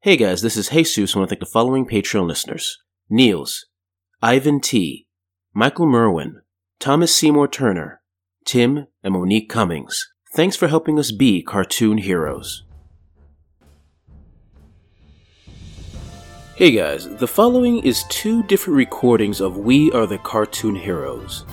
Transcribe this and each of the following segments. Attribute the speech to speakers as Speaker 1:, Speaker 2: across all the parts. Speaker 1: Hey guys, this is Jesus. I want to thank the following Patreon listeners Niels, Ivan T., Michael Merwin, Thomas Seymour Turner, Tim, and Monique Cummings. Thanks for helping us be cartoon heroes. Hey guys, the following is two different recordings of We Are the Cartoon Heroes.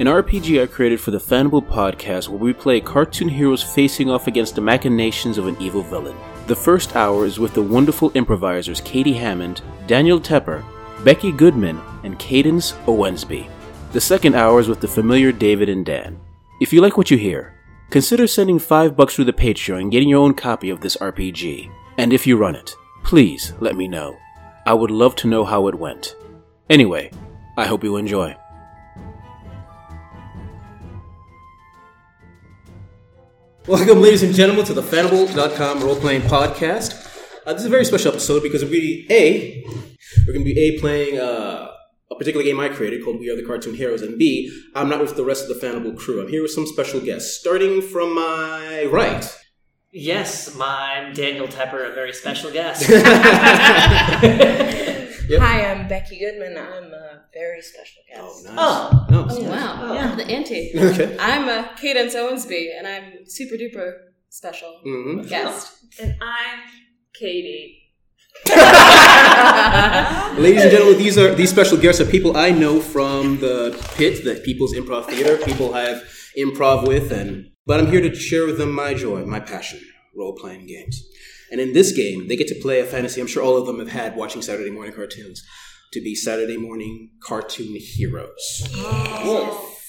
Speaker 1: An RPG I created for the Fanable podcast where we play cartoon heroes facing off against the machinations of an evil villain. The first hour is with the wonderful improvisers Katie Hammond, Daniel Tepper, Becky Goodman, and Cadence Owensby. The second hour is with the familiar David and Dan. If you like what you hear, consider sending five bucks through the Patreon and getting your own copy of this RPG. And if you run it, please let me know. I would love to know how it went. Anyway, I hope you enjoy.
Speaker 2: Welcome, ladies and gentlemen, to the Fanable.com role-playing podcast. Uh, this is a very special episode because we a we're going to be a playing uh, a particular game I created called We Are the Cartoon Heroes, and b I'm not with the rest of the Fanable crew. I'm here with some special guests, starting from my right.
Speaker 3: Yes, my, I'm Daniel Tepper, a very special guest.
Speaker 2: Yep.
Speaker 4: Hi, I'm Becky Goodman. I'm a very special guest.
Speaker 3: oh,
Speaker 2: No,
Speaker 4: Oh, wow. Yeah, the ante.
Speaker 2: okay.
Speaker 4: I'm a Cadence Owensby, and I'm super duper special
Speaker 2: hmm
Speaker 4: guest.
Speaker 5: And I'm Katie.
Speaker 2: Ladies and gentlemen, these are these special guests are people I know from the pit, the People's Improv Theater, people I have improv with, and but I'm here to share with them my joy, my passion, role playing games. And in this game, they get to play a fantasy I'm sure all of them have had watching Saturday morning cartoons, to be Saturday morning cartoon heroes.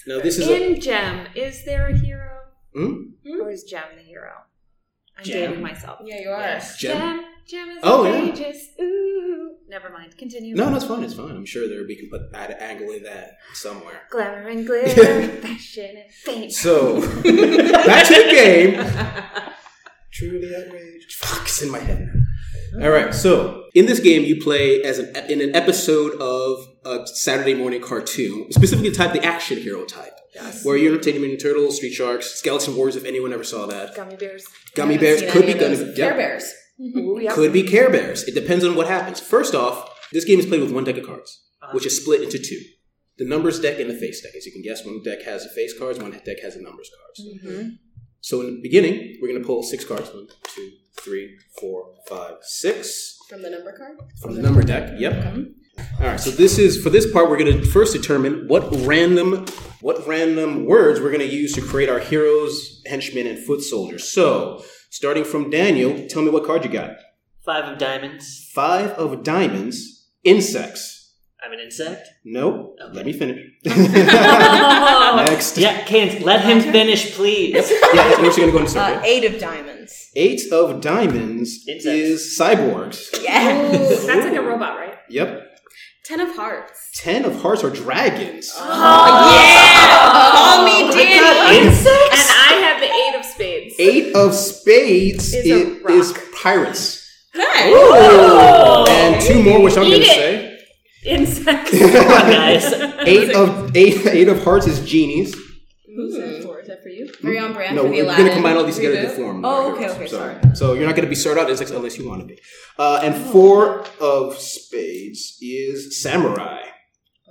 Speaker 2: Now this is a
Speaker 5: In Gem, is there a hero?
Speaker 2: hmm?
Speaker 5: Or is Gem the hero? I'm
Speaker 3: Jem.
Speaker 5: dating myself.
Speaker 4: Yeah, you are.
Speaker 2: Gem?
Speaker 5: Gem. Gem is
Speaker 2: Oh,
Speaker 5: oh,
Speaker 2: yeah.
Speaker 5: outrageous. Ooh. Never mind. Continue.
Speaker 2: No, that's fine, it's fine. I'm sure there we can put add an angle in that somewhere.
Speaker 5: Glamour and glitter, fashion and fame.
Speaker 2: So, back to the game. Truly outraged. Fuck's in my head. All right. So, in this game, you play as an e, in an episode of a Saturday morning cartoon, specifically the type the action hero type, where you're entertaining Mutant Turtles, Street Sharks, Skeleton Wars. If anyone ever saw that,
Speaker 5: Gummy bears.
Speaker 2: Gummy
Speaker 4: Haven't
Speaker 2: Bears
Speaker 4: seen
Speaker 2: could
Speaker 4: any
Speaker 2: be
Speaker 4: of
Speaker 2: Gummy
Speaker 4: those.
Speaker 2: yeah.
Speaker 4: Care Bears.
Speaker 5: Ooh, yep.
Speaker 2: Could be Care Bears. It depends on what happens. First off, this game is played with one deck of cards, which is split into two. The numbers deck and the face deck. As you can guess, one deck has the face cards, one deck has the numbers cards. So in the beginning, we're going to pull six cards. One, two, three, four, five, six.
Speaker 4: From the number card?
Speaker 2: From the number deck, yep. All right, so this is, for this part, we're going to first determine what random, what random words we're going to use to create our heroes, henchmen, and foot soldiers. So, starting from Daniel, tell me what card you got
Speaker 3: five of diamonds.
Speaker 2: five of diamonds, insects.
Speaker 3: I'm an insect.
Speaker 2: No,
Speaker 3: Okay.
Speaker 2: let me finish.
Speaker 5: Oh,
Speaker 2: Next.
Speaker 3: Yeah, Cadence, let him finish, please.
Speaker 2: Yeah, we're just gonna go in circle.
Speaker 4: Uh, eight of diamonds.
Speaker 2: Eight of diamonds
Speaker 3: Insects.
Speaker 2: is cyborgs.
Speaker 4: Yeah.
Speaker 5: Ooh, That's like a robot, right?
Speaker 2: Yep.
Speaker 4: Ten of hearts.
Speaker 2: Ten of hearts are dragons.
Speaker 4: Oh, Call me Danny.
Speaker 5: And I have the eight of spades.
Speaker 2: Eight of spades
Speaker 5: Is
Speaker 2: is,
Speaker 5: a rock.
Speaker 2: is pirates.
Speaker 4: Nice.
Speaker 2: And two more, which I'm gonna say.
Speaker 5: Insects.
Speaker 3: Guys,
Speaker 2: Eight of eight eight of hearts is genies.
Speaker 4: Who's that for? Is that for you? Are you on brand
Speaker 2: Mm-hmm.
Speaker 4: for
Speaker 2: No,
Speaker 4: the
Speaker 2: we're
Speaker 4: Aladdin?
Speaker 2: going to combine all these together to
Speaker 4: reboot?
Speaker 2: form.
Speaker 4: Oh,
Speaker 2: our
Speaker 4: okay,
Speaker 2: heroes.
Speaker 4: okay,
Speaker 2: so,
Speaker 4: sorry. Oh.
Speaker 2: So you're not going to be started out as unless you want to be. Uh, and four of spades is samurai.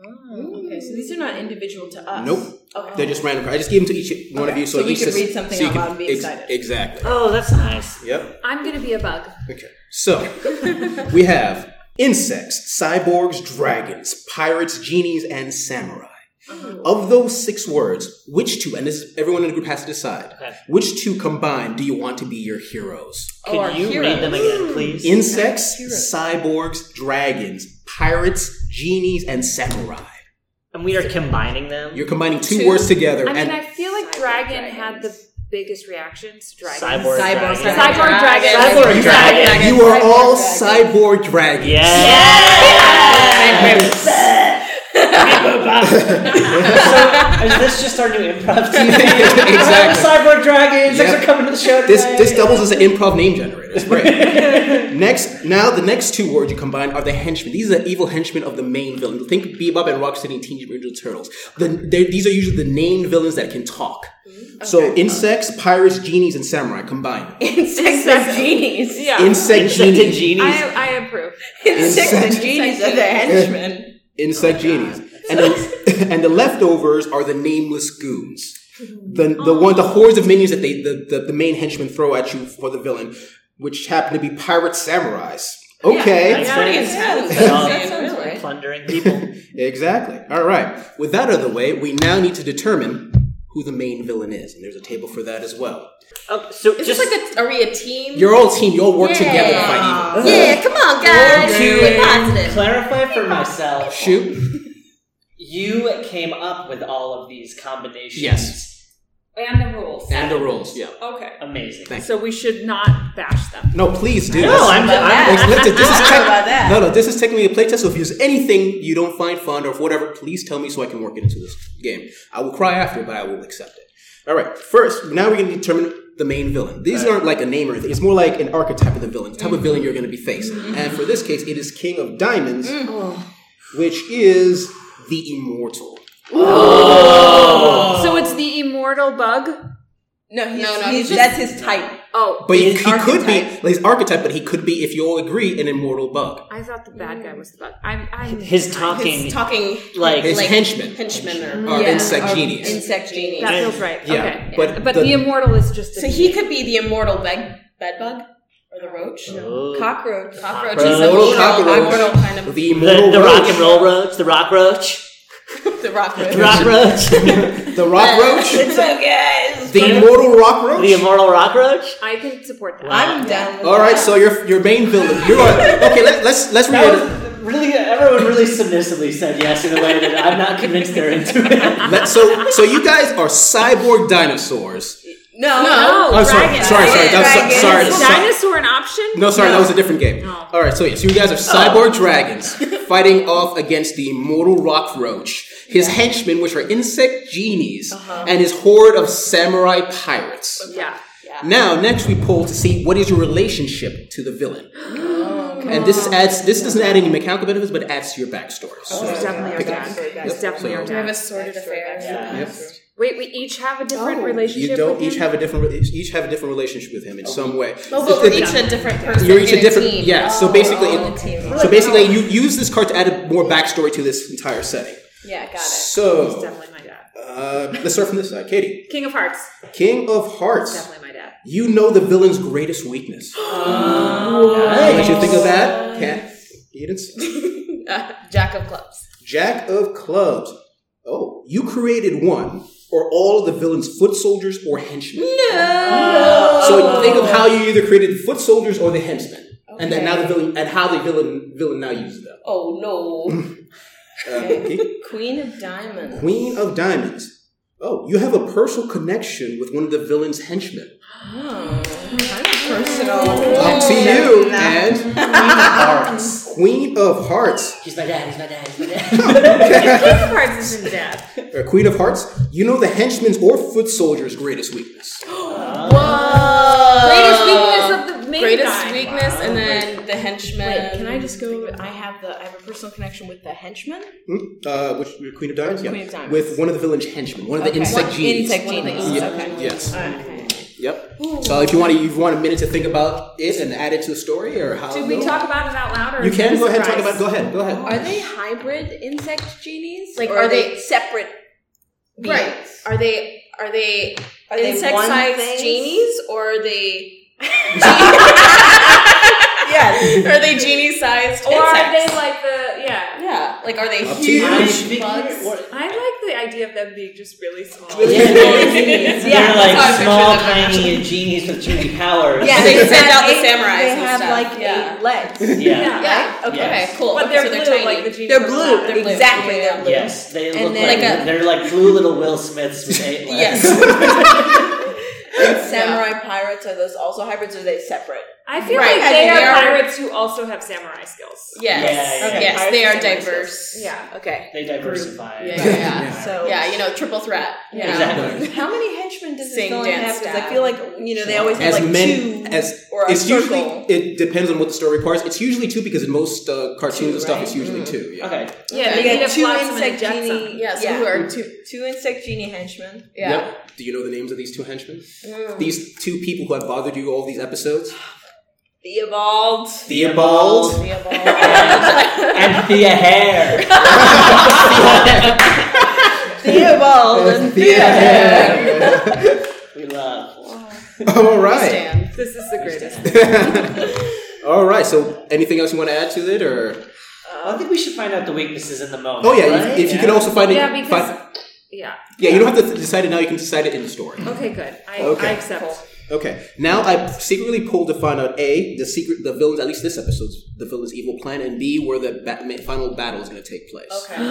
Speaker 4: Oh, okay, so these are not individual to us.
Speaker 2: Nope.
Speaker 4: Okay.
Speaker 2: They're just random. I just gave them to each one of
Speaker 4: Oh. Okay.
Speaker 2: you, so,
Speaker 4: So you
Speaker 2: each
Speaker 4: could
Speaker 2: just-
Speaker 4: read something
Speaker 2: you
Speaker 4: out
Speaker 2: could-
Speaker 4: loud and be excited.
Speaker 2: Exactly.
Speaker 3: oh, that's nice.
Speaker 2: Yep.
Speaker 5: I'm gonna be a bug.
Speaker 2: Okay. So we have insects, cyborgs, dragons, pirates, genies, and samurai.
Speaker 4: Oh.
Speaker 2: Of those six words, which two, and this is, everyone in the group has to decide,
Speaker 3: Okay.
Speaker 2: which two combined do you want to be your Oh, heroes?
Speaker 3: Could
Speaker 4: our
Speaker 3: you read them again, please?
Speaker 2: Insects, cyborgs, dragons, pirates, genies, and samurai.
Speaker 3: and we are combining them.
Speaker 2: You're combining two,
Speaker 4: Two.
Speaker 2: words together,
Speaker 5: I mean,
Speaker 2: and
Speaker 5: I feel like
Speaker 4: Cyborg
Speaker 5: dragon
Speaker 4: dragons.
Speaker 5: had the biggest reactions. to Dragons.
Speaker 3: Cyborg.
Speaker 4: Cyborg dragon.
Speaker 3: dragon.
Speaker 5: Cyborg dragon.
Speaker 3: Cyborg dragon.
Speaker 2: you are all
Speaker 4: Cyborg dragon.
Speaker 2: cyborg dragons.
Speaker 3: Yes.
Speaker 4: Yes.
Speaker 3: so is this just our new improv team?
Speaker 2: Exactly.
Speaker 3: Cyborg dragons. Thanks
Speaker 2: Yep.
Speaker 3: for coming to the show.
Speaker 2: This
Speaker 3: today.
Speaker 2: this doubles as an improv name generator. It's great. next, now the next two words you combine are the henchmen. These are the evil henchmen of the main villain. Think Bebop and Rocksteady and Teenage Mutant Ninja Turtles. The, they- these are usually the named villains that can talk.
Speaker 5: Mm-hmm.
Speaker 2: So insects, pirates, genies, and samurai combined.
Speaker 5: Insects and genies. Yeah.
Speaker 2: Insect,
Speaker 3: Insect and
Speaker 2: genies.
Speaker 3: genies.
Speaker 5: I, I approve.
Speaker 6: Insects and
Speaker 2: Insect-
Speaker 6: genies are the henchmen.
Speaker 2: insect genies, and the, and the leftovers are the nameless goons. The the one the hordes of minions that they the, the, the main henchmen throw at you for the villain, which happen to be pirate samurais. Okay,
Speaker 3: That's
Speaker 6: Pretty
Speaker 3: pretty
Speaker 6: intense.
Speaker 3: intense.
Speaker 6: That sounds
Speaker 3: Um,
Speaker 6: right.
Speaker 3: Plundering people.
Speaker 2: exactly. All right. With that out of the way, we now need to determine who the main villain is, and there's a table for that as well.
Speaker 3: Okay, Oh, so
Speaker 4: Is
Speaker 3: just
Speaker 4: this like a, are we a team?
Speaker 2: Your all team, you all work together to fight evil.
Speaker 6: Yeah, come on, guys. Be
Speaker 3: to
Speaker 6: positive.
Speaker 3: clarify for myself.
Speaker 2: Shoot.
Speaker 3: You came up with all of these combinations.
Speaker 2: Yes.
Speaker 5: And the rules.
Speaker 2: And the rolls. Yeah.
Speaker 5: Okay.
Speaker 3: Amazing.
Speaker 2: Thank
Speaker 5: So we should not bash them.
Speaker 2: No, please do.
Speaker 3: No, I'm,
Speaker 2: Like,
Speaker 3: I'm,
Speaker 2: listen, this is
Speaker 6: I don't know about
Speaker 2: tech-
Speaker 6: that.
Speaker 2: no, no, this is technically a playtest. So if there's anything you don't find fun or whatever, please tell me so I can work it into this game. I will cry after, but I will accept it. All right. First, now we're going to determine the main villain. These aren't like a name or anything. It's more like an archetype of the villain, the
Speaker 6: Mm-hmm.
Speaker 2: type of villain you're going to be facing. And for this case, it is King of Diamonds,
Speaker 6: Mm. Oh.
Speaker 2: which is the immortal.
Speaker 5: So it's the immortal bug?
Speaker 6: No, he's,
Speaker 4: No, no,
Speaker 6: he's,
Speaker 4: he's just-
Speaker 6: that's his type.
Speaker 5: Oh,
Speaker 2: But he,
Speaker 6: His
Speaker 2: he could be
Speaker 6: archetype.
Speaker 2: like, his archetype, but he could be, if you all agree, an immortal bug.
Speaker 5: I thought the bad guy was the bug. I'm, I'm
Speaker 3: his talking,
Speaker 4: His talking
Speaker 3: like,
Speaker 2: His
Speaker 4: Like-
Speaker 2: henchmen
Speaker 4: henchmen or
Speaker 2: are
Speaker 5: Yeah.
Speaker 2: insect
Speaker 6: Or
Speaker 2: genius.
Speaker 6: Insect genius.
Speaker 5: that feels right.
Speaker 2: Yeah,
Speaker 5: okay.
Speaker 2: but
Speaker 5: but
Speaker 2: the-
Speaker 5: the, immortal is just a
Speaker 4: so he could be the immortal bed bedbug or the roach,
Speaker 3: Oh.
Speaker 4: cockroach, cockroach,
Speaker 3: Cockroach.
Speaker 4: is the
Speaker 2: Immortal
Speaker 4: immortal,
Speaker 2: cockroach.
Speaker 4: immortal kind of
Speaker 2: the
Speaker 3: the,
Speaker 2: immortal
Speaker 3: the
Speaker 2: roach.
Speaker 3: rock and roll roach, the rock roach,
Speaker 4: the rock roach.
Speaker 3: the rock roach,
Speaker 2: The rock roach?
Speaker 4: It's okay.
Speaker 2: The immortal rock roach?
Speaker 3: the immortal rock roach.
Speaker 5: I can support that.
Speaker 4: I'm down. With
Speaker 2: All right, so your your main villain. You are okay. Let, let's let's read
Speaker 3: That
Speaker 2: it.
Speaker 3: was really everyone really submissively said yes in a way that I'm not convinced they're into it.
Speaker 2: Let, so so you guys are cyborg dinosaurs.
Speaker 6: No,
Speaker 5: no.
Speaker 2: I'm Oh, sorry,
Speaker 5: Oh, Dragon.
Speaker 2: sorry, sorry, that was,
Speaker 6: Dragon.
Speaker 2: sorry,
Speaker 5: is
Speaker 2: sorry.
Speaker 5: dinosaur an option?
Speaker 2: No, sorry, that was a different game. All right, so yeah, so you guys are cyborg dragons fighting off against the immortal rock roach, his henchmen, which are insect genies, and his horde of samurai pirates.
Speaker 5: Yeah.
Speaker 2: Now, next we pull to see what is your relationship to the villain. And this adds this doesn't add any mechanical benefits, but it adds to your backstory. So,
Speaker 5: It's definitely our dad. It's definitely our
Speaker 4: we have a
Speaker 5: dad.
Speaker 4: sordid affair.
Speaker 2: yep.
Speaker 5: Wait, we each have a different
Speaker 4: No.
Speaker 5: relationship.
Speaker 2: Oh. You don't
Speaker 5: with
Speaker 2: each
Speaker 5: him?
Speaker 2: have a different re- each have a different relationship with him in some way.
Speaker 4: Oh, but
Speaker 2: The-
Speaker 4: we're
Speaker 2: the-
Speaker 4: each a different person.
Speaker 2: you're each
Speaker 4: in
Speaker 2: a different
Speaker 4: team. Oh,
Speaker 2: yeah. So basically,
Speaker 7: Oh.
Speaker 2: it- so basically, you use this card to add a more backstory to this entire setting.
Speaker 4: yeah, got it.
Speaker 5: It's
Speaker 2: So
Speaker 5: definitely my dad.
Speaker 2: uh, let's start from this side. Katie,
Speaker 5: King of Hearts.
Speaker 2: King of Hearts.
Speaker 5: Definitely my dad.
Speaker 2: You know the villain's greatest weakness. What did you think of that, Cat? You didn't see.
Speaker 4: Uh, Jack of clubs.
Speaker 2: Jack of clubs. Oh, you created one or all of the villain's foot soldiers or henchmen. No.
Speaker 6: Oh.
Speaker 2: So think of how you either created the foot soldiers or the henchmen, and then now the villain and how the villain villain now uses them.
Speaker 4: Oh no,
Speaker 2: Uh, okay.
Speaker 4: Queen of Diamonds.
Speaker 2: Queen of diamonds. Oh, you have a personal connection with one of the villain's henchmen.
Speaker 6: personal.
Speaker 2: Up to you, and Queen of Hearts.
Speaker 3: He's my dad. He's my dad. He's my dad.
Speaker 5: King of Hearts isn't dad.
Speaker 2: or uh, Queen of Hearts. You know the henchman's or foot soldier's greatest weakness.
Speaker 7: Uh,
Speaker 5: Greatest weakness of the main
Speaker 4: Greatest
Speaker 5: guy.
Speaker 4: weakness, and then the henchman.
Speaker 6: Wait, can I just go? I have the I have a personal connection with the henchman.
Speaker 2: Uh, which Queen of Diamonds? Yeah.
Speaker 6: Queen of Diamonds.
Speaker 2: With one of the village henchmen, one of the insect genies.
Speaker 6: Insect genius.
Speaker 2: Yeah,
Speaker 6: Okay.
Speaker 2: Yes.
Speaker 6: Okay.
Speaker 2: Yep. So if you want to, you want a minute to think about it and add it to the story, or how?
Speaker 5: Did we
Speaker 2: no?
Speaker 5: talk about it out loud? Or
Speaker 2: You
Speaker 5: is it
Speaker 2: can
Speaker 5: a
Speaker 2: go ahead. and Talk
Speaker 5: surprise?
Speaker 2: about. Go ahead. Go ahead.
Speaker 6: Are they hybrid insect genies?
Speaker 4: Like,
Speaker 6: Or
Speaker 4: are they-
Speaker 6: separate? Beings?
Speaker 4: Right. Are they are they
Speaker 6: Are they
Speaker 4: insect
Speaker 6: one
Speaker 4: sized
Speaker 6: thing?
Speaker 4: genies or are they
Speaker 6: Yes.
Speaker 4: are they genie sized
Speaker 5: Or are
Speaker 4: insects?
Speaker 5: they like the yeah?
Speaker 4: yeah, like are they
Speaker 2: Up to you.
Speaker 4: huge?
Speaker 3: I'm
Speaker 2: Huge
Speaker 3: speaking-
Speaker 4: bugs.
Speaker 3: what-
Speaker 5: I like the idea of them being just really small.
Speaker 3: Yeah,
Speaker 6: Genies,
Speaker 3: they're,
Speaker 6: yeah.
Speaker 3: they're
Speaker 4: That's
Speaker 3: like
Speaker 4: how I
Speaker 3: small,
Speaker 4: pictured them.
Speaker 3: tiny genies with genie powers.
Speaker 6: Yeah,
Speaker 4: they
Speaker 6: have
Speaker 4: send out the
Speaker 6: eight-
Speaker 4: samurais
Speaker 6: They
Speaker 4: and
Speaker 6: have
Speaker 4: stuff.
Speaker 6: like
Speaker 4: Yeah.
Speaker 6: eight legs.
Speaker 3: Yeah.
Speaker 4: Yeah. Okay.
Speaker 3: Yes.
Speaker 4: okay, Cool.
Speaker 5: But
Speaker 4: Okay,
Speaker 5: they're
Speaker 4: so
Speaker 5: blue,
Speaker 4: tiny.
Speaker 5: like the jeans.
Speaker 6: They're blue.
Speaker 4: They're blue.
Speaker 6: Exactly.
Speaker 4: Yeah.
Speaker 6: They're blue.
Speaker 3: Yes, they
Speaker 6: And
Speaker 3: look
Speaker 6: then-
Speaker 3: like,
Speaker 4: Like a-
Speaker 3: they're like blue little Will Smiths with eight legs.
Speaker 4: Yes.
Speaker 6: And samurai pirates are those also hybrids? Or are they separate?
Speaker 5: I feel
Speaker 8: Right,
Speaker 5: like
Speaker 8: I
Speaker 5: they
Speaker 8: mean,
Speaker 5: are
Speaker 8: they are-
Speaker 5: pirates who also have samurai skills.
Speaker 8: Yes.
Speaker 3: Yeah, yeah, yeah.
Speaker 8: Yes, they are
Speaker 5: Pirates and
Speaker 8: diverse.
Speaker 5: Yeah.
Speaker 8: Okay.
Speaker 3: They diversify.
Speaker 8: Yeah, yeah, yeah.
Speaker 6: So
Speaker 8: Yeah, you know, triple threat. You
Speaker 6: Yeah.
Speaker 8: know?
Speaker 3: Exactly.
Speaker 6: How many henchmen does this
Speaker 8: Sing,
Speaker 6: villain
Speaker 8: dance,
Speaker 6: have? Because I
Speaker 8: stab.
Speaker 6: feel like you know they always have
Speaker 2: As
Speaker 6: like
Speaker 2: men,
Speaker 6: two.
Speaker 2: as
Speaker 8: Or a
Speaker 2: it's usually
Speaker 8: circle.
Speaker 2: it depends on what the story requires. It's usually two because in most uh, cartoons and stuff, it's usually two. Yeah.
Speaker 3: Okay.
Speaker 5: Yeah,
Speaker 8: Okay.
Speaker 5: they
Speaker 8: You
Speaker 5: get
Speaker 6: got two
Speaker 5: Flotsam and
Speaker 6: insect
Speaker 5: Jetsam.
Speaker 6: genie.
Speaker 8: Yeah, so
Speaker 6: Yeah.
Speaker 8: who are two?
Speaker 6: two insect genie henchmen.
Speaker 8: Yeah.
Speaker 2: Yep. Do you know the names of these two henchmen? These two people who have bothered you all these episodes?
Speaker 6: Theobald.
Speaker 2: Theobald.
Speaker 3: and Thea Hare.
Speaker 6: Theobald and
Speaker 3: We love.
Speaker 2: all right.
Speaker 8: Stan.
Speaker 5: This is the greatest.
Speaker 2: all right. So, anything else you want to add to it, or?
Speaker 3: I think we should find out the weaknesses in the moment.
Speaker 2: Oh yeah. If,
Speaker 3: right?
Speaker 2: if you can also find it.
Speaker 5: Yeah, because
Speaker 2: find-
Speaker 5: yeah.
Speaker 2: yeah, you don't have to decide it now. You can decide it in the story.
Speaker 5: Okay, good. I,
Speaker 2: Okay.
Speaker 5: I accept.
Speaker 2: Okay. Now I secretly pulled to find out a the secret the villains at least this episode's the villain's evil plan and b where the bat- ma- final battle is going to take place.
Speaker 8: Okay.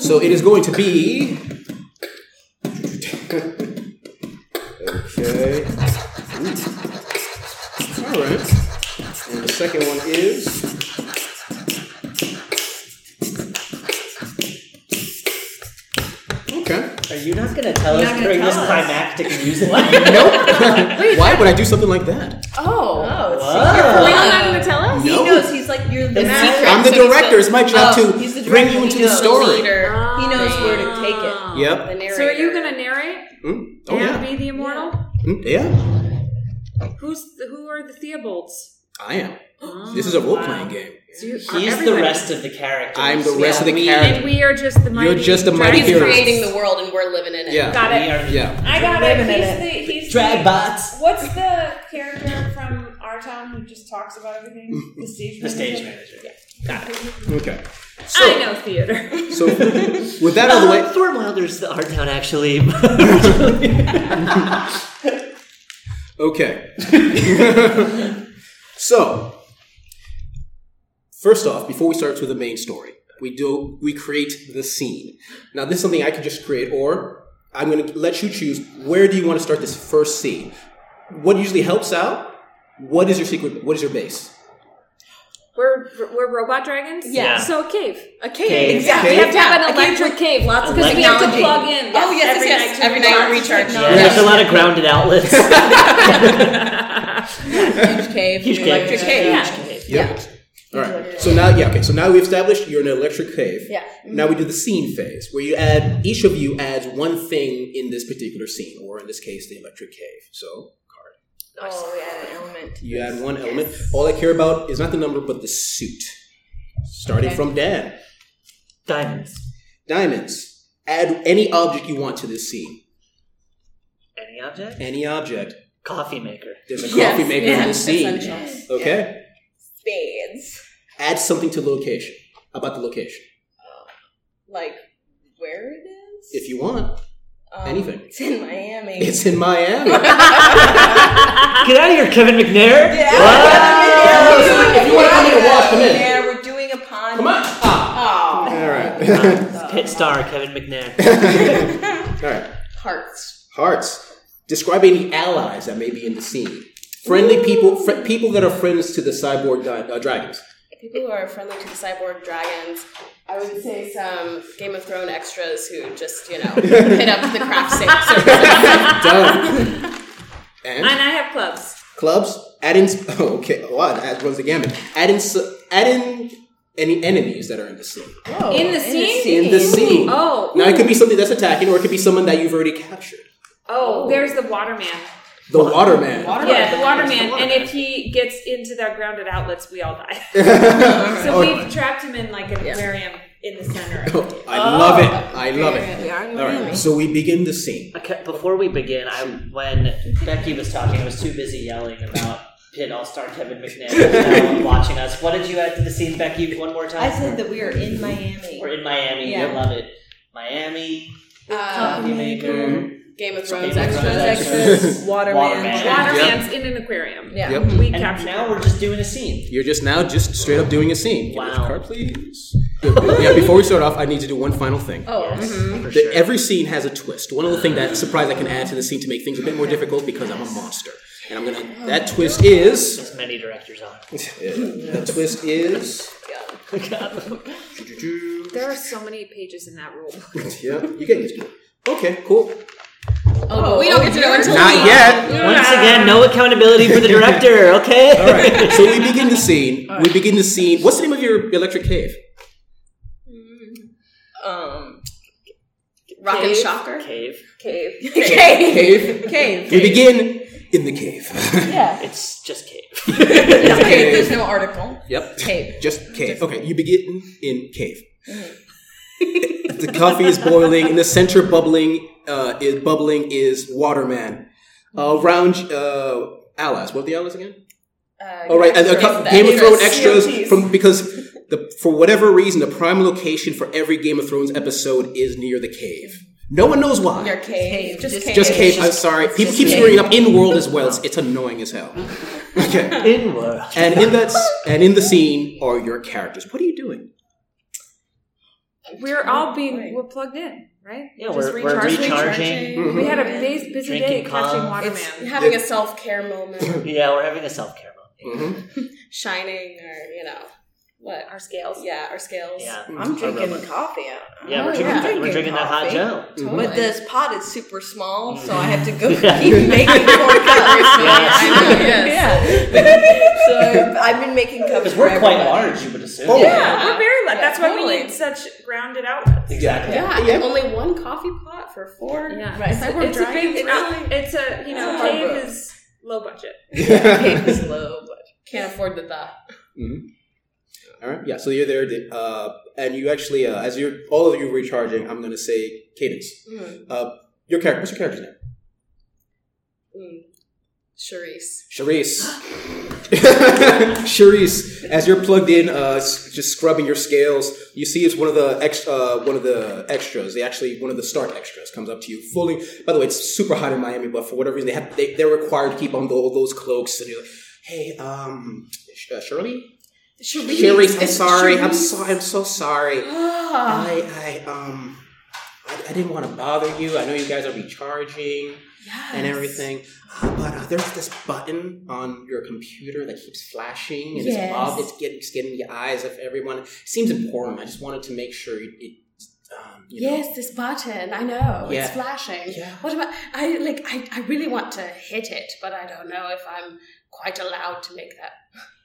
Speaker 2: So it is going to be. okay. Ooh. All right. And the second one is. Okay.
Speaker 3: Are you not going to tell us during this climactic music?
Speaker 2: Nope. Why would I do something like that?
Speaker 8: Oh.
Speaker 3: Whoa.
Speaker 5: You're not going to tell us?
Speaker 6: He
Speaker 2: No.
Speaker 6: knows he's like you're the
Speaker 8: secret.
Speaker 6: master.
Speaker 2: I'm Oh. the
Speaker 8: So he's
Speaker 2: director.
Speaker 8: the-
Speaker 2: It's my job
Speaker 6: Oh, he's the
Speaker 2: to bring
Speaker 6: director.
Speaker 2: you into
Speaker 6: He
Speaker 2: the
Speaker 6: knows.
Speaker 2: story.
Speaker 8: Leader.
Speaker 6: He knows where to take it.
Speaker 8: Ah.
Speaker 2: Yep.
Speaker 8: The narrator.
Speaker 5: So are you going to narrate
Speaker 2: Mm. Oh
Speaker 5: and
Speaker 2: yeah.
Speaker 5: be the immortal?
Speaker 2: Mm, Yeah.
Speaker 5: Who's the, who are the Theobalds? Oh,
Speaker 2: I am. This is a role playing game.
Speaker 5: So you, are
Speaker 3: He's the
Speaker 5: everybody.
Speaker 3: rest of the characters.
Speaker 2: I'm the rest of the
Speaker 3: we-
Speaker 2: characters.
Speaker 5: And we are just the mighty.
Speaker 2: You're just the mighty
Speaker 5: dragon
Speaker 8: He's
Speaker 2: hero.
Speaker 5: knights.
Speaker 8: creating the world and we're living in it.
Speaker 2: Yeah.
Speaker 5: Got
Speaker 3: We
Speaker 5: it.
Speaker 3: are
Speaker 2: Yeah.
Speaker 9: I got
Speaker 6: Wait a
Speaker 9: it. He's
Speaker 6: minute.
Speaker 9: the he's
Speaker 3: drag
Speaker 9: the,
Speaker 3: bots.
Speaker 9: What's the character from our town who just talks about everything? The stage.
Speaker 3: The stage
Speaker 9: manager?
Speaker 3: manager.
Speaker 2: Okay.
Speaker 5: I
Speaker 2: So,
Speaker 5: know theater.
Speaker 2: so with that out of the way,
Speaker 3: Thorn Wilder's Um, the art town, actually.
Speaker 2: Okay. so, first off, before we start with the main story, we do we create the scene. Now, this is something I could just create, or I'm going to let you choose. Where do you want to start this first scene? What usually helps out? What is your secret? What is your base?
Speaker 5: We're we're robot dragons.
Speaker 3: Yeah.
Speaker 5: So a cave, a cave.
Speaker 3: Cave.
Speaker 5: Exactly. We have to have
Speaker 8: Yeah,
Speaker 5: an
Speaker 8: a cave
Speaker 5: electric cave. Lots because we have to
Speaker 8: Technology.
Speaker 5: plug in.
Speaker 8: Oh, yes,
Speaker 5: every
Speaker 8: yes, yes.
Speaker 5: night.
Speaker 8: Every night we recharge.
Speaker 3: There's a lot of grounded outlets.
Speaker 8: Huge cave.
Speaker 3: Huge cave.
Speaker 8: Electric cave.
Speaker 2: Yep. All right. So now, yeah, okay. So now we've established you're in an electric cave.
Speaker 8: Yeah.
Speaker 2: Now we do the scene phase, where you add each of you adds one thing in this particular scene, or in this case, the electric cave. So
Speaker 6: Oh, we add an element.
Speaker 2: You add one element. All I care about is not the number, but the suit. Starting from Dan.
Speaker 3: Diamonds.
Speaker 2: Diamonds. Add any object you want to this scene.
Speaker 3: Any object?
Speaker 2: Any object.
Speaker 3: Coffee maker.
Speaker 2: There's a coffee
Speaker 8: Yes,
Speaker 2: maker
Speaker 8: yeah,
Speaker 2: in this scene.
Speaker 8: essentials.
Speaker 2: Okay.
Speaker 8: Spades.
Speaker 2: Add something to the location. About the location.
Speaker 8: Like where it is?
Speaker 2: If you want.
Speaker 8: Um,
Speaker 2: anything.
Speaker 8: It's in Miami.
Speaker 2: It's in Miami.
Speaker 3: Get out of here, Kevin McNair.
Speaker 6: Yeah.
Speaker 2: What? If you wanna come in and watch, come in.
Speaker 6: Yeah, we're doing a pond.
Speaker 2: Come on. Ah.
Speaker 6: Oh.
Speaker 2: All right.
Speaker 3: Pit star Kevin McNair.
Speaker 2: All right.
Speaker 8: Hearts.
Speaker 2: Hearts. Describe any allies that may be in the scene. Friendly people, fr- people that are friends to the cyborg di- uh, dragons.
Speaker 8: People who are friendly to the cyborg dragons. I would say some Game of Thrones extras who just, you know, hit up the craft services.
Speaker 2: Done. And?
Speaker 5: And I have clubs.
Speaker 2: clubs, add in. Oh, okay, wow, that runs the gamut. Add in, s- add in any enemies that are in the scene.
Speaker 5: Oh, in the scene.
Speaker 2: In the scene.
Speaker 5: Oh.
Speaker 2: Now it could be something that's attacking, or it could be someone that you've already captured.
Speaker 5: Oh, there's the waterman.
Speaker 2: The Waterman.
Speaker 5: Yeah, the waterman. And if he gets into the grounded outlets, we all die. so we've trapped him in like an aquarium in the center.
Speaker 2: Oh, I
Speaker 5: Oh.
Speaker 2: love it. I love it.
Speaker 6: are in
Speaker 2: All right, so we begin the scene.
Speaker 3: Okay, before we begin, I when Becky was talking, I was too busy yelling about Pit All Star Kevin McNair without anyone watching us. What did you add to the scene, Becky? One more time.
Speaker 6: I said that we are in Miami.
Speaker 8: Um,
Speaker 3: We're in Miami.
Speaker 6: Yeah.
Speaker 3: I love it. Miami.
Speaker 7: Um,
Speaker 8: Uh,
Speaker 3: Coffee maker.
Speaker 8: Game of
Speaker 3: Game
Speaker 8: Thrones
Speaker 3: of Thrones
Speaker 8: extras.
Speaker 3: extras.
Speaker 6: Waterman.
Speaker 3: Waterman.
Speaker 5: Waterman's in an aquarium.
Speaker 6: Yeah.
Speaker 2: Yep.
Speaker 5: We
Speaker 3: And
Speaker 5: captured.
Speaker 3: now
Speaker 5: him.
Speaker 3: we're just doing a scene.
Speaker 2: You're just now just straight up doing a scene. Give me the
Speaker 3: Wow.
Speaker 2: card, please. yeah, before we start off, I need to do one final thing.
Speaker 8: Oh,
Speaker 3: Yes, for
Speaker 2: The-
Speaker 3: sure.
Speaker 2: Every scene has a twist. One little thing that surprise I can add to the scene to make things a bit more difficult because I'm a monster. And I'm gonna. That twist is.
Speaker 3: As many directors are.
Speaker 2: The twist is.
Speaker 6: Oh,
Speaker 5: There are so many pages in that rule. book.
Speaker 2: Yeah, you get used to it. Okay, cool.
Speaker 6: Oh, we don't get to know until
Speaker 2: Not yet.
Speaker 3: Once again, no accountability for the director. Okay.
Speaker 2: All right. So we begin the scene. We begin the scene. What's the name of your electric cave?
Speaker 6: um, rock and shocker.
Speaker 3: Cave.
Speaker 5: Cave.
Speaker 6: Okay.
Speaker 2: Cave.
Speaker 6: Cave.
Speaker 2: We begin in the cave.
Speaker 3: It's just cave.
Speaker 7: Okay, there's no article.
Speaker 2: yep.
Speaker 7: Cave.
Speaker 2: Just cave. Okay, you begin in cave.
Speaker 7: Mm-hmm.
Speaker 2: the coffee is boiling. In the center, bubbling uh, is bubbling is Waterman. Uh, round uh, allies. What are the allies again?
Speaker 7: Uh,
Speaker 2: All right, a, a,
Speaker 7: extras
Speaker 2: cou-
Speaker 7: that-
Speaker 2: Game of Thrones
Speaker 7: extras.
Speaker 2: extras from because the for whatever reason the prime location for every Game of Thrones episode is near the cave. No one knows why.
Speaker 7: Your cave. Just, cave.
Speaker 2: just cave. I'm sorry. People keep screwing up in world as well. It's, it's annoying as hell. Okay.
Speaker 3: In world.
Speaker 2: And in that s- and in the scene are your characters. What are you doing?
Speaker 5: We're all being we're plugged in, right?
Speaker 3: Yeah,
Speaker 5: Just
Speaker 3: we're, we're
Speaker 5: recharging.
Speaker 3: recharging.
Speaker 2: Mm-hmm.
Speaker 5: We had a busy, busy day
Speaker 3: Drinking
Speaker 5: catching
Speaker 3: coffee.
Speaker 5: Waterman.
Speaker 6: Having a self care moment,
Speaker 3: Yeah, we're having a self care moment.
Speaker 2: Mhm.
Speaker 6: shining, or you know, what?
Speaker 5: Our scales.
Speaker 6: Yeah, our scales.
Speaker 3: Yeah,
Speaker 7: I'm drinking
Speaker 2: Aroma.
Speaker 7: coffee.
Speaker 3: yeah, we're
Speaker 7: Oh,
Speaker 3: drinking,
Speaker 7: yeah.
Speaker 3: we're drinking that hot
Speaker 7: Coffee.
Speaker 3: gel.
Speaker 7: But this pot is super small, so I have to go
Speaker 3: Yeah.
Speaker 7: keep making more cups.
Speaker 3: Yes.
Speaker 7: Yeah. So I've been making cups.
Speaker 3: Because
Speaker 7: for
Speaker 3: we're quite
Speaker 7: everybody.
Speaker 3: large, you would assume.
Speaker 2: Oh,
Speaker 5: Yeah, we're very lucky.
Speaker 7: Yeah,
Speaker 5: That's why we
Speaker 7: totally.
Speaker 5: need such grounded outlets.
Speaker 3: exactly.
Speaker 6: Yeah,
Speaker 2: Yeah.
Speaker 6: and only one coffee pot for four.
Speaker 5: Yeah,
Speaker 7: Right.
Speaker 5: It's,
Speaker 6: Cyborg
Speaker 5: it's a big.
Speaker 6: Dragon's
Speaker 5: It's, not, it's a you know
Speaker 7: It's a hard
Speaker 5: cave
Speaker 7: book.
Speaker 5: is low budget.
Speaker 7: Cave is low, but
Speaker 6: Can't afford the thought.
Speaker 2: All right. Yeah. So you're there, uh, and you actually, uh, as you're all of you recharging, I'm gonna say cadence. Uh, your character. What's your character's name?
Speaker 6: Mm. Charisse.
Speaker 2: Charisse. Charisse, as you're plugged in, uh, s- just scrubbing your scales, you see it's one of the ex- uh, one of the extras. They actually one of the Stark extras comes up to you, fully. By the way, it's super hot in Miami, but for whatever reason, they have they, they're required to keep on tho- those cloaks. And you're like, hey, um, Sh- uh, Shirley, Charisse, I'm sorry, I'm so I'm so sorry.
Speaker 6: Oh. Ah,
Speaker 2: I I um. I, I didn't want to bother you. I know you guys are recharging and everything. Uh, but uh, there's this button on your computer that keeps flashing, and it's
Speaker 7: Yes.
Speaker 2: bob. It's getting, it's getting the eyes of everyone. It seems important. I just wanted to make sure it. it um, you know.
Speaker 6: Yes, this button. I know
Speaker 2: Yeah.
Speaker 6: it's flashing.
Speaker 2: Yeah.
Speaker 6: What about I? Like I, I really want to hit it, but I don't know if I'm quite allowed to make that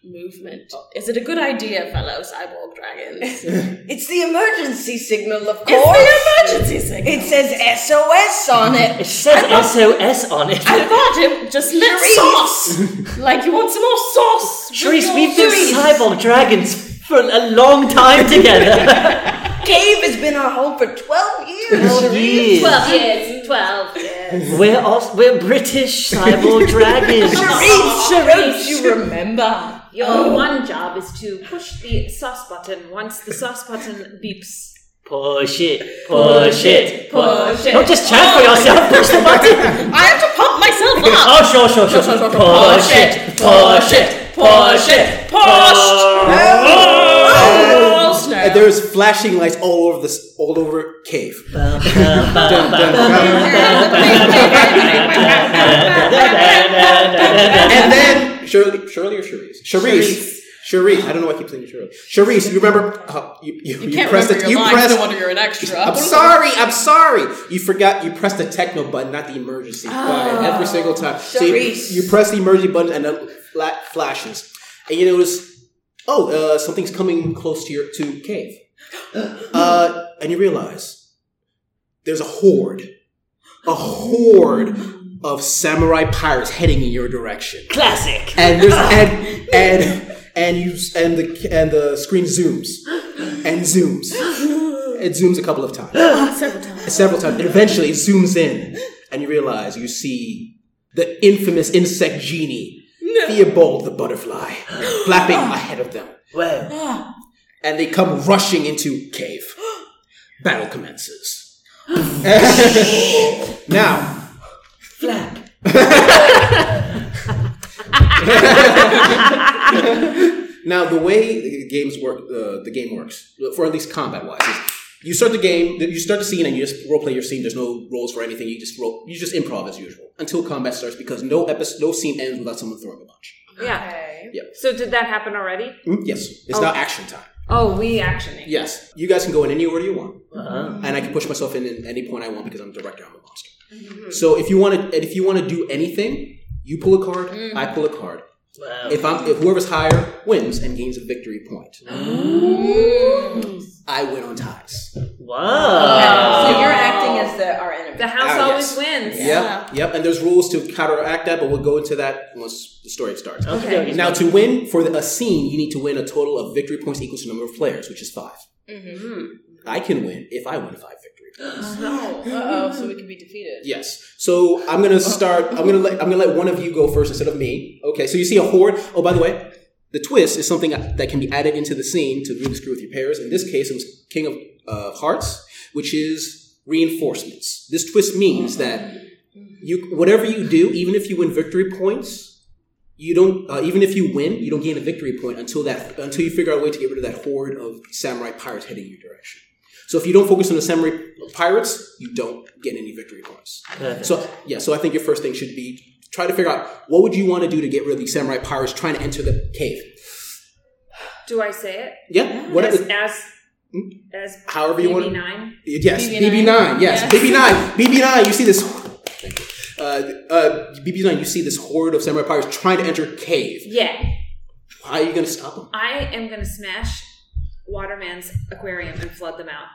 Speaker 6: movement. Is it a good idea, fellow cyborg dragons?
Speaker 7: it's the emergency signal, of course.
Speaker 6: it's the emergency signal.
Speaker 7: It says SOS on it.
Speaker 3: It says SOS on it.
Speaker 6: I thought it just meant sauce. like you want some more sauce?
Speaker 3: Sharice,
Speaker 6: What
Speaker 3: we've
Speaker 6: you're
Speaker 3: been
Speaker 6: doing.
Speaker 3: cyborg dragons for a long time together.
Speaker 7: Cave has been our home for 12 years.
Speaker 3: Jeez.
Speaker 6: Twelve years. Twelve years.
Speaker 3: We're also, we're British cyborg dragons.
Speaker 7: Charisse, you remember?
Speaker 5: Your one job is to push the sauce button once the sauce button beeps.
Speaker 3: Push it, push it,
Speaker 7: push it.
Speaker 3: Don't just chat for yourself. Push the button.
Speaker 6: I have to pump myself up.
Speaker 3: Oh, sure, sure, sure. Push it, push it, push it,
Speaker 7: Oh.
Speaker 3: push.
Speaker 2: And there's flashing lights all over this, all over cave. Dun, dun, dun. and then Shirley, Shirley or Charisse? Charisse. Charisse. I don't know why I keep saying Shirley. Charisse, you remember? Uh, you, you, you,
Speaker 6: Can't
Speaker 2: pressed
Speaker 6: remember
Speaker 2: it.
Speaker 6: your
Speaker 2: You
Speaker 6: lines,
Speaker 2: pressed.
Speaker 6: no wonder you're an extra.
Speaker 2: I'm sorry. I'm sorry. You forgot. You pressed the techno button, not the emergency
Speaker 6: Ah.
Speaker 2: button, every single time. So you,
Speaker 7: Charisse.
Speaker 2: you press the emergency button, and it fla- flashes, and you notice, oh, uh, something's coming close to your to cave, uh, and you realize there's a horde, a horde of samurai pirates heading in your direction
Speaker 3: Classic.
Speaker 2: and there's and and and you and the and the screen zooms and zooms. It zooms a couple of times, Oh, several times, several times. And eventually, it zooms in, and you realize you see the infamous insect genie, Theobald the butterfly, flapping ahead of them,
Speaker 3: Well,
Speaker 2: and they come rushing into cave. Battle commences. now,
Speaker 3: flap.
Speaker 2: Now, the way the games work, uh, the game works, for at least combat wise, is
Speaker 10: You start the game, you start the scene, and you just roleplay your scene. There's no roles for anything. You just roll, you just improv as usual until combat starts because no episode, no scene ends without someone throwing a punch.
Speaker 5: Yeah.
Speaker 11: Okay.
Speaker 5: So did that happen already?
Speaker 10: Mm, Yes, it's now action time.
Speaker 5: Oh, we actioning.
Speaker 10: Yes, you guys can go in any order you want,
Speaker 3: Uh-huh.
Speaker 10: and I can push myself in at any point I want because I'm the director. I'm the monster. So if you want to, and if you want to do anything, you pull a card. I pull a card.
Speaker 3: Wow.
Speaker 10: If I'm, if whoever's higher wins and gains a victory point, I win on ties.
Speaker 3: Wow.
Speaker 11: So you're acting as the our enemy.
Speaker 5: The house
Speaker 10: Oh,
Speaker 5: always
Speaker 10: yes.
Speaker 5: wins.
Speaker 10: Yep, yep. And there's rules to counteract that, but we'll go into that once the story starts.
Speaker 3: Okay.
Speaker 10: Now, to win for the, a scene, you need to win a total of victory points equals the number of players, which is 5
Speaker 3: Hmm.
Speaker 10: I can win if I win five victory points.
Speaker 11: Uh oh, so we can be defeated.
Speaker 10: Yes. So I'm gonna start. I'm gonna let. I'm gonna let one of you go first instead of me. Okay. So you see a horde. Oh, by the way, the twist is something that can be added into the scene to really screw with your pairs. In this case, it was King of uh, Hearts, which is reinforcements. This twist means that you, whatever you do, even if you win victory points, you don't. Uh, even if you win, you don't gain a victory point until that until you figure out a way to get rid of that horde of samurai pirates heading your direction. So if you don't focus on the samurai pirates, you don't get any victory points. So yeah, so I think your first thing should be try to figure out what would you want to do to get rid of these samurai pirates trying to enter the cave.
Speaker 5: Do I say it?
Speaker 10: Yeah, whatever.
Speaker 5: As as, as
Speaker 10: However Hmm? you want to-
Speaker 5: nine.
Speaker 10: Yes, BB nine. Yes, BB nine. BB nine. You see this. Thank you. Uh, uh, BB nine. You see this horde of samurai pirates trying to enter cave.
Speaker 5: Yeah.
Speaker 10: How are you going to stop them?
Speaker 5: I am gonna smash Waterman's aquarium and flood them out.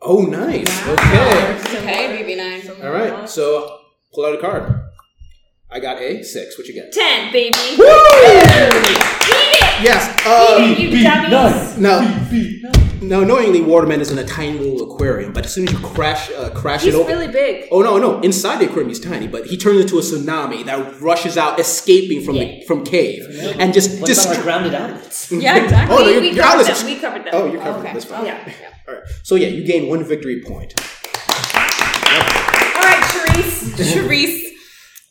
Speaker 10: Oh, nice. Okay.
Speaker 6: Okay, BB9.
Speaker 10: All right. So pull out a card. I got a six. What you got?
Speaker 5: Ten, baby. Eat
Speaker 10: Woo!
Speaker 5: it,
Speaker 10: Yes. Um,
Speaker 5: you dummies.
Speaker 10: Now, now, knowingly, Waterman is in a tiny little aquarium, but as soon as you crash, uh, crash
Speaker 5: He's
Speaker 10: it open.
Speaker 5: really big.
Speaker 10: oh no, no! Inside the aquarium, he's tiny, but he turns into a tsunami that rushes out, escaping from the from cave, and just
Speaker 3: What
Speaker 10: just.
Speaker 3: about our grounded outlets?
Speaker 11: Yeah, exactly.
Speaker 10: oh no,
Speaker 5: we,
Speaker 10: you're,
Speaker 5: we
Speaker 10: you're out
Speaker 5: covered
Speaker 10: of
Speaker 5: them.
Speaker 10: this.
Speaker 5: We covered them.
Speaker 10: Oh, you're covered. That's fine.
Speaker 5: Yeah.
Speaker 10: All right. So yeah, you gain one victory point.
Speaker 5: All right, Charisse.
Speaker 6: Charisse.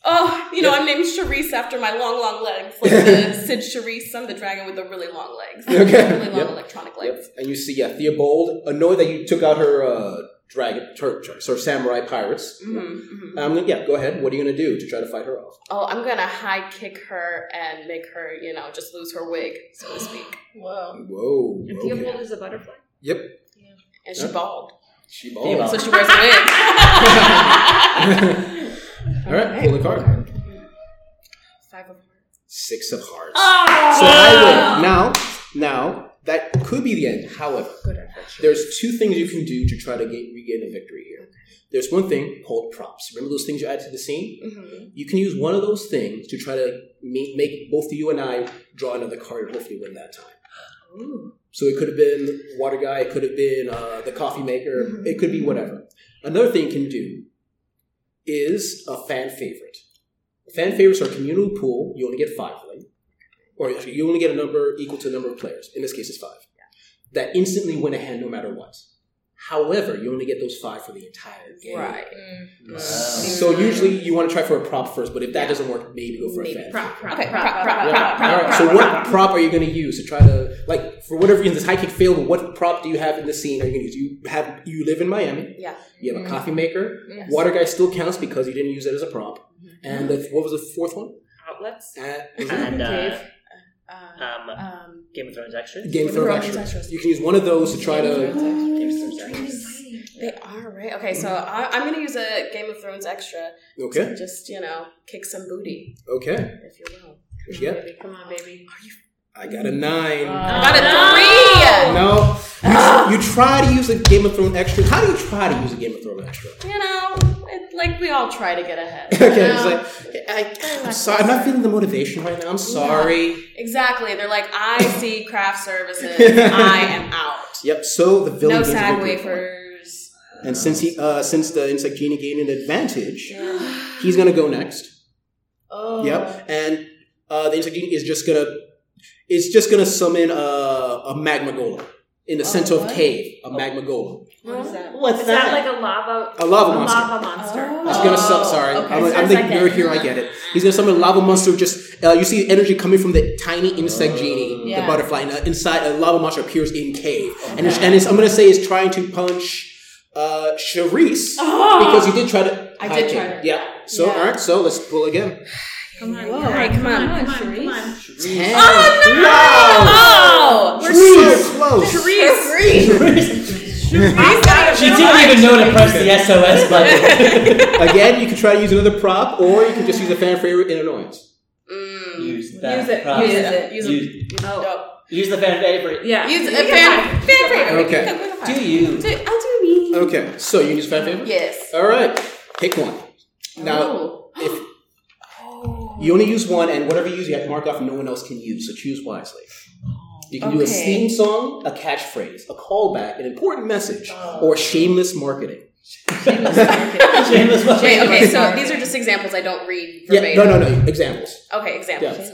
Speaker 6: Oh, you know, I'm named Charisse after my long, long legs. Like the Sid Charisse, I'm the dragon with the really long legs.
Speaker 10: Okay.
Speaker 6: Really long
Speaker 10: Yep.
Speaker 6: electronic legs.
Speaker 10: And you see, yeah, Theobald annoyed that you took out her uh, dragon, her, her samurai pirates.
Speaker 5: Mm-hmm,
Speaker 10: Um, yeah, go ahead. What are you gonna do to try to fight her off?
Speaker 6: Oh, I'm gonna high kick her and make her, you know, just lose her wig, so to speak.
Speaker 11: Whoa.
Speaker 10: Whoa.
Speaker 5: And
Speaker 10: okay.
Speaker 5: Theobald is a butterfly.
Speaker 10: Yep.
Speaker 6: And she bald.
Speaker 10: She
Speaker 3: Theobald.
Speaker 10: balls.
Speaker 6: So she wears a wig.
Speaker 10: All right, pull the card.
Speaker 6: Five of
Speaker 10: Six of hearts. so I win. Now, now that could be the end. However, there's two things you can do to try to gain, regain a victory here. There's one thing called props. Remember those things you add to the scene? You can use one of those things to try to make, make both you and I draw another card and hopefully win that time. So it could have been water guy, it could have been uh, the coffee maker, it could be whatever. Another thing you can do is a fan favorite. Fan favorites are communal pool. You only get five of them, or actually, you only get a number equal to the number of players. In this case, it's five. That instantly win a hand no matter what. However, you only get those five for the entire game.
Speaker 6: Right.
Speaker 10: So usually you want to try for a prop first, but if that doesn't work, maybe go for a fan.
Speaker 5: Prop, prop,
Speaker 6: Okay,
Speaker 5: prop,
Speaker 6: prop, prop,
Speaker 5: prop,
Speaker 6: prop,
Speaker 5: prop,
Speaker 10: All right.
Speaker 5: prop,
Speaker 10: So
Speaker 5: prop,
Speaker 10: what
Speaker 5: prop.
Speaker 10: prop are you going to use to try to like for whatever reason this high kick failed? What prop do you have in the scene? Are you going to use? You have you live in Miami.
Speaker 6: Yeah.
Speaker 10: You
Speaker 3: Mm-hmm.
Speaker 10: have a coffee maker. Water guy still counts because you didn't use it as a prop. And the, what was the fourth one?
Speaker 5: Outlets.
Speaker 10: Uh,
Speaker 3: And uh, um,
Speaker 5: Cave.
Speaker 11: Um,
Speaker 3: Game of Thrones extras.
Speaker 10: Game of Thrones extras. You can use one of those to try to.
Speaker 3: Game of Thrones extras.
Speaker 6: They are right. Okay, so I, I'm gonna use a Game of Thrones extra.
Speaker 10: Okay.
Speaker 6: Just you know, kick some booty,
Speaker 10: Okay.
Speaker 6: if you will.
Speaker 10: What you got?
Speaker 5: Come on, baby.
Speaker 10: I got a nine.
Speaker 6: I got a
Speaker 5: no.
Speaker 10: no. You, you try to use a Game of Thrones extra. How do you try to use a Game of Thrones extra?
Speaker 6: three. You know, it, like we all try to get ahead.
Speaker 10: Okay, it's like I, I'm sorry. I'm not feeling the motivation right now. I'm sorry.
Speaker 6: Exactly. They're like, I see craft services. I am out.
Speaker 10: Yep. So the villain
Speaker 6: No
Speaker 10: gains a
Speaker 6: sad
Speaker 10: victory point.
Speaker 6: wafers.
Speaker 10: And since he, uh, since the insect genie gained an advantage, he's gonna go next.
Speaker 11: oh.
Speaker 10: Yep. And uh, the insect genie is just gonna, it's just gonna summon uh, a magma golem. in the center of cave, a magma golem.
Speaker 12: What is that?
Speaker 3: What's
Speaker 5: Is that Oh. like a lava?
Speaker 10: A lava monster.
Speaker 5: Lava monster.
Speaker 10: He's gonna suck. Sorry,
Speaker 12: Oh, okay.
Speaker 10: I'm,
Speaker 5: For
Speaker 10: I'm
Speaker 5: a
Speaker 10: the
Speaker 5: second.
Speaker 10: nerd here. I get it. He's gonna summon a lava monster. Just uh, you see energy coming from the tiny insect genie, the
Speaker 12: Yeah.
Speaker 10: butterfly. And, uh, inside, a lava monster appears in cave, and it's, and it's, I'm gonna say it's trying to punch uh, Charisse because you did try to.
Speaker 12: Oh. I
Speaker 10: hide
Speaker 12: did try
Speaker 10: him.
Speaker 12: to-
Speaker 10: Yeah. So
Speaker 12: Yeah.
Speaker 10: all right. So let's pull again.
Speaker 5: Come on,
Speaker 12: Whoa.
Speaker 5: come on, come on, come on,
Speaker 12: Sharice.
Speaker 5: come on.
Speaker 10: Ten.
Speaker 12: Oh!
Speaker 10: We're so close.
Speaker 3: She didn't even know to press the SOS button.
Speaker 10: again, you can try to use another prop, or you can just use a fan favorite in annoyance.
Speaker 3: Use
Speaker 5: Use it.
Speaker 3: prop.
Speaker 5: Use it.
Speaker 3: Use, use,
Speaker 5: Oh,
Speaker 3: the fan favorite.
Speaker 5: yeah.
Speaker 12: Use
Speaker 5: You
Speaker 12: a
Speaker 5: can
Speaker 12: fan, fan favorite.
Speaker 10: Okay.
Speaker 12: Go, go, go, go.
Speaker 3: Do you?
Speaker 12: Do- I'll do me.
Speaker 10: Okay. So you can use fan favorite.
Speaker 12: Yes.
Speaker 10: All right. Pick one. Now.
Speaker 12: Oh.
Speaker 10: if you only use one, and whatever you use, you have to mark off no one else can use. So choose wisely. You can do a
Speaker 12: Okay.
Speaker 10: theme song, a catchphrase, a callback, an important message,
Speaker 12: Oh.
Speaker 10: or shameless marketing.
Speaker 3: Shameless
Speaker 6: Wait, okay, so
Speaker 12: Sorry.
Speaker 6: these are just examples I don't read
Speaker 10: Yeah,
Speaker 6: verbatim.
Speaker 10: no, no, no. Examples.
Speaker 6: Okay, examples.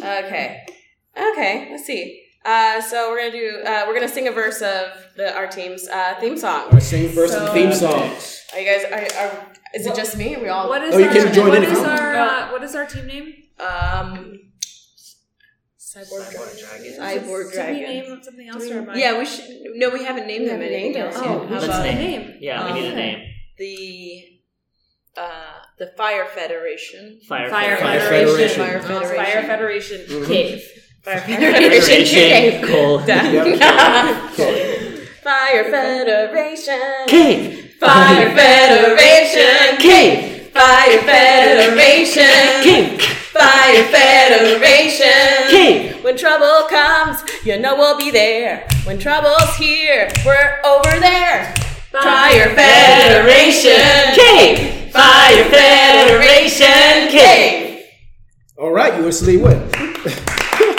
Speaker 6: Okay. Okay, let's see. Uh, so we're gonna do. Uh, we're gonna sing a verse of the our team's uh, theme song.
Speaker 10: Or same verse and
Speaker 6: So-
Speaker 10: theme songs.
Speaker 6: Are you guys? Are, are is it just me? Are we all?
Speaker 5: What is
Speaker 10: Oh, you
Speaker 5: our,
Speaker 10: can join
Speaker 5: what
Speaker 10: in if
Speaker 5: is
Speaker 10: you want.
Speaker 5: our uh, what is our team name?
Speaker 6: Um, cyborg dragon. Cyborg
Speaker 5: Did we
Speaker 6: dragon.
Speaker 5: name something else or am I?
Speaker 6: Yeah, we should. No, we haven't named
Speaker 12: We
Speaker 6: them
Speaker 12: haven't
Speaker 6: anything
Speaker 12: named
Speaker 6: else.
Speaker 12: them.
Speaker 6: yet.
Speaker 5: Oh,
Speaker 6: How
Speaker 5: what's
Speaker 6: about
Speaker 5: the
Speaker 3: name?
Speaker 5: name?
Speaker 3: Yeah, we need a name.
Speaker 6: the uh, the Fire Federation?
Speaker 3: Fire,
Speaker 5: Fire
Speaker 10: Fire
Speaker 5: Federation.
Speaker 10: Federation.
Speaker 5: Fire Federation. Fire Federation.
Speaker 10: Mhm.
Speaker 5: Cave. Fire
Speaker 6: Federation.
Speaker 3: Federation. Cool.
Speaker 10: Yep. Okay.
Speaker 6: Fire Federation.
Speaker 3: Cave.
Speaker 6: Fire Federation.
Speaker 3: Cave.
Speaker 6: Fire Federation.
Speaker 3: Cave.
Speaker 6: Fire Federation.
Speaker 3: Cave.
Speaker 6: When trouble comes, you know we'll be there. When trouble's here, we're over there. Fire Federation.
Speaker 3: Cave. Fire Federation. Cave.
Speaker 10: All right, you instantly win.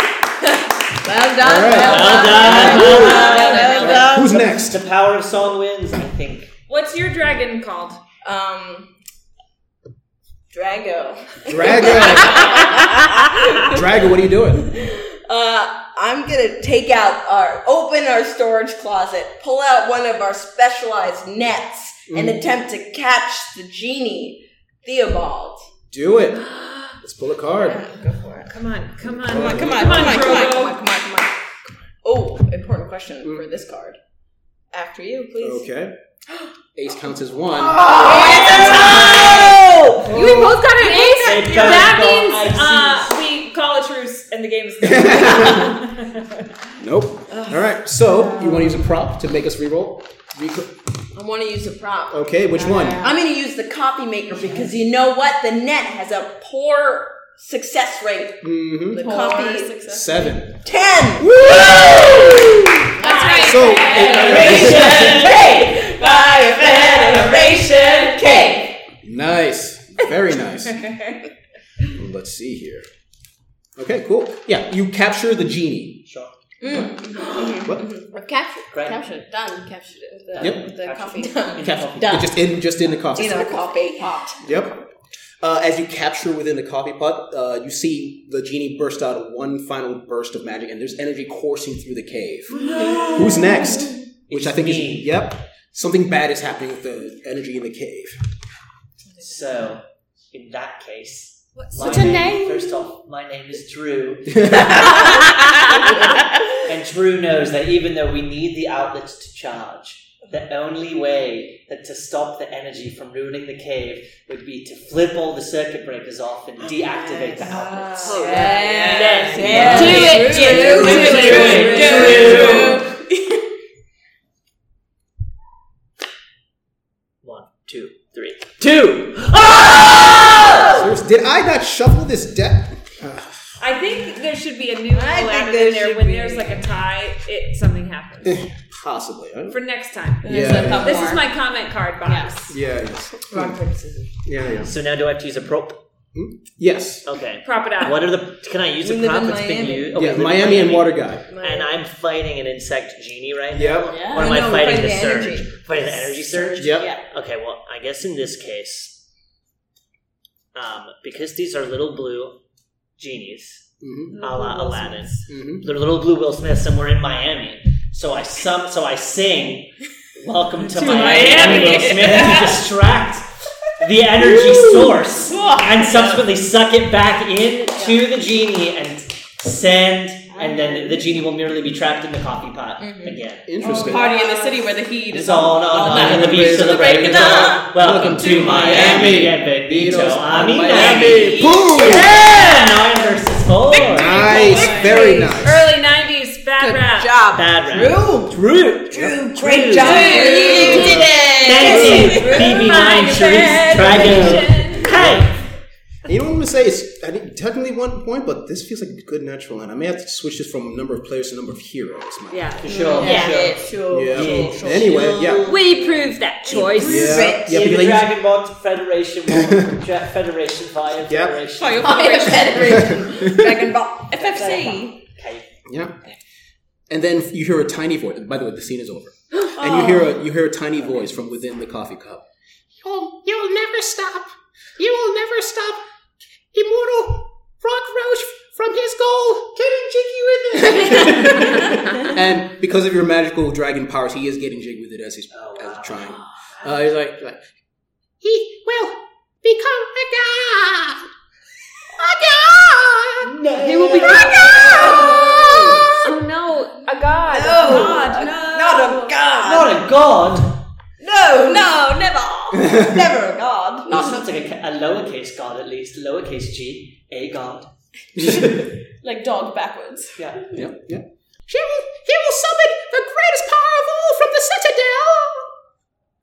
Speaker 6: Well
Speaker 10: All
Speaker 6: done.
Speaker 10: right.
Speaker 3: Well done. Well done.
Speaker 12: Um,
Speaker 3: Well
Speaker 10: Who's next?
Speaker 3: done. The power of song wins, I think.
Speaker 5: What's your dragon called?
Speaker 6: Um, Drago.
Speaker 10: Dragon. Dragon, what are you doing?
Speaker 7: Uh, I'm gonna take out our open our storage closet, pull out one of our specialized nets, and attempt to catch the genie, Theobald.
Speaker 10: Do it. Let's pull a card.
Speaker 5: Come on, come on,
Speaker 10: Come on,
Speaker 6: Come on, come on,
Speaker 5: Drogo.
Speaker 6: come on, come on, come on, come on.
Speaker 7: Oh, important question for this card.
Speaker 6: After you, please.
Speaker 10: Okay. Ace counts as
Speaker 12: Oh.
Speaker 10: one.
Speaker 5: We both got an ace.
Speaker 3: It does
Speaker 5: That
Speaker 3: go
Speaker 5: means
Speaker 3: aces.
Speaker 5: uh, we call a truce and the game is done.
Speaker 10: Nope. All right. So you want to use a prop to make us re-roll? Re-
Speaker 7: I want to use a prop.
Speaker 10: okay. Which one?
Speaker 7: I'm gonna use the copy maker because you know what? The net has a poor success rate.
Speaker 10: Mm-hmm.
Speaker 7: The copy
Speaker 10: Seven.
Speaker 7: ten.
Speaker 10: So it-
Speaker 7: Fire Federation K.
Speaker 10: nice. Very nice. Let's see here. Okay. Cool. Yeah. You capture the genie.
Speaker 3: Sure.
Speaker 6: Mm-hmm.
Speaker 12: Captured.
Speaker 3: Great.
Speaker 12: Captured. Done. Captured it. with The,
Speaker 10: Yep.
Speaker 12: with the coffee.
Speaker 10: It Just in. Just in the coffee.
Speaker 7: In a coffee pot.
Speaker 10: Yep. Uh, as you capture within the coffee pot, uh, you see the genie burst out one final burst of magic, and there's energy coursing through the cave. Who's next? Which I think
Speaker 3: me.
Speaker 10: is yep. Something bad is happening with the energy in the cave.
Speaker 3: So, in that case,
Speaker 12: What's-
Speaker 3: my
Speaker 12: what's your name?
Speaker 3: First off, my name is Drew. and Drew knows that even though we need the outlets to charge, the only way that to stop the energy from ruining the cave would be to flip all the circuit breakers off
Speaker 7: Oh,
Speaker 3: and deactivate the outlets.
Speaker 6: Yes.
Speaker 7: yes.
Speaker 6: Do
Speaker 7: it, Drew.
Speaker 3: Do it,
Speaker 6: it,
Speaker 3: Drew. One, two, three, two.
Speaker 10: Seriously, Did I not shuffle this deck?
Speaker 5: I think there should be a new rule
Speaker 7: think
Speaker 5: added
Speaker 7: there
Speaker 5: in there
Speaker 7: should
Speaker 5: when
Speaker 7: be.
Speaker 5: there's like a tie, it something happens.
Speaker 10: Possibly. I don't-
Speaker 5: For next time.
Speaker 10: Yeah.
Speaker 5: This is my comment card box.
Speaker 10: Yeah. Yes. Yeah. Yeah.
Speaker 3: So now do I have to use a prop?
Speaker 10: Yes.
Speaker 3: Okay.
Speaker 5: Prop it out.
Speaker 3: What are the? Can I use
Speaker 7: We
Speaker 3: the prop
Speaker 7: live in
Speaker 3: that's been
Speaker 7: Miami.
Speaker 3: used?
Speaker 10: Yeah. Miami and water guy.
Speaker 3: And I'm fighting an insect genie right now.
Speaker 10: Yep.
Speaker 3: Or am
Speaker 7: No,
Speaker 3: I
Speaker 7: we're
Speaker 3: fighting
Speaker 7: fighting
Speaker 3: the,
Speaker 7: the
Speaker 3: surge?
Speaker 7: energy.
Speaker 3: Fighting the energy surge.
Speaker 10: Yep.
Speaker 3: Okay. Well, I guess in this case, um, because these are little blue genies,
Speaker 10: Mhm.
Speaker 3: a la Aladdin,
Speaker 10: Mhm. Mm-hmm.
Speaker 3: they're little blue Will Smith somewhere in Miami. So I sum, so I sing, "Welcome to,
Speaker 5: To
Speaker 3: Miami,",
Speaker 5: Miami.
Speaker 3: Will Smith to distract the energy source and subsequently suck it back in to the genie and send, and then the genie will merely be trapped in the coffee pot again.
Speaker 10: Interesting.
Speaker 5: Oh,
Speaker 13: Party in the city where the heat
Speaker 3: It
Speaker 13: is
Speaker 3: is on,
Speaker 13: all
Speaker 3: on,
Speaker 13: all
Speaker 3: on,
Speaker 13: night
Speaker 3: and the beach to the break of dawn. Welcome to Miami, bienvenido a mi Miami.
Speaker 10: Boom!
Speaker 3: Yeah, nine versus four.
Speaker 10: Nice, very nice.
Speaker 5: Early 90s, bad rap.
Speaker 7: job.
Speaker 3: Bad rap.
Speaker 10: Drew,
Speaker 7: Great job. You did
Speaker 3: Thank
Speaker 7: it.
Speaker 3: you, BB9 Sharice Drago. Hey,
Speaker 10: And You know what I'm gonna say is I think technically one point, but this feels like a good natural line. I may have to switch this from number of players to number of heroes. My
Speaker 5: Yeah.
Speaker 3: for sure, for
Speaker 5: Yeah.
Speaker 3: sure.
Speaker 10: Yeah.
Speaker 14: sure.
Speaker 10: yeah. Anyway, yeah.
Speaker 5: We proved that choice.
Speaker 10: Yeah. Yeah.
Speaker 3: Yeah, the
Speaker 10: because I
Speaker 3: Dragon Ball Federation, Dra- Federation, Fire
Speaker 10: Yep.
Speaker 3: Federation.
Speaker 7: Dragon Ball.
Speaker 13: FFC.
Speaker 3: Okay.
Speaker 10: use- Yeah. And then you hear a tiny voice. By the way, the scene is over. And you hear a you hear a tiny voice from within the coffee cup. You'll you'll never stop. You will never stop. Immortal Rock Roach from his goal. Getting jiggy with it. and because of your magical dragon powers, he is getting jiggy with it as he's
Speaker 3: Oh,
Speaker 10: as
Speaker 3: wow.
Speaker 10: he's trying. Uh, he's like, like he will become a god. A god.
Speaker 3: No. He will be.
Speaker 5: Oh no, a god.
Speaker 7: Oh, No. Not a god.
Speaker 3: Not a god.
Speaker 7: No. No. Oh, Never. Never a god.
Speaker 3: That sounds like a, ca- a lowercase god at least. Lowercase g, a god.
Speaker 6: Like dog backwards.
Speaker 3: Yeah.
Speaker 10: Yeah, yeah. He will, he will summon the greatest power of all from the Citadel!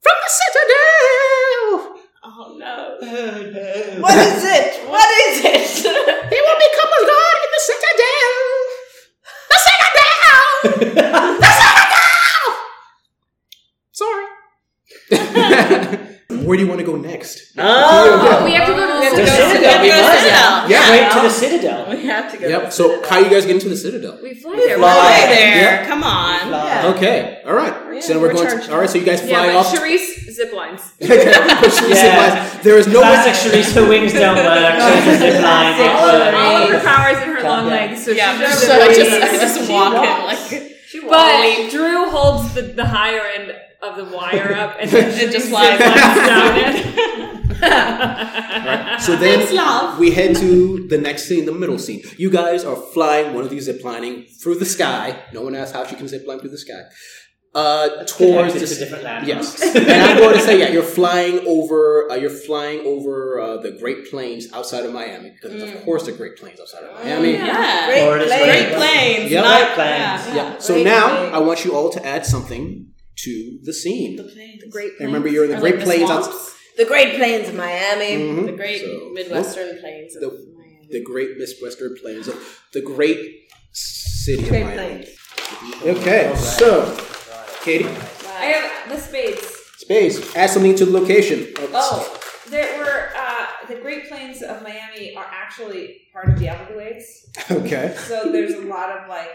Speaker 10: From the Citadel!
Speaker 6: Oh no.
Speaker 7: What is it? What is it?
Speaker 10: He will become a god in the Citadel! The Citadel! the Citadel! Sorry. Where do you want to go next?
Speaker 5: Oh, we have to go to the
Speaker 3: The
Speaker 5: citadel.
Speaker 3: Citadel, we
Speaker 13: Yeah.
Speaker 3: must.
Speaker 13: Yeah.
Speaker 10: Yeah.
Speaker 3: Straight to the Citadel.
Speaker 13: We have to go.
Speaker 10: Yep, so how you guys get into the Citadel?
Speaker 5: We flew there.
Speaker 13: Fly
Speaker 3: Fly.
Speaker 13: there.
Speaker 10: Yeah.
Speaker 13: Come on.
Speaker 3: Fly.
Speaker 10: Okay, alright. so we're,
Speaker 13: we're
Speaker 10: going
Speaker 13: charged.
Speaker 10: to, alright, so you guys
Speaker 5: Yeah,
Speaker 10: fly
Speaker 5: like
Speaker 10: off.
Speaker 5: Charisse zip lines.
Speaker 10: yeah. There is no way
Speaker 3: Classic Charisse, her wings don't work, she's just in line.
Speaker 5: All of, all of her
Speaker 3: awkward.
Speaker 5: powers and her long
Speaker 3: Yeah.
Speaker 5: legs. So
Speaker 13: Yeah,
Speaker 5: she's
Speaker 13: so I just, I just walk in like
Speaker 5: But Drew holds the, the higher end of the wire up and then
Speaker 13: It just
Speaker 5: Charisse
Speaker 13: flies.
Speaker 5: zip lines down it.
Speaker 10: So then we head to the next scene, the middle scene. You guys are flying one of these ziplining through the sky. No one asked how she can zipline through the sky. Uh, towards
Speaker 3: connected
Speaker 10: the
Speaker 3: to different landmarks.
Speaker 10: Yes, and I'm going to say yeah, you're flying over. Uh, you're flying over uh, the Great Plains outside of Miami because it's of course the Great Plains outside of Miami.
Speaker 13: yeah.
Speaker 7: Great
Speaker 3: Florida's
Speaker 7: plane.
Speaker 13: Great planes.
Speaker 10: Yeah.
Speaker 13: not-
Speaker 3: Great planes.
Speaker 13: yeah.
Speaker 10: Yeah. So now I want you all to add something to the scene.
Speaker 13: planes.
Speaker 7: Great
Speaker 10: And remember, you're in the
Speaker 13: Or
Speaker 10: Great
Speaker 13: like the
Speaker 10: Plains.
Speaker 13: swamps?
Speaker 10: outs-
Speaker 7: The Great Plains of Miami.
Speaker 10: Mhm.
Speaker 13: The great
Speaker 10: So-
Speaker 13: Midwestern plains. Of
Speaker 10: The-
Speaker 13: Miami.
Speaker 10: the great Midwestern plains, the great city of Miami. Okay, so Katie,
Speaker 5: I have the spades.
Speaker 10: space. Add something to the location. Oh,
Speaker 5: Oh, there were uh, the Great Plains of Miami are actually part of the Everglades,
Speaker 10: Okay.
Speaker 5: so there's a lot of like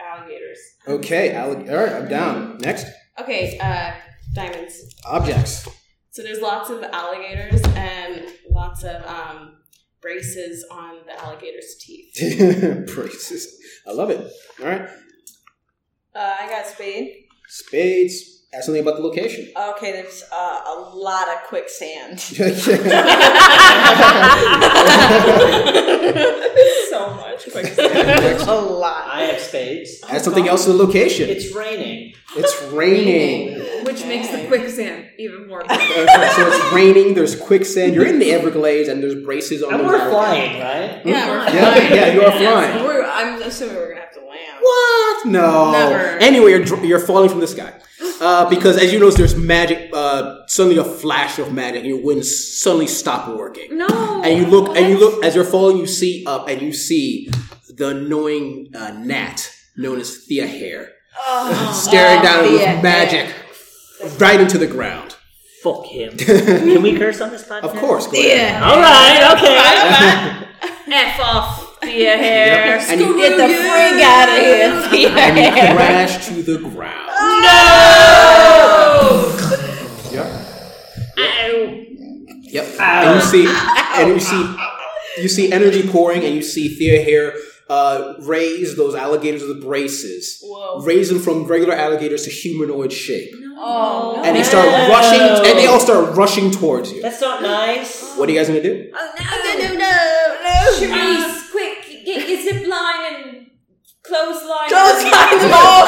Speaker 5: alligators.
Speaker 10: Okay. Alec- all right. I'm down. Next,
Speaker 6: Okay, uh, diamonds.
Speaker 10: objects.
Speaker 6: So there's lots of alligators and lots of um, braces on the alligator's teeth.
Speaker 10: Praises. I love it. All right.
Speaker 7: Uh, I got Spain.
Speaker 10: Spades. Add something about the location.
Speaker 7: Okay, there's uh, a lot of quicksand.
Speaker 6: so much quick.
Speaker 10: Next.
Speaker 7: a lot.
Speaker 3: I have spades.
Speaker 10: Add something else to the location.
Speaker 3: It's raining.
Speaker 10: It's raining.
Speaker 5: Which makes the quicksand even more.
Speaker 10: Okay, so it's raining. There's quicksand. You're in the Everglades, and there's braces on.
Speaker 3: And
Speaker 10: those
Speaker 3: we're
Speaker 10: alligators.
Speaker 3: flying, right?
Speaker 6: Yeah, we're
Speaker 10: Yeah, yeah, you are flying.
Speaker 6: We're, I'm assuming we're gonna have to land.
Speaker 10: What? No.
Speaker 6: Never.
Speaker 10: Anyway, you're, dr- you're falling from the sky. Uh, because as you notice, there's magic. Uh, suddenly, a flash of magic, and your wings suddenly stop working.
Speaker 5: no,
Speaker 10: And you look, and you look as you're falling. You see up, and you see the annoying uh, gnat known as Thea Hare
Speaker 6: Oh,
Speaker 10: staring down with
Speaker 7: Thea
Speaker 10: magic right into the ground.
Speaker 3: Fuck him. Can we curse on this podcast?
Speaker 10: Of course, go ahead.
Speaker 3: All right. Okay.
Speaker 5: f off Thea hair.
Speaker 10: And you,
Speaker 7: Get the frig out of here. Thea.
Speaker 10: and you crash to the ground. No. Yeah. Yep. And you see, and you see, you see energy pouring, and you see Thea here uh, raise those alligators with braces,
Speaker 6: Whoa.
Speaker 10: raise them from regular alligators to humanoid shape,
Speaker 5: Oh, no.
Speaker 10: and they start
Speaker 3: Wow.
Speaker 10: rushing, and they all start rushing towards you.
Speaker 3: That's not nice.
Speaker 10: What are you guys gonna do?
Speaker 5: Oh, no.
Speaker 7: no, no.
Speaker 5: Charisse, quick, get your zip line and clothesline.
Speaker 7: Clothesline them all.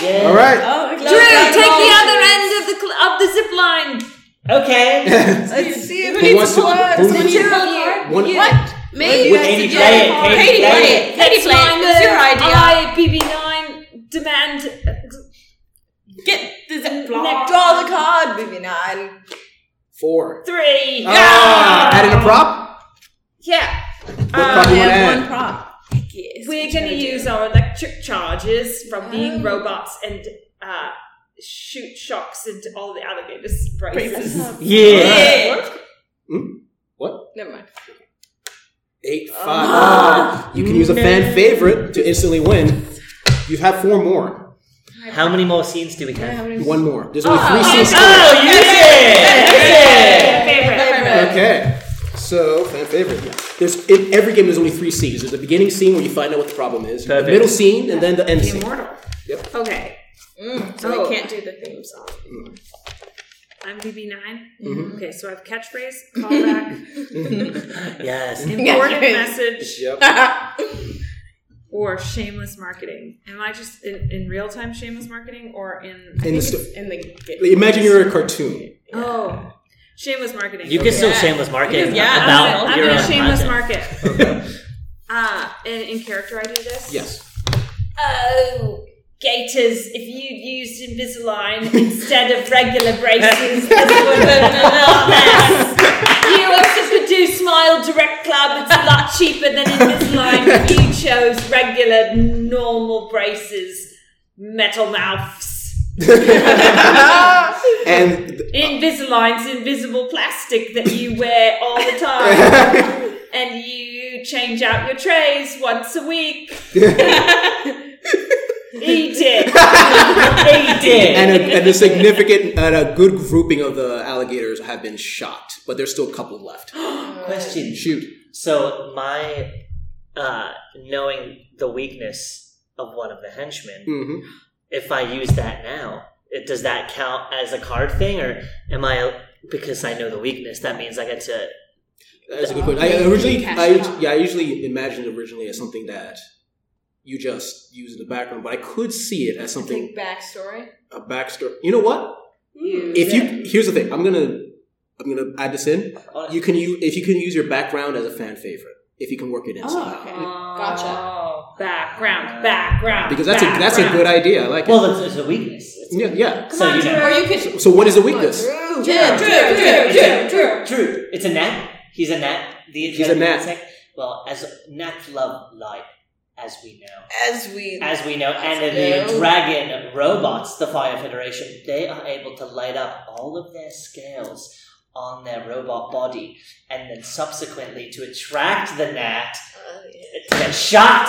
Speaker 3: Yeah.
Speaker 10: All right.
Speaker 5: Drew, take the other end of the cl- of the zip line.
Speaker 3: Okay.
Speaker 7: Let's see if
Speaker 10: Who wants to? Who
Speaker 5: Two of
Speaker 10: needs,
Speaker 5: you.
Speaker 10: one,
Speaker 5: You.
Speaker 15: What? Me?
Speaker 10: With
Speaker 3: Katie,
Speaker 5: Yeah.
Speaker 3: play it. Katie,
Speaker 15: Katie,
Speaker 3: play
Speaker 15: play
Speaker 3: it.
Speaker 15: it. Katie, play it. It's your idea.
Speaker 5: IPB9 demand.
Speaker 15: Get the zip
Speaker 7: Nick,
Speaker 15: line.
Speaker 7: draw the card, BB nine.
Speaker 10: four.
Speaker 5: Three.
Speaker 3: Oh.
Speaker 10: Ah, add in a prop.
Speaker 5: Yeah. Uh,
Speaker 10: What prop you want to add?
Speaker 15: prop.
Speaker 5: We're going to use our electric charges from being robots and uh, shoot shocks into all the alligators' braces.
Speaker 3: Yeah.
Speaker 5: Yeah.
Speaker 6: Hmm? Never mind.
Speaker 10: Eight five. Ah, you can use a fan favorite to instantly win. You have four more.
Speaker 3: How many more scenes do we have?
Speaker 10: One more. There's only three scenes. to go.
Speaker 3: Oh, yeah!
Speaker 5: Favorite.
Speaker 10: Okay. So, fan favorite. Yeah. There's in every game. There's only three scenes. There's the beginning scene where you find out what the problem is,
Speaker 3: Perfect.
Speaker 10: the middle scene, and then the end scene.
Speaker 5: Immortal.
Speaker 10: Yep.
Speaker 5: Okay.
Speaker 6: So
Speaker 5: Oh.
Speaker 6: we can't do the theme song.
Speaker 5: I'm BB9.
Speaker 3: Mm-hmm.
Speaker 5: Okay, so I have catchphrase, callback,
Speaker 3: Yes.
Speaker 5: important message,
Speaker 10: Yep.
Speaker 5: or shameless marketing. Am I just in, in real time shameless marketing or in.
Speaker 10: In the sto-
Speaker 6: In the game.
Speaker 10: imagine you're a cartoon.
Speaker 5: Oh, shameless marketing.
Speaker 3: You can still shameless market
Speaker 6: Yeah, I'm
Speaker 5: I'm
Speaker 3: about
Speaker 5: gonna, I'm
Speaker 3: your
Speaker 5: gonna
Speaker 3: own
Speaker 5: shameless
Speaker 3: content.
Speaker 5: market. Uh, in, in character, I do this.
Speaker 10: Yes.
Speaker 5: Oh, Gators, if you used Invisalign instead of regular braces, this would have been a lot less. You also could do Smile Direct Club, it's a lot cheaper than Invisalign. You chose regular, normal braces, metal mouths.
Speaker 10: And
Speaker 5: Invisalign's invisible plastic that you wear all the time. and you change out your trays once a week. Eat it.
Speaker 3: They did.
Speaker 10: and a, and a significant and a good grouping of the alligators have been shot, but there's still a couple left.
Speaker 3: Question.
Speaker 10: Shoot.
Speaker 3: So my uh, knowing the weakness of one of the henchmen,
Speaker 10: hmm
Speaker 3: if I use that now, it, does that count as a card thing, or am I because I know the weakness? That means I get to.
Speaker 10: That's a good point. I originally, I, yeah, I usually imagined originally as something that you just use in the background, but I could see it as something
Speaker 6: Think backstory.
Speaker 10: a backstory. You know what? If you here's the thing, I'm gonna I'm gonna add this in. You can use if you can use your background as a fan favorite if you can work it in
Speaker 6: Oh.
Speaker 10: somehow.
Speaker 5: Gotcha. Oh, Background, background.
Speaker 10: Because that's a that's a
Speaker 5: background.
Speaker 10: good idea. I like it.
Speaker 3: Well, it's, it's a weakness. It's,
Speaker 10: Yeah, yeah.
Speaker 3: so you know,
Speaker 6: Or you could.
Speaker 10: So what is the weakness?
Speaker 6: Yeah, Drew, Drew, Drew, Drew.
Speaker 3: Drew. It's a gnat. He's a gnat. The
Speaker 10: He's a gnat.
Speaker 3: insect. Well, as gnats love light, as we know.
Speaker 7: As we
Speaker 3: As we know, and the dragon robots, the Fire Federation, they are able to light up all of their scales on their robot body, and then subsequently to attract the gnat to get shot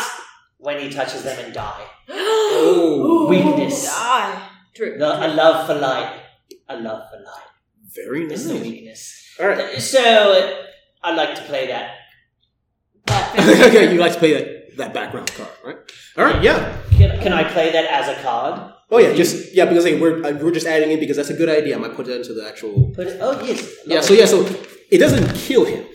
Speaker 3: when he touches them and die.
Speaker 10: Oh,
Speaker 3: Weakness.
Speaker 7: die.
Speaker 3: The- a love for light. A love for light.
Speaker 10: very
Speaker 3: This is a
Speaker 10: nice.
Speaker 3: weakness.
Speaker 10: All right.
Speaker 3: So, I like to play that.
Speaker 10: okay, you like to play that, that background card, right? All right, yeah.
Speaker 3: Can, can I play that as a card?
Speaker 10: Oh yeah, just yeah because like, we're uh, we're just adding in because that's a good idea. I might put that into the actual.
Speaker 3: Put it, oh, yes.
Speaker 10: Yeah, so yeah, so it doesn't kill him,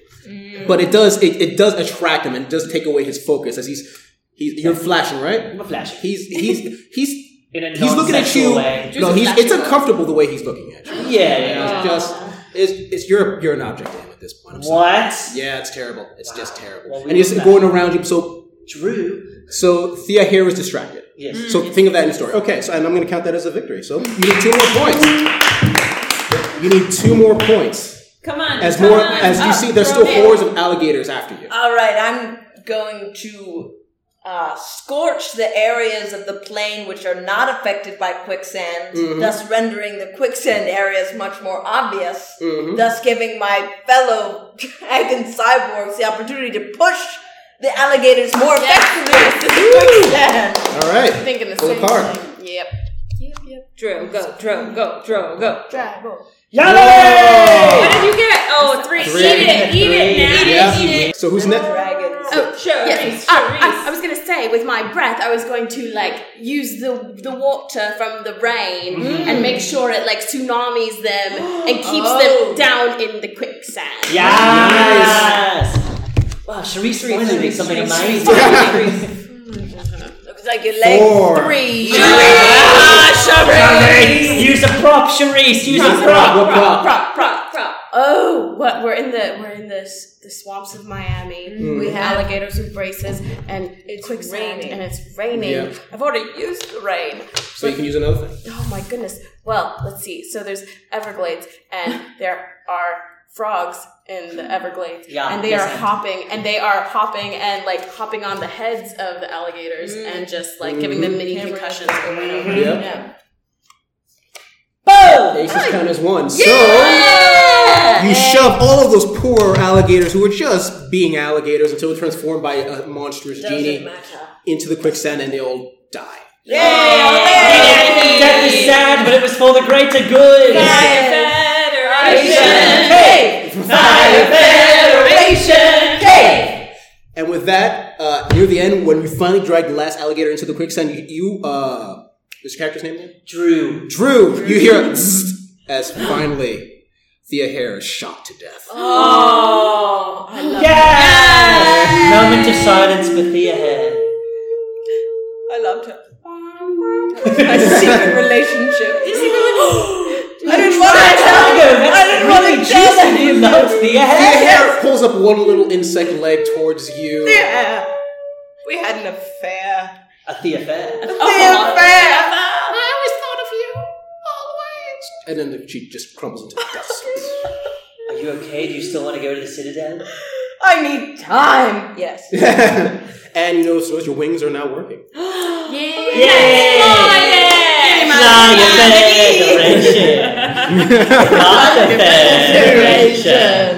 Speaker 10: but it does it, it does attract him and it does take away his focus as he's he's you're flashing right.
Speaker 3: I'm a flash.
Speaker 10: He's he's he's
Speaker 3: In a
Speaker 10: he's looking at you.
Speaker 3: non-sexual Way.
Speaker 10: No, he's it's uncomfortable the way he's looking at you.
Speaker 3: Yeah, yeah, yeah.
Speaker 10: It's just it's it's you're you're an object to him at this point. I'm sorry.
Speaker 3: What?
Speaker 10: Yeah, it's terrible. It's just terrible.
Speaker 3: Well, we
Speaker 10: and he's
Speaker 3: did that.
Speaker 10: going around you. So
Speaker 3: Drew.
Speaker 10: so Thea here is distracted.
Speaker 3: Yes.
Speaker 10: So think of that in the story. Mm. Okay, so and I'm going to count that as a victory. So you need two more points. You need two more points.
Speaker 5: Come on.
Speaker 10: As
Speaker 5: come
Speaker 10: more
Speaker 5: on.
Speaker 10: as you
Speaker 5: Oh,
Speaker 10: see, there's
Speaker 5: throw
Speaker 10: still
Speaker 5: it. Uh,
Speaker 10: hordes of alligators after you.
Speaker 7: All right, I'm going to uh, scorch the areas of the plain which are not affected by quicksand, thus rendering the quicksand areas much more obvious, thus giving my fellow dragon cyborgs the opportunity to push the alligators more effectively into the quicksand.
Speaker 10: All right.
Speaker 6: Thinking the
Speaker 10: Pull a
Speaker 6: same
Speaker 10: card.
Speaker 6: thing. Yep.
Speaker 5: Drew, go, Drew, go, Drew, go.
Speaker 3: Yale!
Speaker 5: What did you get? Oh, three.
Speaker 10: Three.
Speaker 5: Eat it, eat it now.
Speaker 10: Yeah. So who's next?
Speaker 7: Dragons.
Speaker 16: Oh, sure.
Speaker 6: Yes, Ah,
Speaker 16: sure.
Speaker 6: I, I, I was going to say with my breath, I was going to like use the the water from the rain and make sure it like tsunamis them and keeps them down in the quicksand.
Speaker 3: Yes! Wow, Sharice finally did something amazing.
Speaker 7: Looks like your leg
Speaker 10: Four.
Speaker 7: three.
Speaker 3: Ah, Use a prop, Sharice! Use a prop!
Speaker 10: What prop?
Speaker 6: Prop, prop, prop. Oh, what we're in the we're in the s- the swamps of Miami.
Speaker 10: Mm.
Speaker 6: We have alligators with braces and it's quicksand
Speaker 16: raining.
Speaker 6: and it's raining.
Speaker 10: Yeah.
Speaker 6: I've already used the rain.
Speaker 10: So you can use another thing.
Speaker 6: Oh my goodness. Well, let's see. So there's Everglades and there are frogs in the Everglades.
Speaker 3: Yeah,
Speaker 6: and they
Speaker 3: yes,
Speaker 6: are
Speaker 3: I-
Speaker 6: hopping and they are hopping and like hopping on the heads of the alligators and just like giving them mini concussions over and over.
Speaker 10: Yep.
Speaker 6: Yeah.
Speaker 3: Boom!
Speaker 10: Aces count as one. So you shove all of those poor alligators who are just being alligators until transformed by a monstrous genie into the quicksand and they all die.
Speaker 3: Hey! Death is sad, but it was for the greater good! Fire Federation!
Speaker 10: And with that, uh, near the end, when we finally drag the last alligator into the quicksand, you, you uh, is your character's name again?
Speaker 3: Drew.
Speaker 10: Drew, you hear a zzzt as finally Thea Hare is shot to death.
Speaker 3: Yes! Moment of silence for Thea Hare.
Speaker 7: I loved her. My secret relationship. I didn't want to tell you. I didn't want to tell
Speaker 3: really juicy. You loved Thea
Speaker 10: Thea
Speaker 3: Hare.
Speaker 10: Hare pulls up one little insect leg towards you.
Speaker 7: Yeah. We had an affair.
Speaker 3: A Thea Fair.
Speaker 7: affair.
Speaker 10: And then she just crumbles into dust.
Speaker 3: Are you okay? Do you still want to go to the Citadel?
Speaker 7: I need time. Yes.
Speaker 10: and you notice, notice your wings are now working.
Speaker 3: Yay! Fire Federation! Fire Federation!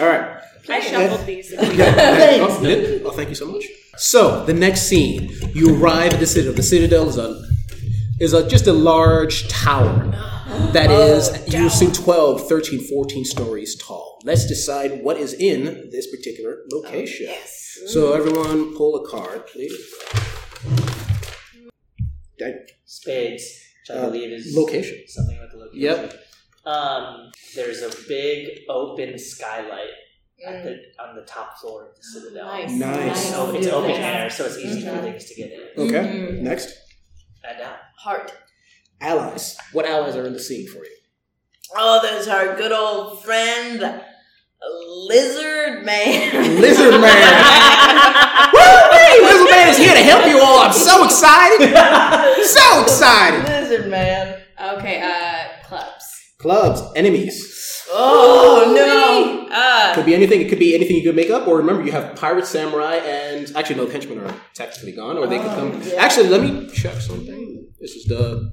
Speaker 10: All right.
Speaker 16: I shuffled these.
Speaker 10: Yeah, thanks. Oh, you did? Oh, thank you so much. So the next scene, you arrive at the citadel. The citadel is a is a, just a large tower that is you assume 12, 13, 14 stories tall. Let's decide what is in this particular location. Oh, yes. So everyone, pull a card, please. Dang.
Speaker 3: Spades, which I
Speaker 10: Uh,
Speaker 3: believe is
Speaker 10: location.
Speaker 3: Something about the location.
Speaker 10: Yep.
Speaker 3: Um, there's a big open skylight at the, on the top floor of the Citadel.
Speaker 10: Mm. Nice.
Speaker 3: So it's open air, so it's easy for things to get in.
Speaker 10: Okay. Next,
Speaker 3: And uh, out.
Speaker 6: Heart.
Speaker 10: allies. What allies are in the scene for you?
Speaker 7: Oh, there's our good old friend, Lizard Man.
Speaker 10: Lizard Man. Woo! Hey, Lizard Man is here to help you all. I'm so excited. So excited.
Speaker 7: Lizard Man.
Speaker 6: Okay, uh clubs.
Speaker 10: Clubs, enemies.
Speaker 7: Oh, no.
Speaker 6: Uh.
Speaker 10: Could be anything. It could be anything you could make up. Or remember, you have pirate, samurai, and actually, no, the henchmen are technically gone, or they could
Speaker 6: Oh,
Speaker 10: come. Actually, let me check something. This is the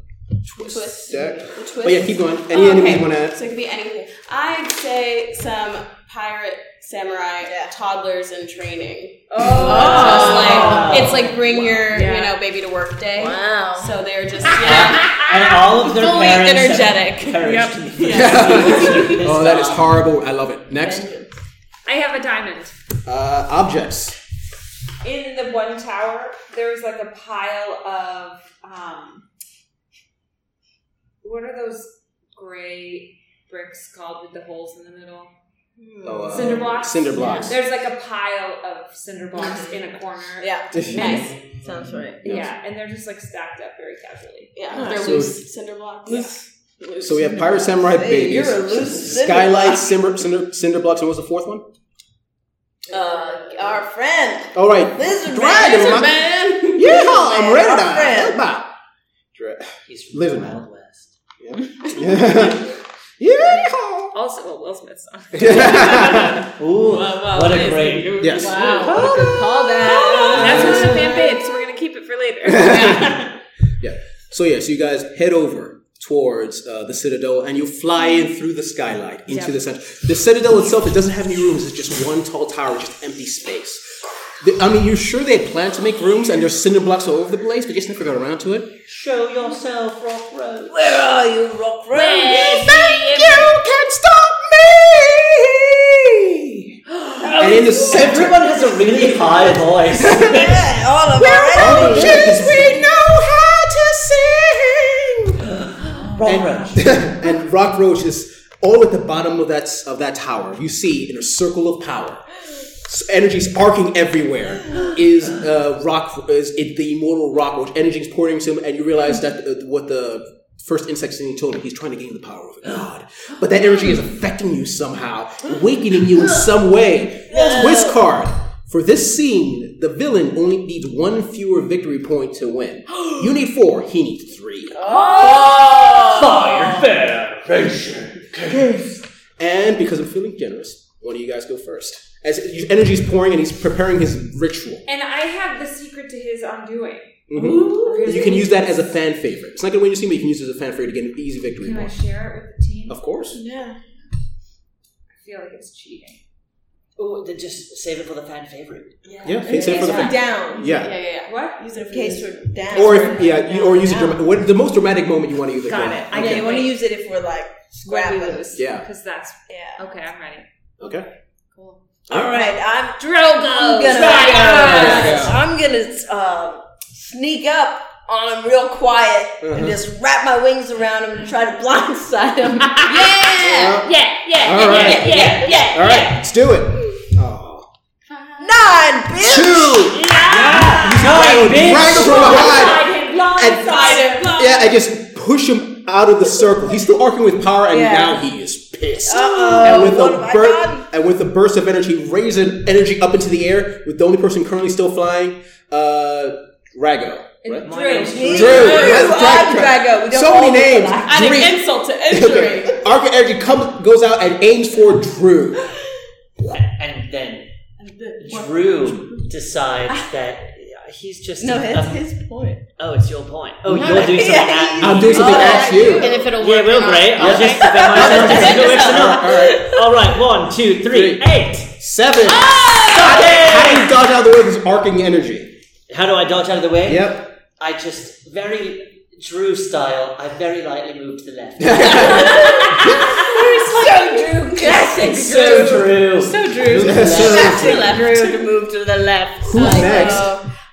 Speaker 10: twist,
Speaker 6: Twist.
Speaker 10: deck.
Speaker 6: Twist.
Speaker 10: But yeah, keep going. Any
Speaker 6: Oh,
Speaker 10: enemies
Speaker 6: okay.
Speaker 10: you want to add?
Speaker 6: So it could be anything. I'd say some pirate, samurai, toddlers in training. Oh, it's like it's like bring your you know baby to work day. Wow. So they're just you know,
Speaker 3: And all of their
Speaker 6: fully
Speaker 3: parents have
Speaker 6: energetic.
Speaker 3: perished.
Speaker 10: oh, that is horrible. I love it. Next,
Speaker 16: I have a diamond.
Speaker 10: uh,
Speaker 6: Hmm.
Speaker 10: objects.
Speaker 5: in the one tower, there was like a pile of um, what are those gray bricks called with the holes in the middle?
Speaker 10: Oh, uh,
Speaker 5: Cinder blocks?
Speaker 10: Cinder blocks.
Speaker 5: There's like a pile of cinder blocks in a corner.
Speaker 7: Yeah.
Speaker 6: nice.
Speaker 7: Sounds right.
Speaker 5: Yeah, and they're just like stacked up very casually.
Speaker 6: Yeah,
Speaker 10: Ah,
Speaker 6: they're
Speaker 10: so-
Speaker 6: loose cinder blocks.
Speaker 10: So we have pirate, samurai,
Speaker 7: Hey,
Speaker 10: babies,
Speaker 7: you're a loose cinder
Speaker 10: skylights,
Speaker 7: block.
Speaker 10: cinder, cinder, cinder blocks, and what's the fourth one?
Speaker 7: Uh, our friend,
Speaker 10: All right,
Speaker 7: Lizard Man.
Speaker 10: Dragon Man. Yeah, I'm ready
Speaker 7: our
Speaker 10: to die.
Speaker 7: friend.
Speaker 10: Bye. Dra-
Speaker 3: He's from
Speaker 10: Lizard
Speaker 3: the
Speaker 10: man.
Speaker 3: Wild West.
Speaker 10: Yeehaw!
Speaker 16: Also a Will Smith song.
Speaker 3: Ooh, what a great.
Speaker 10: yes.
Speaker 16: That's one of the fan faves, so we're gonna keep it for later.
Speaker 10: So yeah, so you guys head over towards uh, the citadel, and you fly in through the skylight into the center. The citadel itself, it doesn't have any rooms. It's just one tall tower, with just empty space. The- I mean, you're sure they had planned to make rooms, and there's cinder blocks all over the place, but just never got around to it.
Speaker 3: Show yourself, Rock Road.
Speaker 7: Where are you, Rock Road?
Speaker 10: You can stop me.
Speaker 3: Oh,
Speaker 10: And in the center.
Speaker 3: Everyone has a really high voice.
Speaker 7: Yeah, all of our enemies.
Speaker 10: we
Speaker 3: Rob Roach.
Speaker 10: and Rock Roach is all at the bottom of that of that tower. You see, in a circle of power, s- energy's arcing everywhere. Is uh, Rock is it the immortal Rock Roach? Energy's pouring into him, and you realize that uh, what the first insect thing told him, he's trying to gain the power of a god. But that energy is affecting you somehow, awakening you in some way. Twist card. For this scene, the villain only needs one fewer victory point to win. You need four, he needs three.
Speaker 3: Fire Federation.
Speaker 10: And because I'm feeling generous, one of you guys go first. As his energy's pouring and he's preparing his ritual.
Speaker 5: And I have the secret to his undoing.
Speaker 10: Mhm. You can use that as a fan favorite. It's not going to win your scene, but you can use it as a fan favorite to get an easy victory.
Speaker 5: Can I
Speaker 10: point.
Speaker 5: share it with the team?
Speaker 10: Of course.
Speaker 5: I feel like it's cheating.
Speaker 3: Ooh, then just save it for the fan favorite.
Speaker 10: Yeah, fa- save for the fan.
Speaker 7: down.
Speaker 10: Yeah.
Speaker 5: What?
Speaker 7: Use it in case we're down.
Speaker 10: Or if, yeah, you, or use it dramatic. What the most dramatic moment you want to use? it
Speaker 7: Got
Speaker 10: for.
Speaker 7: it. I
Speaker 10: okay.
Speaker 7: you want to use it if we're like
Speaker 5: When
Speaker 7: scrapping.
Speaker 5: we lose.
Speaker 10: Yeah.
Speaker 5: Because that's
Speaker 7: Yeah.
Speaker 5: okay. I'm ready.
Speaker 10: Okay.
Speaker 7: All right. I'm I'm
Speaker 17: Drogo.
Speaker 7: gonna,
Speaker 10: Dragon!
Speaker 7: I'm gonna uh, sneak up on him real quiet and
Speaker 10: Uh-huh.
Speaker 7: just wrap my wings around him and try to blindside him.
Speaker 17: Yeah. Yeah. Yeah. Yeah.
Speaker 10: All right.
Speaker 17: Yeah. Yeah. Yeah.
Speaker 10: All right. Let's do it. Oh.
Speaker 7: Nine, bitch.
Speaker 10: Two.
Speaker 3: Nine,
Speaker 10: Drag him
Speaker 3: bitch.
Speaker 10: from behind. And-
Speaker 17: Blindside him.
Speaker 10: Yeah, I just push him out of the circle. He's still arcing with power, and
Speaker 7: Yeah.
Speaker 10: now he is pissed.
Speaker 7: Uh-oh.
Speaker 10: And with
Speaker 7: What
Speaker 10: a
Speaker 7: have I done?
Speaker 10: burst, and with a burst of energy, raising energy up into the air, with the only person currently still flying, uh, Rago. Right?
Speaker 3: My name's
Speaker 7: Me,
Speaker 10: Drew,
Speaker 7: you,
Speaker 10: that's
Speaker 7: I'm
Speaker 10: Drago.
Speaker 7: Drago. We don't
Speaker 10: So many
Speaker 7: all look
Speaker 10: names.
Speaker 7: alike.
Speaker 6: Adding
Speaker 10: Drew.
Speaker 6: insult to injury.
Speaker 10: Okay. Arc of energy comes, goes out and aims for Drew.
Speaker 3: And then Drew decides that he's just
Speaker 7: No,
Speaker 3: a-
Speaker 7: it's his point.
Speaker 3: Oh, it's your point. Oh, you're doing something at
Speaker 10: I'm doing something
Speaker 7: Oh,
Speaker 10: at you.
Speaker 17: And if it'll
Speaker 3: Yeah,
Speaker 17: work.
Speaker 3: well,
Speaker 17: or not.
Speaker 3: great. I'll just defend myself. It's good enough. All right, one, two, three,
Speaker 10: Three.
Speaker 3: eight.
Speaker 10: Seven. Stop it! How do you dodge out of the way with this arcing energy?
Speaker 3: How do I dodge out of the way?
Speaker 10: Yep.
Speaker 3: I just very Drew style. I very lightly move to the left.
Speaker 7: So Drew, classic.
Speaker 3: so Drew.
Speaker 6: So Drew.
Speaker 17: Drew
Speaker 6: to move to the left.
Speaker 10: Who's next?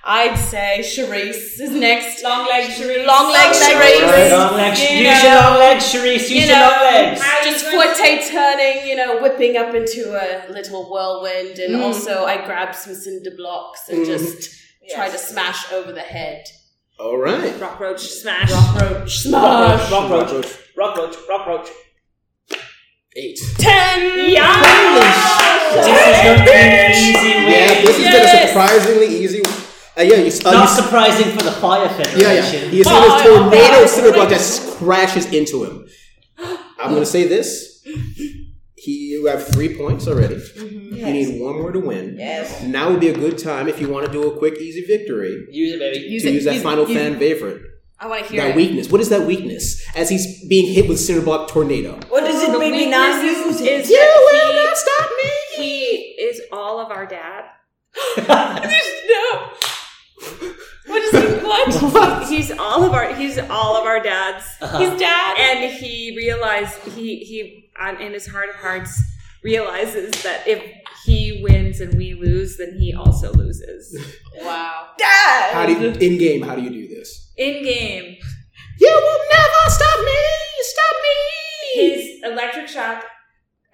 Speaker 6: I'd say Charisse is next. Long leg Charisse.
Speaker 7: Long leg
Speaker 3: Right,
Speaker 7: Charisse.
Speaker 3: long legs.
Speaker 6: You
Speaker 3: Use your
Speaker 6: know.
Speaker 3: long legs, Charisse. Use
Speaker 6: You
Speaker 3: your
Speaker 6: know.
Speaker 3: long legs.
Speaker 6: Just forte turning, you know, whipping up into a little whirlwind, and also I grab some cinder blocks and
Speaker 10: Mm.
Speaker 6: just try to smash over the head.
Speaker 10: All right.
Speaker 6: Rock roach smash. Rock roach
Speaker 3: Rock
Speaker 6: smash.
Speaker 3: roach, rock roach, rock roach, rock roach.
Speaker 10: Eight.
Speaker 6: Ten.
Speaker 3: This is going to be an easy
Speaker 10: Yeah,
Speaker 3: win.
Speaker 10: this has been a surprisingly easy. Uh, yeah, you, uh,
Speaker 3: Not
Speaker 10: you
Speaker 3: surprising for the Fire
Speaker 10: Yeah, yeah.
Speaker 3: Federation.
Speaker 10: He is in this tornado cinder block that crashes into him. I'm gonna say this. He, you have three points already. You need one more to win.
Speaker 7: Yes.
Speaker 10: Now would be a good time if you want to do a quick, easy victory
Speaker 3: Use it, baby.
Speaker 10: to use that final fan favorite.
Speaker 6: I want to hear
Speaker 10: That
Speaker 6: it.
Speaker 10: weakness. What is that weakness? As he's being hit with cinder block tornado.
Speaker 7: What does it mean we not use it?
Speaker 5: Is that he,
Speaker 10: stop me!
Speaker 5: he is all of our dad.
Speaker 17: No. What is he? What?
Speaker 5: He's all of our. He's all of our dads.
Speaker 17: He's dad.
Speaker 5: and he realized he he on, in his heart of hearts realizes that if he wins and we lose, then he also loses.
Speaker 6: Wow.
Speaker 10: How do you, in game? How do you do this?
Speaker 5: In game,
Speaker 10: You will never stop me! Stop me!
Speaker 5: his electric shock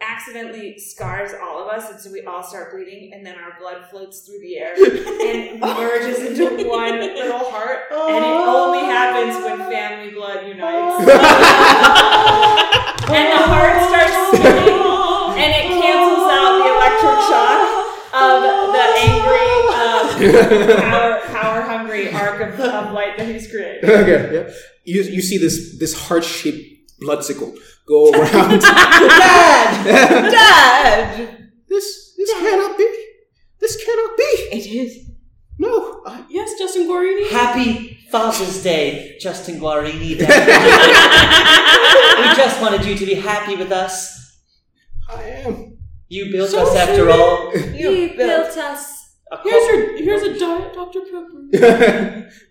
Speaker 5: accidentally scars all of us, and so we all start bleeding, and then our blood floats through the air and
Speaker 10: Oh.
Speaker 5: merges into one little heart, and it only happens when family blood unites.
Speaker 10: Oh.
Speaker 5: and the heart starts spinning, and it cancels out the electric shock of the angry, um, power, power hungry arc of, of light that he's created.
Speaker 10: Okay. Yeah. You you see this this heart shaped bloodsicle go around. Dad,
Speaker 7: Dad.
Speaker 10: this this cannot be. This cannot be.
Speaker 7: It is.
Speaker 10: No. I-
Speaker 6: Yes, Justin Guarini.
Speaker 3: Happy Father's Day, Justin Guarini. Dad. we just wanted you to be happy with us.
Speaker 10: I am.
Speaker 3: You built us after all.
Speaker 7: You built.
Speaker 5: us.
Speaker 3: A
Speaker 6: Here's your here's a diet Dr Pepper.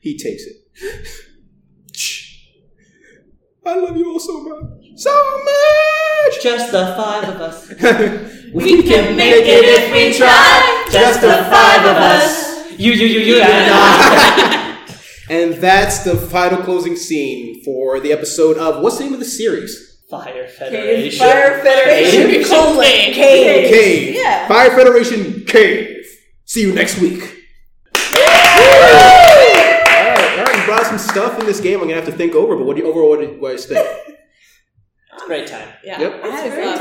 Speaker 10: he takes it. I love you all so much. So much.
Speaker 3: Just the five of us.
Speaker 10: We can make it if we try. Just the five of us.
Speaker 3: You, you, you, you, and I.
Speaker 10: And that's the final closing scene for the episode of what's the name of the series?
Speaker 3: Fire Federation.
Speaker 7: Fire Federation colon cave.
Speaker 10: Cave.
Speaker 7: Yeah.
Speaker 10: Fire Federation Cave. See you next week. All right, all right, you brought some stuff in this game. I'm gonna have to think over, but what do you overall what do you guys think?
Speaker 3: Great time.
Speaker 6: Yeah.
Speaker 10: Yep.
Speaker 7: I had a great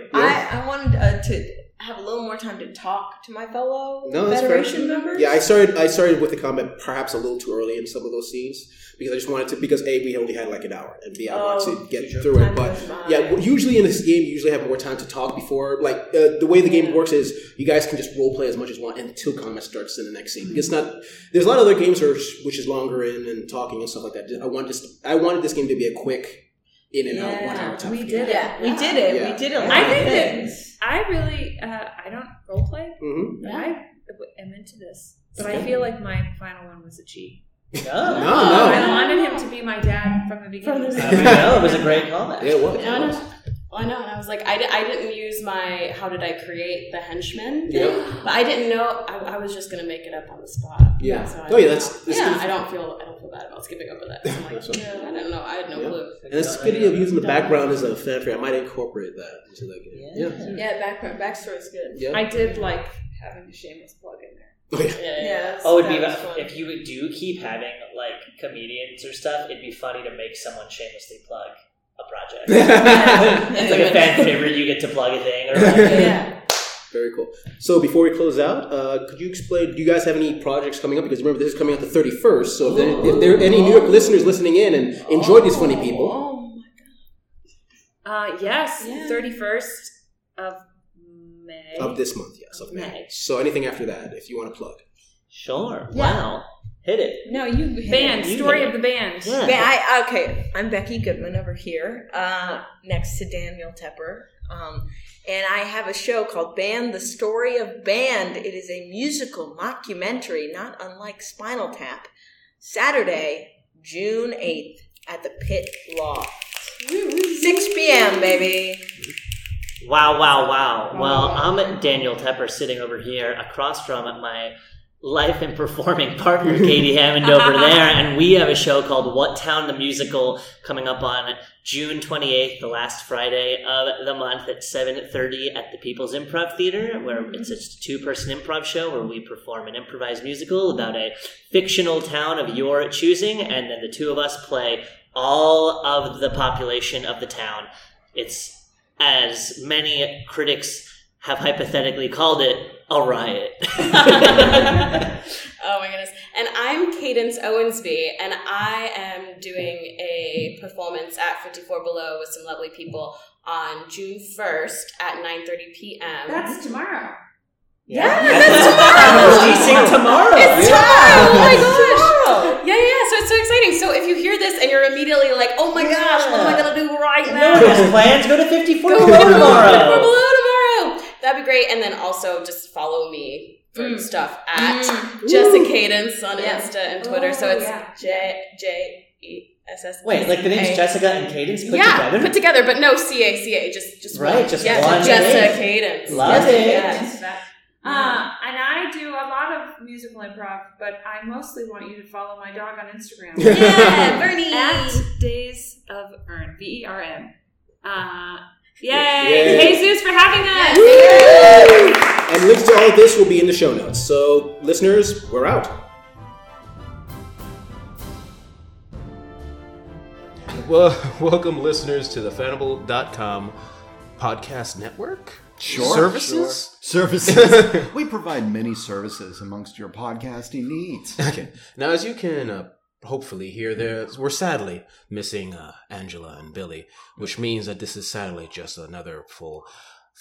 Speaker 7: time. I, I wanted uh, to have a little more time to talk to my fellow
Speaker 10: No, that's fair.
Speaker 7: Federation members.
Speaker 10: Yeah, I started. I started with the comment perhaps a little too early in some of those scenes because I just wanted to. Because a, we only had like an hour, and b, I
Speaker 7: Oh.
Speaker 10: wanted to get through it. But yeah, w- usually in this game, you usually have more time to talk before. Like uh, the way the game works is, you guys can just role play as much as you want until combat starts in the next scene. Because it's not there's a lot of other games where, which is longer in and talking and stuff like that. I want this. I wanted this game to be a quick in and out one hour time. We did it.
Speaker 7: Yeah, we did it.
Speaker 10: Yeah.
Speaker 7: We did it.
Speaker 5: I think that I really, uh, I don't role play,
Speaker 10: Mm-hmm.
Speaker 5: but I w- am into this. But I feel like my final one was a cheat.
Speaker 10: No,
Speaker 3: No.
Speaker 5: I
Speaker 10: no.
Speaker 5: wanted him to be my dad from the beginning.
Speaker 3: I mean, no, Oh, it was a great comment.
Speaker 10: Yeah, it was.
Speaker 6: No, no. Well, I know. And I was like, I, di- I didn't use my how did I create the henchman thing,
Speaker 10: Yep.
Speaker 6: but I didn't know. I, I was just gonna make it up on the spot.
Speaker 10: Yeah.
Speaker 6: So I
Speaker 10: Oh, yeah,
Speaker 6: don't
Speaker 10: that's-
Speaker 6: know.
Speaker 10: that's
Speaker 6: yeah.
Speaker 10: good.
Speaker 6: I don't feel. I don't feel bad about skipping over that. I'm like,
Speaker 10: That's okay.
Speaker 6: I don't know. I had no
Speaker 10: Yeah.
Speaker 6: clue.
Speaker 10: And this video of using the background as a fanfare, I might incorporate that into the game.
Speaker 3: Yeah.
Speaker 10: Yeah.
Speaker 7: Yeah, background backstory's good.
Speaker 10: Yeah.
Speaker 5: I did like having a shameless plug in there.
Speaker 10: Oh, yeah.
Speaker 7: Yeah.
Speaker 3: Oh, it'd be
Speaker 7: that was fun.
Speaker 3: if you would do keep having like comedians or stuff. It'd be funny to make someone shamelessly plug a project. it's like a fan favorite. You get to plug a thing, or like,
Speaker 7: Yeah.
Speaker 10: Very cool. So before we close out, uh, could you explain? Do you guys have any projects coming up? Because remember, this is coming out the thirty first. So if there, if there are any New York listeners listening in and enjoy these funny people,
Speaker 5: Uh, yes, thirty first of May.
Speaker 10: of this month, yes, of May.
Speaker 5: May.
Speaker 10: So anything after that, if you want to plug.
Speaker 3: sure. Wow, hit it.
Speaker 7: No, you
Speaker 5: band
Speaker 3: You
Speaker 5: story
Speaker 3: know.
Speaker 5: of the band.
Speaker 3: Yeah.
Speaker 7: Ba- I, okay, I'm Becky Goodman over here, uh, next to Daniel Tepper. Um, and I have a show called Band, The Story of Band. It is a musical mockumentary, not unlike Spinal Tap. Saturday, June 8th at the Pit Loft. 6 p.m., baby.
Speaker 3: Wow, wow, wow. Well, I'm Daniel Tepper sitting over here across from my life and performing partner, Katie Hammond, over there. And we have a show called What Town the Musical coming up on June 28th, the last Friday of the month at 7.30 at the People's Improv Theater, where it's a two-person improv show where we perform an improvised musical about a fictional town of your choosing. And then the two of us play all of the population of the town. It's as many critics have hypothetically called it, a riot.
Speaker 6: Oh my goodness. And I'm Cadence Owensby, and I am doing a performance at 54 Below with some lovely people on June 1st at 9.30 p.m.
Speaker 5: That's tomorrow.
Speaker 3: yeah,
Speaker 7: that's tomorrow.
Speaker 3: Releasing tomorrow.
Speaker 6: It's tomorrow! Oh my gosh! Yeah, yeah, yeah. So it's so exciting. So if you hear this and you're immediately like, oh my gosh, what am I going to do right now?
Speaker 3: No one has plans. Go to 54
Speaker 6: Go
Speaker 3: tomorrow.
Speaker 6: over tomorrow. Below tomorrow. That'd be great. And then also just follow me for stuff at Jessica Cadence on Insta and
Speaker 3: Oh,
Speaker 6: Twitter. so it's
Speaker 5: yeah.
Speaker 6: J J E S S.
Speaker 3: Wait, like the names Jessica and Cadence put
Speaker 6: yeah,
Speaker 3: together?
Speaker 6: put together, but no C A C A, just just
Speaker 3: Right,
Speaker 6: one.
Speaker 3: just
Speaker 6: yeah,
Speaker 3: one name.
Speaker 6: Jessica Cadence.
Speaker 3: Love it.
Speaker 5: Uh, and I do a lot of musical improv, but I mostly want you to follow my dog on Instagram
Speaker 6: Yeah, Bernie.
Speaker 5: at Days of Earn V E R M. Uh, yay!
Speaker 10: Yay.
Speaker 5: Jesus for having us.
Speaker 10: And links to all of this will be in the show notes. So listeners, we're out. Well, welcome listeners to the Fanable.com podcast network.
Speaker 18: Sure.
Speaker 10: Services?
Speaker 18: Sure. Services. we provide many services amongst your podcasting needs.
Speaker 10: Okay. Now, as you can uh, hopefully hear, there we're sadly missing uh, Angela and Billy, which means that this is sadly just another full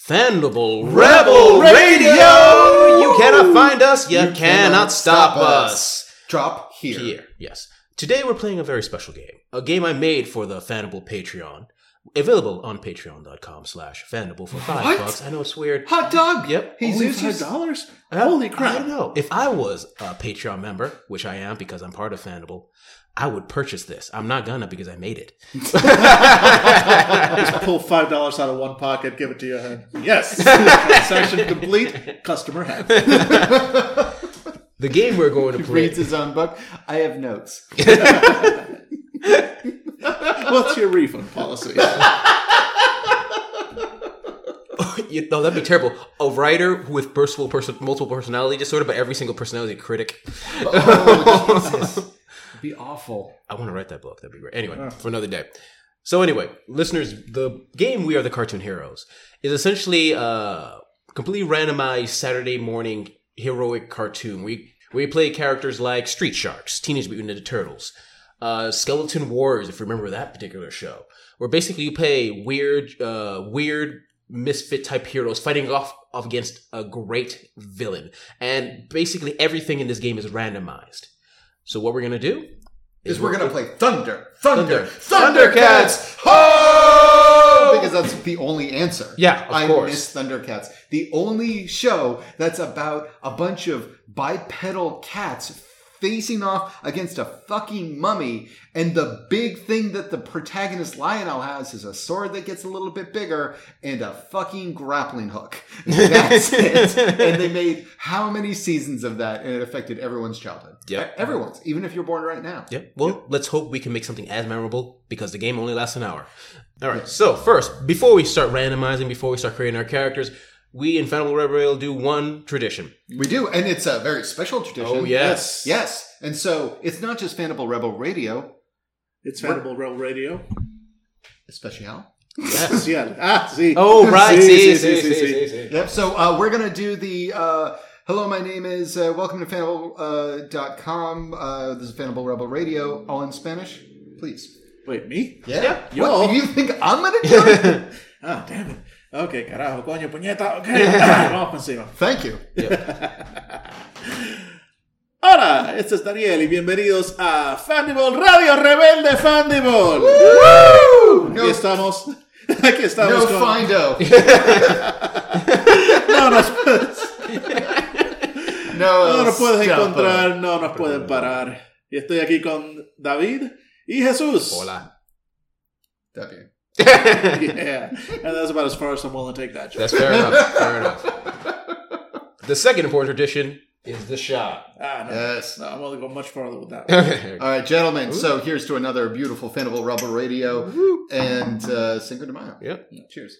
Speaker 10: Fandible Rebel Radio. You cannot find us. You, cannot, stop, us.
Speaker 18: Drop here.
Speaker 10: Here, yes. Today we're playing a very special game, a game I made for the Fanable Patreon. Available on patreon.com slash fandible for five
Speaker 19: What?
Speaker 10: bucks. I know it's weird.
Speaker 19: Hot dog.
Speaker 10: Yep.
Speaker 19: Jesus,
Speaker 10: Only
Speaker 19: five dollars.
Speaker 10: I-
Speaker 19: Holy crap.
Speaker 10: I don't know. If I was a Patreon member, which I am because I'm part of Fandible, I would purchase this. I'm not gonna because I made it.
Speaker 18: Just pull five dollars out of one pocket, give it to your hand. Yes, transaction complete. Customer happy.
Speaker 10: The game we're going to play.
Speaker 19: Reads his own book. I have notes.
Speaker 18: What's your refund policy?
Speaker 10: you know, that'd be terrible. A writer with personal person, multiple personality disorder, but every single personality critic.
Speaker 19: It'd be awful.
Speaker 10: I want to write that book. That'd be great. Anyway, for another day. So anyway, listeners, the game "We Are the Cartoon Heroes" is essentially a completely randomized Saturday morning heroic cartoon. We we play characters like Street Sharks, Teenage Mutant Ninja Turtles, uh, Skeleton Warriors, if you remember that particular show, where basically you play weird, uh, weird misfit type heroes fighting off, off against a great villain, and basically everything in this game is randomized. So what we're gonna do
Speaker 19: Is we're gonna play Thunder, Thunder,
Speaker 10: Thunder.
Speaker 19: Thundercats. Ho! Because that's the only answer.
Speaker 10: Yeah, of
Speaker 19: I
Speaker 10: course.
Speaker 19: miss Thundercats. The only show that's about a bunch of bipedal cats facing off against a fucking mummy, and the big thing that the protagonist Lionel has is a sword that gets a little bit bigger and a fucking grappling hook. That's it. And they made how many seasons of that, and it affected everyone's childhood.
Speaker 10: Yep.
Speaker 19: everyone's, even if you're born right now.
Speaker 10: Yeah. Well, let's hope we can make something as memorable because the game only lasts an hour. All right. So first, before we start randomizing, before we start creating our characters, we in Fanable Red Rail do one tradition.
Speaker 19: We do, and it's a very special tradition.
Speaker 10: Oh yes.
Speaker 19: Yes, and so it's not just Fandible Rebel Radio,
Speaker 18: It's Fandible Rebel Radio.
Speaker 19: especial.
Speaker 10: Yes.
Speaker 18: Yeah. Ah, see.
Speaker 10: Oh right. See, see, see, see, see,
Speaker 19: Yep. So uh, we're gonna do the. Uh, Hello, my name is uh, welcome to fandible.com. Uh, dot com. uh, this is Fandible Rebel Radio, all in Spanish, please.
Speaker 18: Wait, me?
Speaker 19: Yeah.
Speaker 18: Well-
Speaker 19: What, you think I'm gonna do it?
Speaker 18: Ah, damn it. Okay, carajo, coño, puñeta. Okay. Alright, vamos por encima.
Speaker 19: Thank you.
Speaker 18: Hola, este es Daniel y bienvenidos a Fandible Radio Rebelde Fandible.
Speaker 19: No,
Speaker 18: Aquí estamos. Aquí estamos
Speaker 19: no
Speaker 18: con-
Speaker 19: findo.
Speaker 18: No nos puedes,
Speaker 19: No,
Speaker 18: no nos puedes
Speaker 19: stop.
Speaker 18: encontrar, no nos pueden parar. Y estoy aquí con David y Jesús.
Speaker 10: Hola.
Speaker 19: W.
Speaker 18: Yeah. And that's about as far as I'm willing to take that joke.
Speaker 10: That's fair enough. Fair enough. The second important tradition is the shot.
Speaker 18: Ah, no.
Speaker 19: Yes.
Speaker 18: No, I'm willing to go much farther with that. one.
Speaker 10: All
Speaker 19: All right, gentlemen. So here's to another beautiful Fandible Rebel Radio and uh, Cinco de Mayo.
Speaker 10: Yep. Oh.
Speaker 19: Cheers.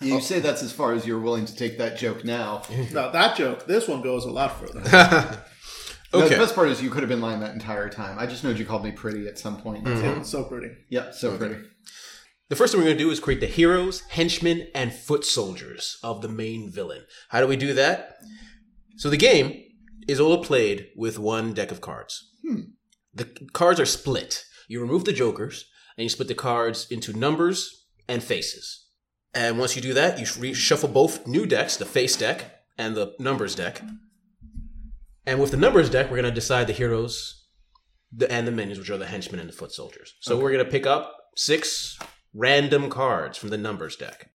Speaker 19: You say that's as far as you're willing to take that joke now.
Speaker 18: No, that joke, this one goes a lot further.
Speaker 19: No, the
Speaker 10: Okay.
Speaker 19: best part is you could have been lying that entire time. I just know you called me pretty at some point.
Speaker 10: Mm-hmm.
Speaker 18: It's so pretty.
Speaker 19: Yeah, so pretty.
Speaker 10: The first thing we're going to do is create the heroes, henchmen, and foot soldiers of the main villain. How do we do that? So the game is all played with one deck of cards. The cards are split. You remove the jokers and you split the cards into numbers and faces. And once you do that, you reshuffle both new decks, the face deck and the numbers deck. And with the numbers deck, we're going to decide the heroes the, and the minions, which are the henchmen and the foot soldiers. So we're going to pick up six random cards from the numbers deck.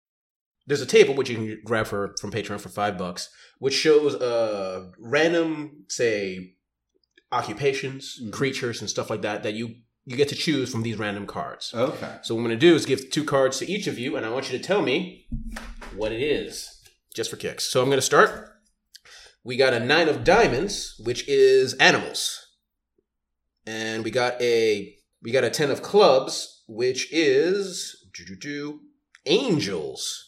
Speaker 10: There's a table which you can grab for from Patreon for five bucks, which shows uh random say occupations, creatures, and stuff like that that you you get to choose from these random cards.
Speaker 19: Okay.
Speaker 10: So what I'm going to do is give two cards to each of you, and I want you to tell me what it is, just for kicks. So I'm going to start. We got a nine of diamonds, which is animals, and we got a we got a ten of clubs, which is doo-doo-doo, angels.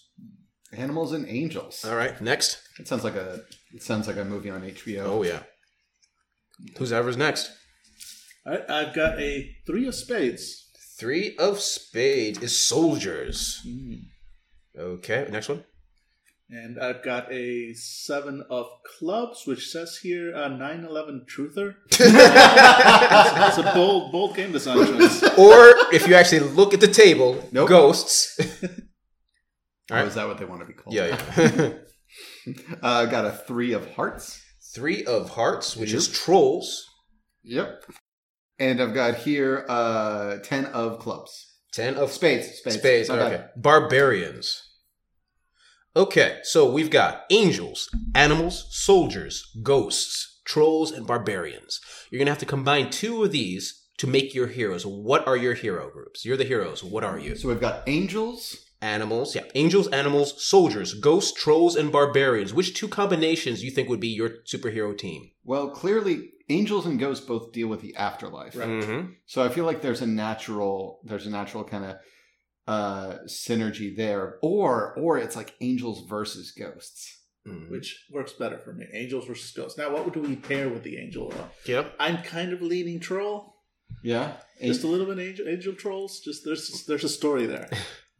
Speaker 19: Animals and angels.
Speaker 10: All right, next.
Speaker 19: It sounds like a it sounds like a movie on HBO.
Speaker 10: Oh yeah. Who's ever's next?
Speaker 18: All right, I've got a three of spades.
Speaker 10: Three of spades is soldiers. Okay, next one.
Speaker 18: And I've got a seven of clubs, which says here a 9 11 truther. that's, that's a bold, bold game design choice.
Speaker 10: Or if you actually look at the table,
Speaker 19: Nope.
Speaker 10: ghosts.
Speaker 19: Oh,
Speaker 10: All right.
Speaker 19: is that what they want to be called?
Speaker 10: Yeah, yeah.
Speaker 19: Uh, got a three of hearts.
Speaker 10: Three of hearts, which is trolls.
Speaker 19: Yep. And I've got here uh, ten of clubs.
Speaker 10: Ten of
Speaker 19: Spades. Spades.
Speaker 10: Spades.
Speaker 19: My
Speaker 10: Okay.
Speaker 19: bad.
Speaker 10: Barbarians. Okay, so we've got angels, animals, soldiers, ghosts, trolls, and barbarians. You're gonna have to combine two of these to make your heroes. What are your hero groups? You're the heroes. What are you?
Speaker 19: So we've got angels.
Speaker 10: Animals, yeah. Angels, animals, soldiers, ghosts, trolls, and barbarians. Which two combinations you think would be your superhero team?
Speaker 19: Well, clearly, angels and ghosts both deal with the afterlife.
Speaker 10: Mm-hmm.
Speaker 19: So I feel like there's a natural there's a natural kind of uh synergy there. Or or it's like angels versus ghosts.
Speaker 10: Mm-hmm.
Speaker 18: which works better for me. Angels versus ghosts. Now, what do we pair with the angel? Uh,
Speaker 10: Yep.
Speaker 18: I'm kind of leaning troll.
Speaker 19: Yeah. An-
Speaker 18: Just a little bit angel, angel trolls. Just there's there's a story there.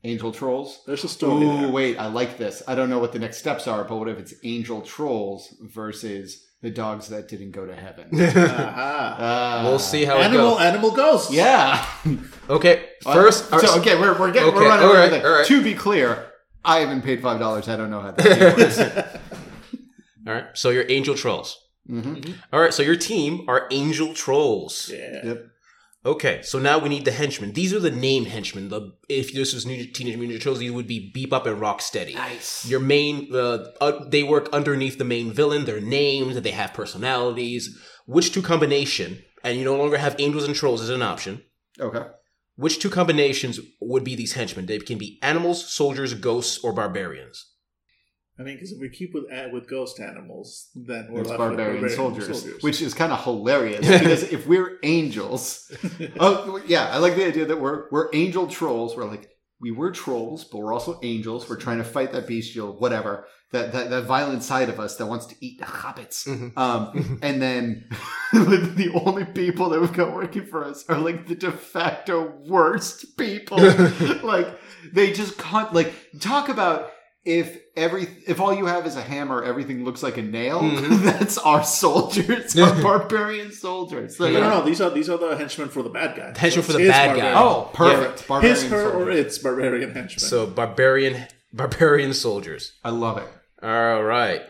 Speaker 19: angel trolls.
Speaker 18: There's a story
Speaker 19: Ooh,
Speaker 18: there.
Speaker 19: wait, I like this. I don't know what the next steps are, but what if it's angel trolls versus the dogs that didn't go to heaven?
Speaker 18: Aha.
Speaker 19: Uh,
Speaker 10: We'll see how it
Speaker 18: Animal
Speaker 10: goes.
Speaker 18: animal ghosts.
Speaker 19: Yeah.
Speaker 10: Okay, first. our-
Speaker 19: Uh, so okay, we're we're getting
Speaker 10: Okay,
Speaker 19: we're running
Speaker 10: all
Speaker 19: over
Speaker 10: right,
Speaker 19: there.
Speaker 10: all right.
Speaker 19: To be clear, I haven't paid five dollars. I don't know how that works.
Speaker 10: All right, so your angel trolls.
Speaker 19: Mhm.
Speaker 10: All right, so your team are angel trolls.
Speaker 18: Yeah.
Speaker 19: Yep.
Speaker 10: Okay, so now we need the henchmen. These are the name henchmen. The if this was new Teenage Mutant Ninja Turtles, these would be Beep Up and Rocksteady. Nice. Your main, uh, uh, they work underneath the main villain. They're named. They have personalities. Which two combination? And you no longer have angels and trolls as an option.
Speaker 19: Okay.
Speaker 10: Which two combinations would be these henchmen? They can be animals, soldiers, ghosts, or barbarians.
Speaker 18: I mean, because if we keep with a- with ghost animals, then we're
Speaker 19: It's
Speaker 18: left
Speaker 19: barbarian,
Speaker 18: with
Speaker 19: soldiers,
Speaker 18: barbarian
Speaker 19: which is kind of hilarious because if we're angels, oh yeah, I like the idea that we're we're angel trolls. We're like we were trolls, but we're also angels. We're trying to fight that bestial, whatever that that, that violent side of us that wants to eat hobbits.
Speaker 18: Mm-hmm.
Speaker 10: Mhm.
Speaker 19: Um, and then the only people that we've got working for us are like the de facto worst people. like they just can't like talk about if every if all you have is a hammer, everything looks like a nail.
Speaker 18: Mm-hmm.
Speaker 19: That's our soldiers, our barbarian soldiers. Like,
Speaker 18: no, no, no. These are these are the henchmen for the bad guy.
Speaker 10: The henchmen
Speaker 18: So
Speaker 10: for the
Speaker 18: it's
Speaker 10: bad guy.
Speaker 18: barbarian.
Speaker 19: Oh, perfect. Barbarian
Speaker 18: his, her, or
Speaker 19: soldiers.
Speaker 18: its barbarian henchmen.
Speaker 10: So barbarian, barbarian soldiers.
Speaker 19: I love it.
Speaker 10: All right.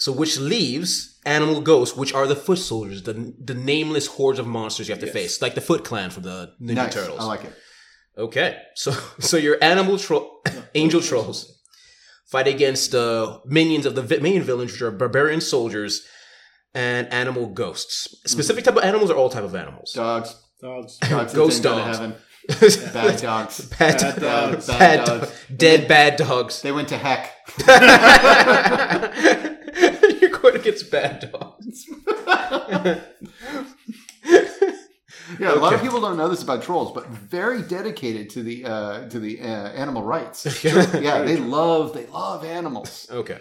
Speaker 10: So which leaves animal ghosts, which are the foot soldiers, the the nameless hordes of monsters you have to
Speaker 18: Yes.
Speaker 10: face, like the Foot Clan from the Ninja
Speaker 19: nice.
Speaker 10: Turtles.
Speaker 19: I like it.
Speaker 10: okay, so so your animal troll, angel trolls, fight against uh, minions of the vi- main village, which are barbarian soldiers and animal ghosts. Specific type of animals or all type of animals?
Speaker 19: Dogs,
Speaker 18: dogs.
Speaker 19: dogs,
Speaker 10: Ghost
Speaker 19: that didn't go to
Speaker 10: dogs.
Speaker 19: heaven.
Speaker 10: bad,
Speaker 19: bad dogs.
Speaker 10: bad,
Speaker 18: Bad dogs.
Speaker 19: Bad
Speaker 10: bad
Speaker 19: dogs.
Speaker 10: dogs. dead bad dogs.
Speaker 19: They went to heck.
Speaker 10: You're going against bad dogs.
Speaker 19: Yeah, a lot of
Speaker 10: Okay.
Speaker 19: people don't know this about trolls, but very dedicated to the uh, to the uh, animal rights. yeah, they love they love animals.
Speaker 10: Okay.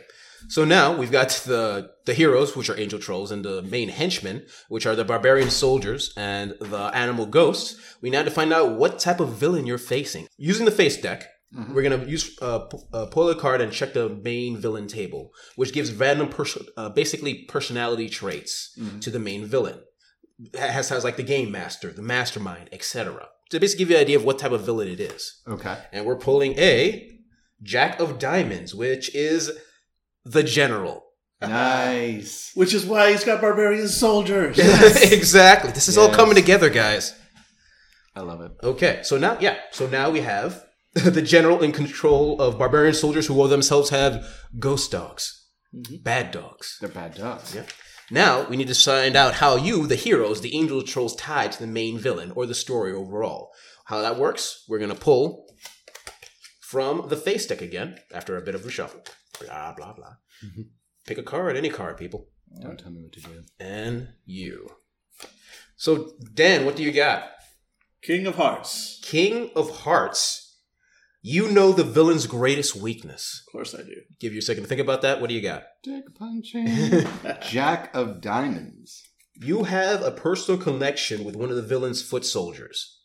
Speaker 10: So now we've got the the heroes, which are angel trolls, and the main henchmen, which are the barbarian soldiers and the animal ghosts. We now have to find out what type of villain you're facing. Using the face deck, we're gonna use uh, p- uh, pull a card and check the main villain table, which gives random perso- uh, basically personality traits to the main villain. Ha- Has has like the game master, the mastermind, etc. To basically give you an idea of what type of villain it is
Speaker 19: Okay.
Speaker 10: and we're pulling a Jack of Diamonds, which is the general.
Speaker 19: Nice.
Speaker 18: Which is why he's got barbarian soldiers.
Speaker 10: exactly. This is all
Speaker 19: Yes.
Speaker 10: coming together, guys.
Speaker 19: I love it.
Speaker 10: Okay, so now, yeah, so now we have the general in control of barbarian soldiers who all themselves have ghost dogs,
Speaker 19: Mm-hmm.
Speaker 10: bad dogs.
Speaker 19: They're bad dogs.
Speaker 10: Yep. Now we need to find out how you, the heroes, the angel trolls, tie to the main villain or the story overall. How that works, we're gonna pull from the face deck again after a bit of a shuffle. Blah blah blah. Pick a card, any card, people,
Speaker 19: Don't tell me what to do.
Speaker 10: and you. So Dan, what do you got?
Speaker 18: King of Hearts.
Speaker 10: King of Hearts. You know the villain's greatest weakness.
Speaker 18: Of course I do.
Speaker 10: Give you a second to think about that. What do you got?
Speaker 19: Dick punching. Jack of diamonds.
Speaker 10: You have a personal connection with one of the villain's foot soldiers,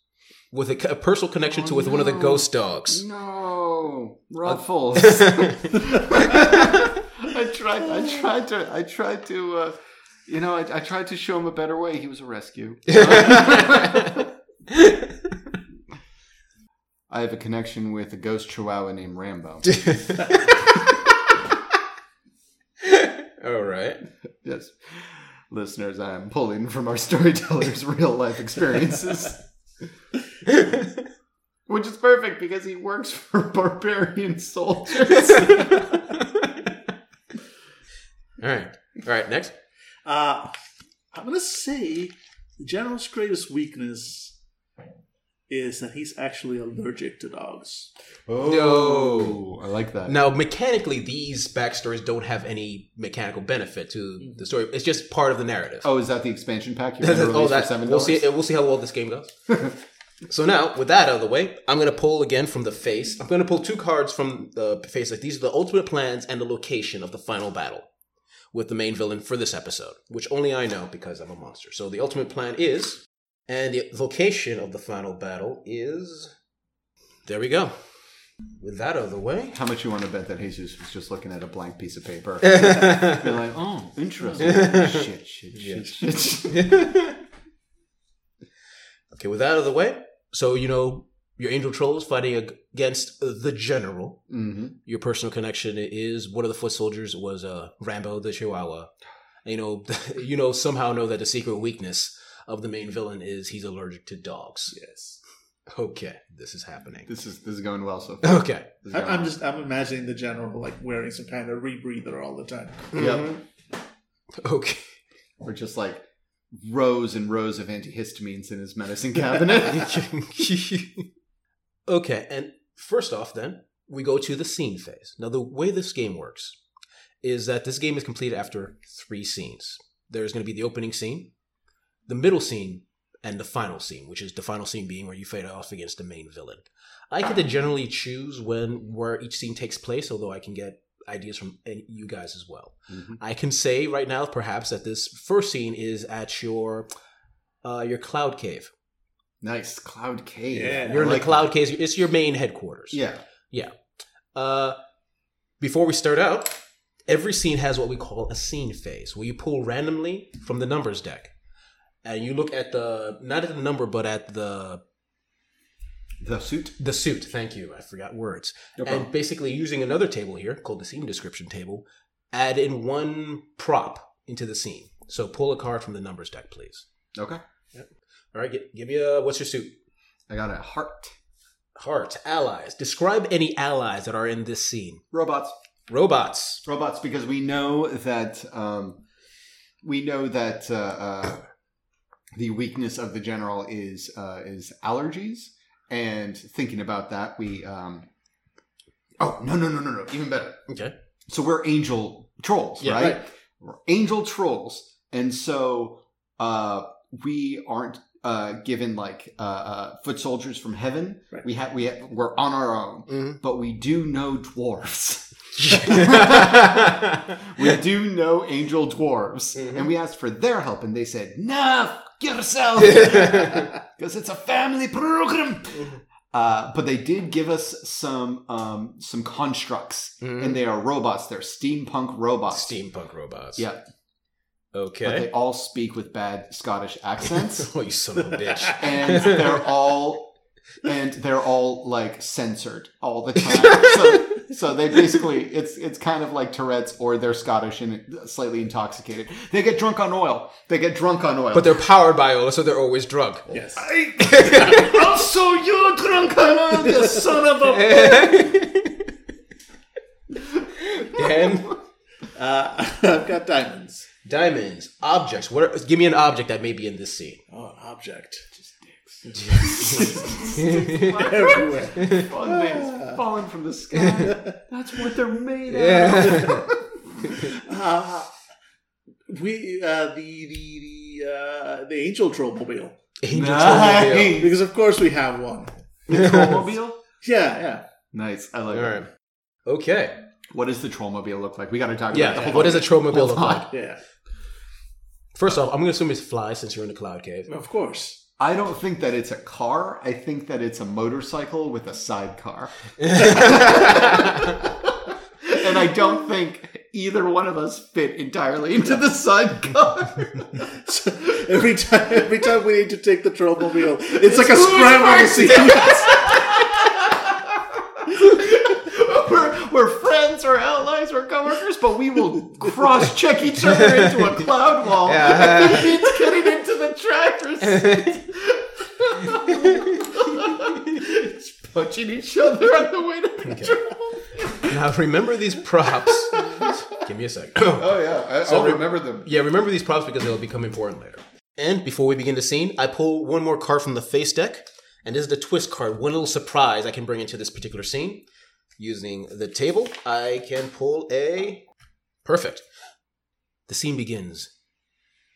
Speaker 10: with a, a personal connection to with one of the
Speaker 19: no.
Speaker 10: ghost dogs.
Speaker 19: No, ruffles. I tried. I tried to. I tried to. Uh, you know, I, I tried to show him a better way. He was a rescue. I have a connection with a ghost chihuahua named Rambo.
Speaker 10: All right.
Speaker 19: yes, listeners, I am pulling from our storytellers' real life experiences.
Speaker 20: Which is perfect because he works for barbarian soldiers.
Speaker 10: All right. All right. Next.
Speaker 18: Uh, I'm gonna say the general's greatest weakness is that he's actually allergic to dogs.
Speaker 10: Oh,
Speaker 19: I like that.
Speaker 10: Now, mechanically, these backstories don't have any mechanical benefit to the story. It's just part of the narrative.
Speaker 19: Oh, is that the expansion pack? You're
Speaker 10: That's-
Speaker 19: gonna
Speaker 10: oh,
Speaker 19: release
Speaker 10: that,
Speaker 19: for $7?
Speaker 10: we'll see. We'll see how well this game goes. so now, with that out of the way, I'm going to pull again from the face. I'm going to pull two cards from the face. Like these are the ultimate plans and the location of the final battle with the main villain for this episode, which only I know because I'm a monster. So the ultimate plan is, and the location of the final battle is. There we go. With that out of the way,
Speaker 19: How much you want to bet that Jesus was just looking at a blank piece of paper? Be like, oh, interesting. shit, shit, shit, shit,
Speaker 10: Okay, with that out of the way, so you know your angel trolls fighting ag- against the general.
Speaker 19: Mhm.
Speaker 10: Your personal connection is one of the foot soldiers was uh, Rambo the Chihuahua. And, you know, you know somehow know that the secret weakness of the main villain is he's allergic to dogs.
Speaker 18: Yes.
Speaker 10: Okay, this is happening.
Speaker 19: This is this is going well so
Speaker 10: far. Okay.
Speaker 18: I, I'm just I'm imagining the general like wearing some kind of rebreather all the time.
Speaker 10: Yep. Okay.
Speaker 19: Or just like rows and rows of antihistamines in his medicine cabinet.
Speaker 10: okay, and first off, then we go to the scene phase. Now, the way this game works is that this game is completed after three scenes. There's going to be the opening scene, the middle scene, and the final scene, which is the final scene being where you fight off against the main villain. I get to generally choose when where each scene takes place, although I can get ideas from eh, you guys as well. I can say right now, perhaps, that this first scene is at your uh, your cloud cave.
Speaker 19: Nice cloud cave.
Speaker 10: you're in
Speaker 19: like
Speaker 10: the cloud cave. It's your main headquarters.
Speaker 19: Yeah.
Speaker 10: yeah. Uh, before we start out, every scene has what we call a scene phase, where you pull randomly from the numbers deck, and you look at the not at the number, but at the
Speaker 19: the suit.
Speaker 10: The suit. Thank you. I forgot words.
Speaker 19: No problem.
Speaker 10: and basically, using another table here called the scene description table, add in one prop into the scene. So pull a card from the numbers deck, please.
Speaker 19: Okay.
Speaker 10: Yep. All right. gi- give me a what's your suit?
Speaker 19: I got a heart.
Speaker 10: Heart. Allies. Describe any allies that are in this scene.
Speaker 19: Robots.
Speaker 10: Robots.
Speaker 19: Robots, because we know that um, we know that uh, uh, the weakness of the general is uh, is allergies, and thinking about that, we um, oh no no no no no even better.
Speaker 10: Okay,
Speaker 19: so we're angel trolls,
Speaker 10: Yeah,
Speaker 19: right?
Speaker 10: right.
Speaker 19: We're angel trolls, and so uh, we aren't uh, given like uh, uh, foot soldiers from heaven. We have we ha- we're on our own,
Speaker 10: Mm-hmm.
Speaker 19: but we do know dwarves. we do know angel dwarves, and we asked for their help, and they said, "No, fuck yourself," because it's a family program. Uh, but they did give us some um, some constructs, and they are robots. They're steampunk robots.
Speaker 10: Steampunk robots.
Speaker 19: Yeah.
Speaker 10: Okay.
Speaker 19: But they all speak with bad Scottish accents.
Speaker 10: oh, you son of a bitch!
Speaker 19: and they're all and they're all like censored all the time. so, so they basically it's it's kind of like Tourette's, or they're Scottish and slightly intoxicated. They get drunk on oil. They get drunk on oil.
Speaker 10: but they're powered by oil, so they're always drunk. Yes.
Speaker 20: also, you're drunk on oil, you son of a.
Speaker 10: Dan,
Speaker 18: uh, I've got diamonds.
Speaker 10: Diamonds, objects. What? Are, give me an object that may be in this scene.
Speaker 18: Oh, an object. Just
Speaker 10: dicks.
Speaker 18: Everywhere.
Speaker 19: Fun things falling from the sky. That's what they're made
Speaker 18: Yeah.
Speaker 19: of.
Speaker 18: uh, we uh, the the the uh, the angel troll mobile.
Speaker 10: Angel
Speaker 19: Nice. Trollmobile.
Speaker 18: because of course we have one.
Speaker 19: The trollmobile?
Speaker 18: Yeah, yeah.
Speaker 19: Nice. I like
Speaker 10: All
Speaker 19: it.
Speaker 10: right. Okay.
Speaker 19: What does the trollmobile look like? We got to talk
Speaker 10: Yeah,
Speaker 19: about that.
Speaker 10: yeah.
Speaker 19: Hold
Speaker 10: What
Speaker 19: on.
Speaker 10: does a trollmobile
Speaker 19: Hold
Speaker 10: look
Speaker 19: on.
Speaker 10: like?
Speaker 18: Yeah.
Speaker 10: First off, I'm going to assume it's fly since you're in the cloud cave.
Speaker 18: Of course.
Speaker 19: I don't think that it's a car. I think that it's a motorcycle with a sidecar. and I don't think either one of us fit entirely into the sidecar.
Speaker 18: Every time, every time we need to take the trollmobile, it's, like a
Speaker 19: Who's
Speaker 18: scramble
Speaker 19: first?
Speaker 18: scene.
Speaker 19: we're, we're friends, we're allies, we're coworkers, but we will cross check each other into a cloud wall.
Speaker 20: Yeah.
Speaker 19: It means getting into the driver's seat.
Speaker 20: punching each other on the way to the
Speaker 10: Now remember these props. Give me a second.
Speaker 20: Oh, yeah. I- I'll remember
Speaker 10: them. Yeah, remember these props because they'll become important later. And before we begin the scene, I pull one more card from the face deck, and this is the twist card. One little surprise I can bring into this particular scene. Using the table, I can pull a perfect. The scene begins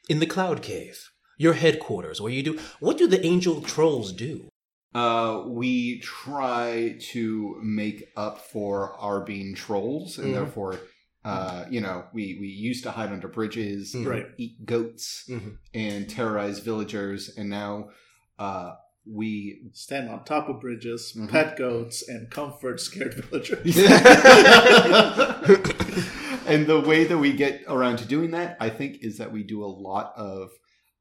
Speaker 10: in the cloud cave, your headquarters, where you do what do the angel trolls do?
Speaker 19: Uh, we try to make up for our being trolls, and
Speaker 10: Mhm.
Speaker 19: therefore, uh, you know, we, we used to hide under bridges, and
Speaker 10: Right.
Speaker 19: eat goats, and terrorize villagers, and now uh, we
Speaker 18: stand on top of bridges,
Speaker 20: Mm-hmm.
Speaker 18: pet goats, and comfort scared villagers.
Speaker 19: and the way that we get around to doing that, I think, is that we do a lot of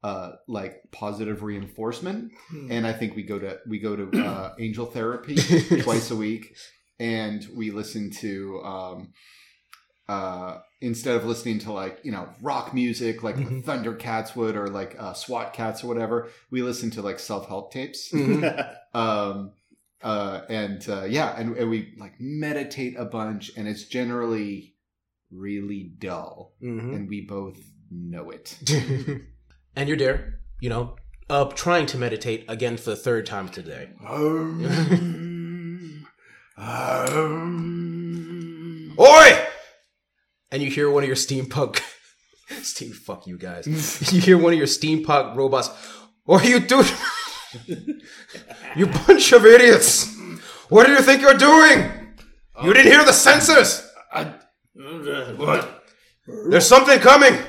Speaker 19: uh, like positive reinforcement,
Speaker 18: Hmm.
Speaker 19: and I think we go to we go to uh, angel therapy twice a week, and we listen to um, uh, instead of listening to like you know rock music like the Thundercats would or like uh, SWAT cats or whatever, we listen to like self help tapes.
Speaker 20: Mhm.
Speaker 19: um, uh, and uh, yeah, and, and we like meditate a bunch, and it's generally really dull,
Speaker 10: Mhm.
Speaker 19: and we both know it.
Speaker 10: and you're there, you know, uh, trying to meditate again for the third time today. Oi! And you hear one of your steampunk, steam fuck you guys. you hear one of your steampunk robots. What are you doing? you bunch of idiots! What do you think you're doing? You didn't hear the sensors.
Speaker 20: What?
Speaker 10: There's something coming.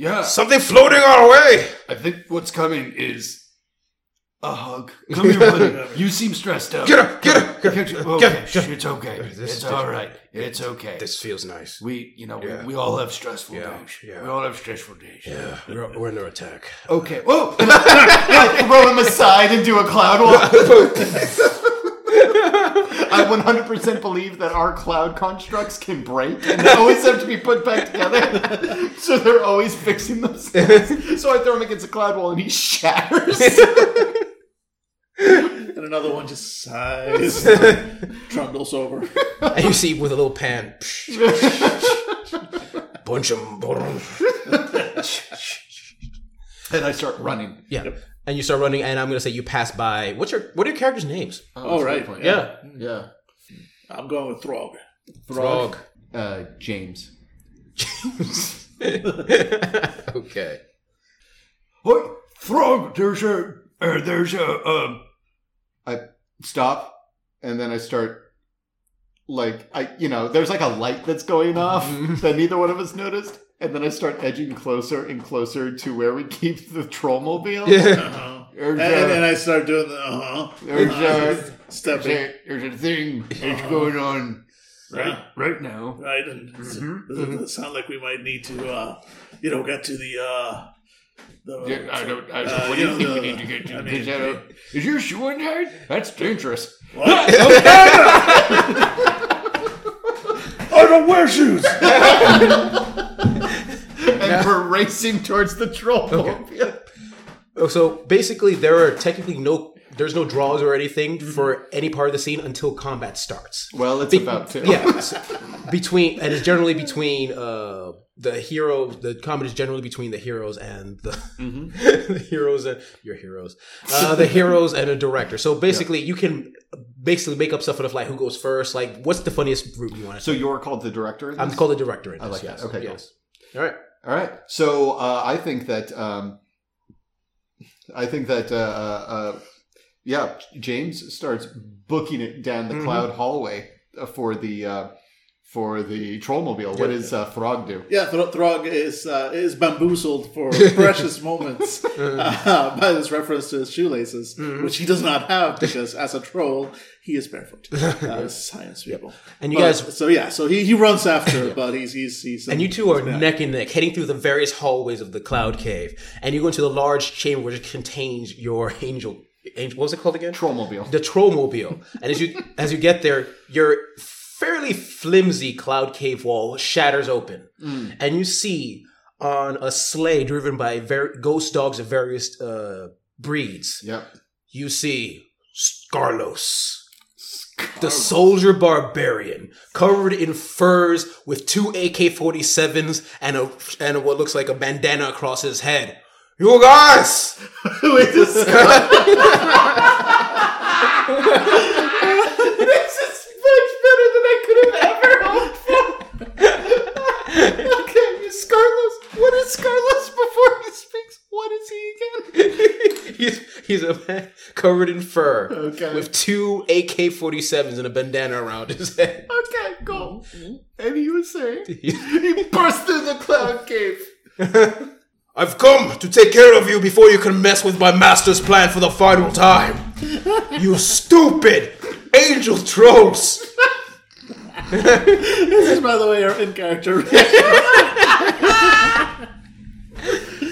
Speaker 20: Yeah.
Speaker 10: Something floating our way.
Speaker 20: I think what's coming is a hug. Come here, buddy. You seem stressed out.
Speaker 10: Get up, get up,
Speaker 20: get up. Okay,
Speaker 10: get up, get up.
Speaker 20: it's okay.
Speaker 10: This-
Speaker 20: it's all right. It's okay.
Speaker 10: This feels nice.
Speaker 20: We, you know,
Speaker 10: Yeah.
Speaker 20: we, we all have stressful
Speaker 10: Yeah,
Speaker 20: days.
Speaker 10: yeah.
Speaker 20: We all have stressful days.
Speaker 10: Yeah, we're, we're under attack.
Speaker 19: Okay. Whoa! I throw him aside and do a cloud walk. I 100% believe that our cloud constructs can break and they always have to be put back together. So they're always fixing themselves. So I throw him against a cloud wall and he shatters.
Speaker 18: and another one just sighs, trundles over.
Speaker 10: And you see with a little pan. Bunch of.
Speaker 19: and I start running.
Speaker 10: Yeah. And you start running, and I'm gonna say you pass by. What's your what are your characters' names?
Speaker 18: Oh, right.
Speaker 10: Yeah.
Speaker 19: Yeah.
Speaker 18: I'm going with Throg.
Speaker 10: Throg.
Speaker 19: Uh, James.
Speaker 10: okay.
Speaker 20: Oi, Throg, there's a, uh, there's a, um,
Speaker 19: I stop and then I start like I you know, there's like a light that's going off that neither one of us noticed. And then I start edging closer and closer to where we keep the trollmobile.
Speaker 18: Uh-huh.
Speaker 19: There's
Speaker 18: And,
Speaker 19: a-
Speaker 18: and then I start doing the uh huh.
Speaker 19: There's a,
Speaker 18: stepping.
Speaker 19: there's a- there's a thing that's going on right
Speaker 18: Yeah.
Speaker 19: right now.
Speaker 18: Right, and doesn't it sound like we might need to, uh, you know, get to the. Uh, the
Speaker 20: Yeah, I don't- I-
Speaker 18: uh,
Speaker 20: what do you think we
Speaker 18: the-
Speaker 20: need to get to?
Speaker 18: I mean,
Speaker 20: Is that a- is your shoe untied? That's dangerous.
Speaker 18: What?
Speaker 20: I don't wear shoes.
Speaker 19: and we're racing towards the trollmobile.
Speaker 10: Oh, So basically, there are technically no there's no draws or anything for any part of the scene until combat starts.
Speaker 19: Well, it's about to.
Speaker 10: Yeah, so between and it's generally between uh, the hero. The combat is generally between the heroes and the,
Speaker 19: Mm-hmm.
Speaker 10: the heroes and your heroes, uh, the heroes and a director. So basically, you can basically make up stuff on the fly. Who goes first? Like, what's the funniest route you want?
Speaker 19: So you're called the director? in
Speaker 10: I'm
Speaker 19: this?
Speaker 10: called the director. In
Speaker 19: I
Speaker 10: this,
Speaker 19: like
Speaker 10: yes,
Speaker 19: that. Okay, cool.
Speaker 10: yes. All right.
Speaker 19: All right. So uh, I think that um, I think that uh, uh, yeah, James starts booking it down the
Speaker 10: Mm-hmm.
Speaker 18: Mhm.
Speaker 19: cloud hallway uh, for the uh, for the trollmobile. What
Speaker 18: Yeah.
Speaker 19: does uh, Throg do?
Speaker 18: Yeah, Thr- Throg is uh, is bamboozled for precious moments uh, by this reference to his shoelaces,
Speaker 10: Mhm.
Speaker 18: which he does not have because, as a troll, he is barefoot. Uh, science people.
Speaker 10: And you
Speaker 18: But-
Speaker 19: uh,
Speaker 10: guys-
Speaker 18: so Oh, yeah, so he, he runs after, but he's he's he's um,
Speaker 10: And you two are neck and neck, heading through the various hallways of the cloud cave, and you go into the large chamber which contains your angel. angel what was it called again?
Speaker 19: Trollmobile.
Speaker 10: The trollmobile. and as you as you get there, your fairly flimsy cloud cave wall shatters open,
Speaker 20: Mm.
Speaker 10: and you see on a sleigh driven by ver- ghost dogs of various uh, breeds.
Speaker 19: Yep.
Speaker 10: You see Scarlos. The soldier barbarian, covered in furs, with two AK-47s and a and what looks like a bandana across his head. You guys,
Speaker 20: Wait, this is
Speaker 10: this
Speaker 20: is much better than I could have ever hoped for. okay, Scarless. What is Scarless before he speaks? What is he again?
Speaker 10: he's he's a man covered in fur,
Speaker 20: Okay.
Speaker 10: with two AK-47s and a bandana around his head.
Speaker 20: okay, go.
Speaker 18: Mm-hmm.
Speaker 20: And he was saying he burst through the cloud cave.
Speaker 10: I've come to take care of you before you can mess with my master's plan for the final time. You stupid angel trolls!
Speaker 18: this is, by the way, our in character.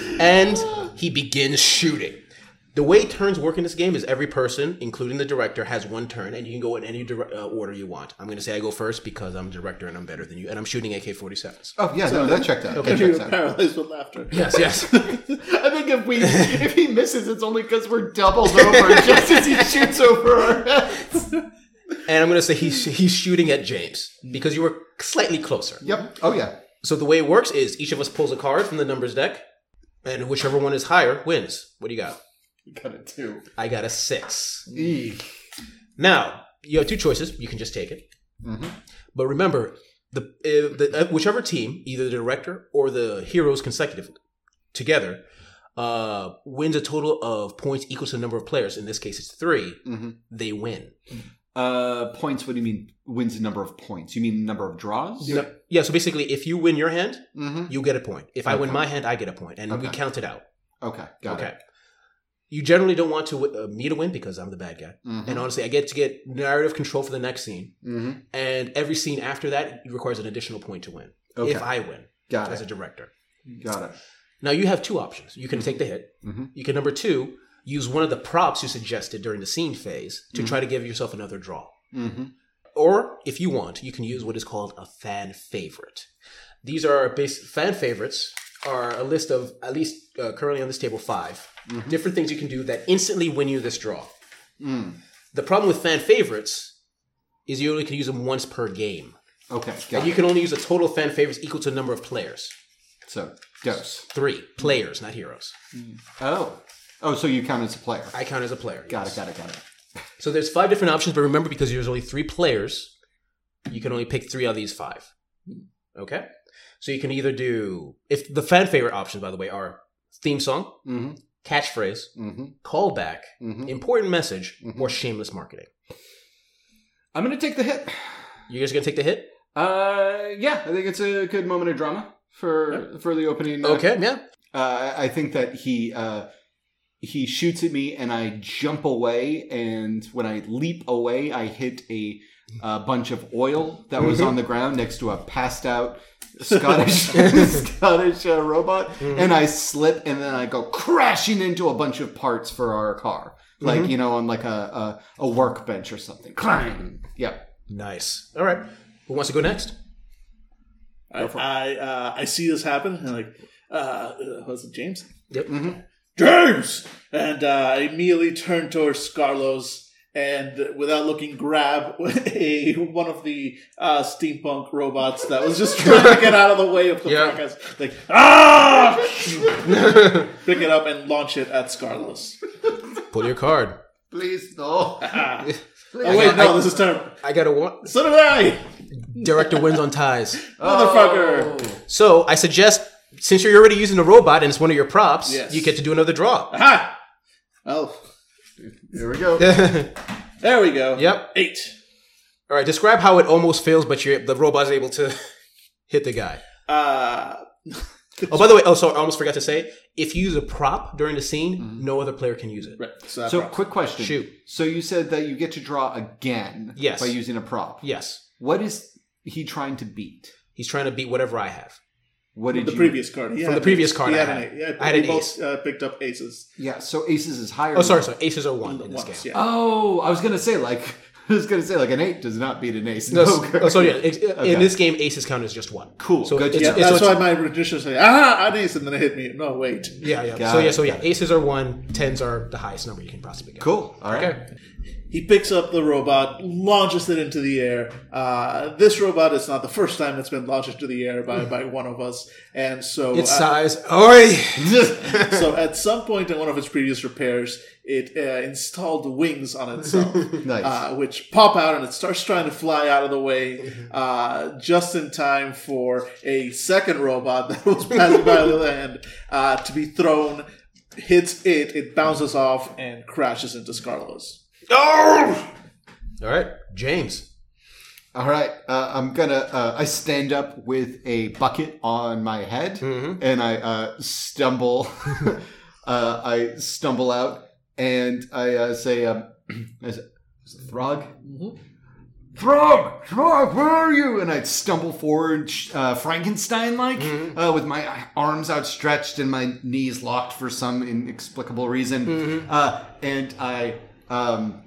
Speaker 10: and he begins shooting. The way turns work in this game is every person, including the director, has one turn, and you can go in any dire- uh, order you want. I'm going to say I go first because I'm director and I'm better than you, and I'm shooting AK-47s.
Speaker 19: Oh, yeah, no, that checked out.
Speaker 10: Okay.
Speaker 19: That checks
Speaker 18: You're
Speaker 19: out.
Speaker 18: paralyzed with laughter.
Speaker 10: Yes, yes.
Speaker 20: I think if we if he misses, it's only because we're doubled over just as he shoots over our heads.
Speaker 10: And I'm going to say he's, he's shooting at James because you were slightly closer.
Speaker 19: Yep. Oh yeah.
Speaker 10: So the way it works is each of us pulls a card from the numbers deck, and whichever one is higher wins. What do you got?
Speaker 18: You got it too.
Speaker 10: I got a six. Now you have two choices. You can just take it, but remember the, uh, the uh, whichever team, either the director or the heroes consecutive together, uh, wins a total of points equal to the number of players. In this case, it's 3
Speaker 19: Mhm.
Speaker 10: They win.
Speaker 19: Uh, points. What do you mean? Wins the number of points? You mean number of draws?
Speaker 10: No- yeah. So basically, if you win your hand,
Speaker 19: Mhm.
Speaker 10: you get a point. If I win
Speaker 19: Okay.
Speaker 10: my hand, I get a point, and we
Speaker 19: Okay.
Speaker 10: count it out.
Speaker 19: Okay. Got
Speaker 10: okay.
Speaker 19: it.
Speaker 10: You generally don't want to wi- uh, me to win because I'm the bad guy,
Speaker 19: Mhm.
Speaker 10: and honestly, I get to get narrative control for the next scene,
Speaker 19: Mhm.
Speaker 10: and every scene after that requires an additional point to win.
Speaker 19: Okay.
Speaker 10: If I win,
Speaker 19: Got
Speaker 10: as
Speaker 19: it.
Speaker 10: a director,
Speaker 19: Got it.
Speaker 10: now you have two options. You can take the hit.
Speaker 19: Mhm.
Speaker 10: You can number two use one of the props you suggested during the scene phase to try to give yourself another draw.
Speaker 19: Mm-hmm.
Speaker 10: Or, if you want, you can use what is called a fan favorite. These are bas fan favorites are a list of at least uh, currently on this table 5
Speaker 19: Mm-hmm.
Speaker 10: different things you can do that instantly win you this draw.
Speaker 19: Mm.
Speaker 10: The problem with fan favorites is you only can use them once per game,
Speaker 19: Okay. Got
Speaker 10: and you
Speaker 19: it.
Speaker 10: can only use a total of fan favorites equal to the number of players.
Speaker 19: So dose.
Speaker 10: Three players, not heroes.
Speaker 19: Oh. Oh, so you count as a player.
Speaker 10: I count as a player.
Speaker 19: Got it. Got it. Got it.
Speaker 10: So there's five different options, but remember because there's only three players, you can only pick three out of these five. Okay? So you can either do if the fan favorite options, by the way, are theme song,
Speaker 19: Mm-hmm.
Speaker 10: catchphrase,
Speaker 19: Mm-hmm.
Speaker 10: callback,
Speaker 19: Mhm.
Speaker 10: important message, or shameless marketing.
Speaker 19: I'm gonna take the hit.
Speaker 10: You guys are gonna take the hit?
Speaker 19: Uh, yeah, I think it's a good moment of drama for for the opening. uh,
Speaker 10: Okay, yeah.
Speaker 19: Uh, I I think that he uh, he shoots at me, and I jump away. And when I leap away, I hit a, uh bunch of oil that was
Speaker 18: Mm-hmm.
Speaker 19: on the ground next to a passed out Scottish Scottish uh, robot. And I slip, and then I go crashing into a bunch of parts for our car, like
Speaker 18: Mm-hmm.
Speaker 19: you know, on like a a, a workbench or something. Clang. Yeah.
Speaker 10: Nice. All right. Who wants to go next?
Speaker 18: I I, uh, I see this happen and like uh, uh was it James?
Speaker 10: Yep.
Speaker 18: James and uh, I immediately turn towards Carlos and without looking grab a one of the uh, steampunk robots that was just trying to get out of the way of the
Speaker 10: Yeah.
Speaker 18: podcast. Like ah pick it up and launch it at Scarlos.
Speaker 10: Pull your card.
Speaker 19: Please no.
Speaker 18: Ah.
Speaker 19: I
Speaker 18: Oh wait,
Speaker 10: got-
Speaker 18: no,
Speaker 10: I-
Speaker 18: this is terrible.
Speaker 10: I got a one.
Speaker 18: So did I,
Speaker 10: Director wins on ties. Oh.
Speaker 18: motherfucker.
Speaker 10: So I suggest since you're already using a robot and it's one of your props,
Speaker 18: Yes.
Speaker 10: you get to do another draw.
Speaker 18: Ha! Oh,
Speaker 19: Here we go.
Speaker 10: yep.
Speaker 18: there we go.
Speaker 10: All
Speaker 18: Eight.
Speaker 10: right. Describe how it almost fails, but you're, the robot's able to hit the guy.
Speaker 18: Uh,
Speaker 10: Oh, by the way, oh, so I almost forgot to say, if you use a prop during the scene, no other player can use it.
Speaker 18: right. So, that's
Speaker 19: So,
Speaker 18: right.
Speaker 19: quick question.
Speaker 10: Shoot.
Speaker 19: So you said that you get to draw again.
Speaker 10: Yes.
Speaker 19: By using a prop.
Speaker 10: Yes,
Speaker 19: What is he trying to beat?
Speaker 10: he's trying to beat whatever I have.
Speaker 19: What did
Speaker 18: the
Speaker 19: you?
Speaker 18: previous card. He
Speaker 10: From
Speaker 18: had
Speaker 10: the previous
Speaker 18: an ace.
Speaker 10: card
Speaker 18: he
Speaker 10: I
Speaker 18: had an
Speaker 10: had.
Speaker 18: eight. Yeah,
Speaker 10: I had
Speaker 18: we
Speaker 10: an
Speaker 18: both,
Speaker 10: ace.
Speaker 18: Uh, picked up aces.
Speaker 19: Yeah. So aces is higher.
Speaker 10: Oh, sorry,
Speaker 19: than-
Speaker 10: sorry. Aces are one in this
Speaker 18: Once,
Speaker 10: game.
Speaker 18: yeah.
Speaker 19: Oh, I was gonna say like I was going to say, like, an eight does not beat an ace.
Speaker 10: No,
Speaker 19: No,
Speaker 10: s- oh, so yeah, it's-
Speaker 19: Okay.
Speaker 10: in this game, aces count as just one.
Speaker 19: Cool.
Speaker 10: So
Speaker 19: Good
Speaker 10: it's,
Speaker 19: to
Speaker 18: Yeah,
Speaker 19: know.
Speaker 10: it's-
Speaker 18: that's
Speaker 10: so
Speaker 18: why
Speaker 10: it's-
Speaker 18: my magician say, ah, an ace, and then it hit me. No, wait.
Speaker 10: yeah, yeah.
Speaker 18: Got
Speaker 10: so yeah,
Speaker 18: it.
Speaker 10: so yeah, aces are one, tens are the highest number you can possibly get.
Speaker 19: Cool. All right.
Speaker 18: He picks up the robot, launches it into the air. Uh, this robot is not the first time it's been launched into the air by, by one of us, and so
Speaker 10: Hmm. Its
Speaker 18: uh,
Speaker 10: size. Oi!
Speaker 18: so at some point in one of its previous repairs, it uh, installed wings on itself,
Speaker 19: Nice.
Speaker 18: uh, which pop out and it starts trying to fly out of the way uh, just in time for a second robot that was passing by the other end uh, to be thrown. Hits it, it bounces off and crashes into Scarlos.
Speaker 10: All right, James.
Speaker 19: All right, uh, I'm gonna. Uh, I stand up with a bucket on my head, and I uh, stumble. uh, I stumble out, and I uh, say, um, I say, "Throg, Throg, Throg, where are you?" And I stumble forward, sh- uh, Frankenstein-like, uh, with my arms outstretched and my knees locked for some inexplicable reason, uh, and I. Um,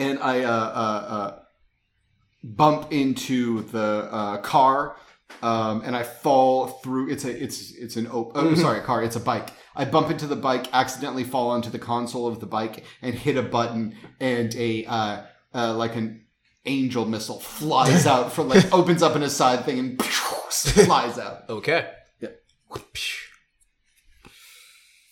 Speaker 19: and I uh, uh, uh, bump into the uh, car um, and I fall through. It's a it's it's an op- oh sorry a car. It's a bike. I bump into the bike, accidentally fall onto the console of the bike, and hit a button, and a uh, uh, like an angel missile flies out from like opens up in a side thing and flies out.
Speaker 10: Okay.
Speaker 19: Yeah.
Speaker 10: What'd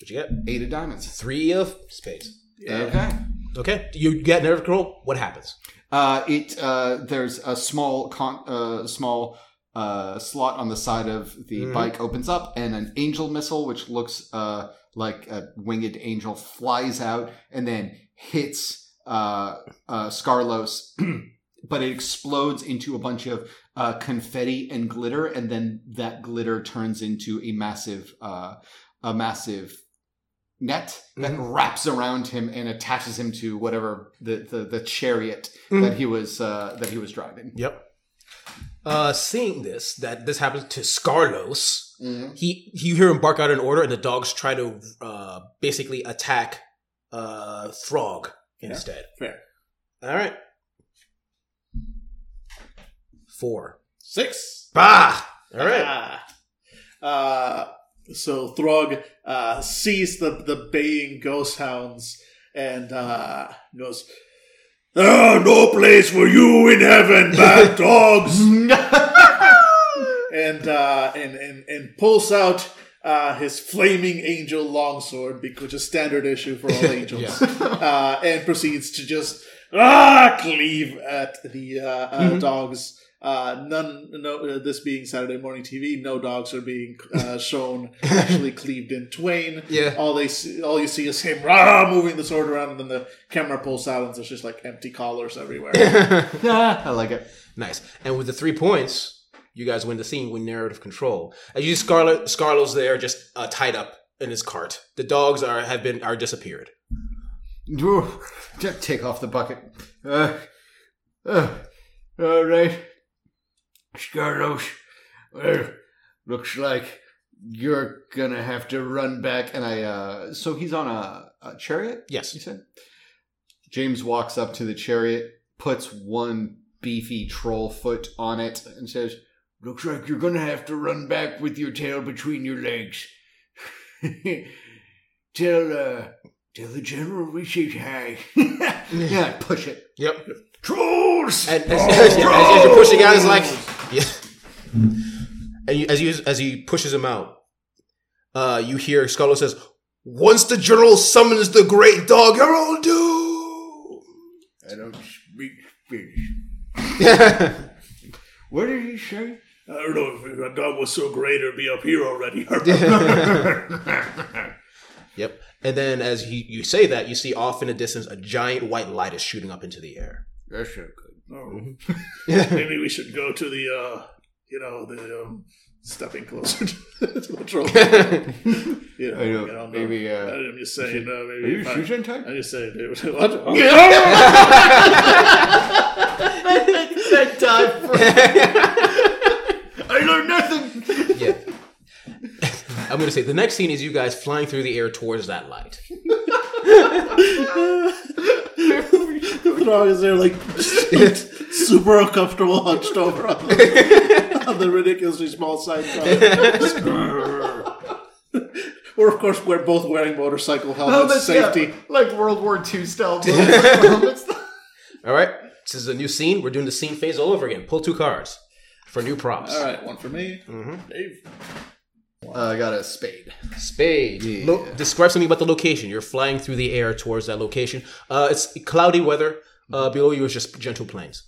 Speaker 10: you get?
Speaker 19: Eight of diamonds.
Speaker 10: Three of spades.
Speaker 19: Okay.
Speaker 10: Okay. You get nerve control. What happens?
Speaker 19: Uh, it uh, there's a small con- uh, small uh, slot on the side of the
Speaker 10: Mhm.
Speaker 19: bike opens up, and an angel missile, which looks uh, like a winged angel, flies out and then hits uh, uh, Scarlos, but it explodes into a bunch of uh, confetti and glitter, and then that glitter turns into a massive uh, a massive net that wraps around him and attaches him to whatever the the, the chariot that he was uh, that he was driving.
Speaker 10: Yep. Uh, seeing this, that this happens to Scarlos, he you hear him bark out an order, and the dogs try to uh, basically attack uh, Throg instead.
Speaker 18: Fair.
Speaker 10: All right. Four.
Speaker 18: Six.
Speaker 10: Bah! All right.
Speaker 18: Ah. Uh, so Throg uh, sees the, the baying ghost hounds and uh, goes, There are no place for you in heaven, bad dogs! and, uh, and, and, and pulls out uh, his flaming angel longsword, bec- which is standard issue for all angels, uh, and proceeds to just ah, cleave at the uh, uh,
Speaker 10: Mhm.
Speaker 18: dogs. Uh, none, no, uh, this being Saturday morning TV, no dogs are being uh, shown actually cleaved in twain.
Speaker 10: Yeah.
Speaker 18: All they see, all you see is him rah, moving the sword around, and then the camera pulls out, and there's just like empty collars everywhere.
Speaker 19: Ah, I like it.
Speaker 10: Nice. And with the three points, you guys win the scene with narrative control. As you see Scarlet Scarlo's there just uh, tied up in his cart. The dogs are have been are disappeared.
Speaker 19: Ooh, just take off the bucket. Uh, uh, all right, Scarlos. uh, looks like you're gonna have to run back. And I, uh, so he's on a, a chariot.
Speaker 10: Yes.
Speaker 19: you said. James walks up to the chariot, puts one beefy troll foot on it, and says, "Looks like you're gonna have to run back with your tail between your legs." Tell uh, Tell the general we should hang. yeah, push it.
Speaker 10: Yep.
Speaker 19: Trolls!
Speaker 10: And as, as, as you're pushing out, it's like yeah. And you, as you as he pushes him out, uh, you hear Scarlo says, "Once the general summons the great dog, you're all doomed."
Speaker 19: I don't speak Finnish. What did he say?
Speaker 18: I don't know if that dog was so great, it'd be up here already.
Speaker 10: Yep. And then as he, you say that, you see off in the distance a giant white light is shooting up into the air.
Speaker 19: That's not good.
Speaker 18: Oh. Maybe we should go to the, uh, you know, the um, stepping closer to the troll. you know,
Speaker 19: I know,
Speaker 18: don't
Speaker 19: maybe, uh,
Speaker 18: I'm just saying. Uh, maybe
Speaker 19: Are you
Speaker 18: if I-
Speaker 19: Shushan type? Oh.
Speaker 18: I'm just saying. Dude, what?
Speaker 20: that dive
Speaker 19: I learned nothing!
Speaker 10: Yeah. I'm going to say the next scene is you guys flying through the air towards that light.
Speaker 18: Throg frog is there, like super uncomfortable, hunched over on the, on the ridiculously small side frog. We're of course we're both wearing motorcycle
Speaker 20: Helmets,
Speaker 18: helmets.
Speaker 20: yeah,
Speaker 18: safety.
Speaker 20: like World War II style. helmets.
Speaker 10: All right. This is a new scene. We're doing the scene phase all over again. Pull two cards for new props.
Speaker 18: All right, one for me. Dave.
Speaker 20: Uh, I got a spade.
Speaker 10: Spade. Lo- describe something about the location. You're flying through the air towards that location. Uh, it's cloudy weather. Uh, below you is just gentle plains.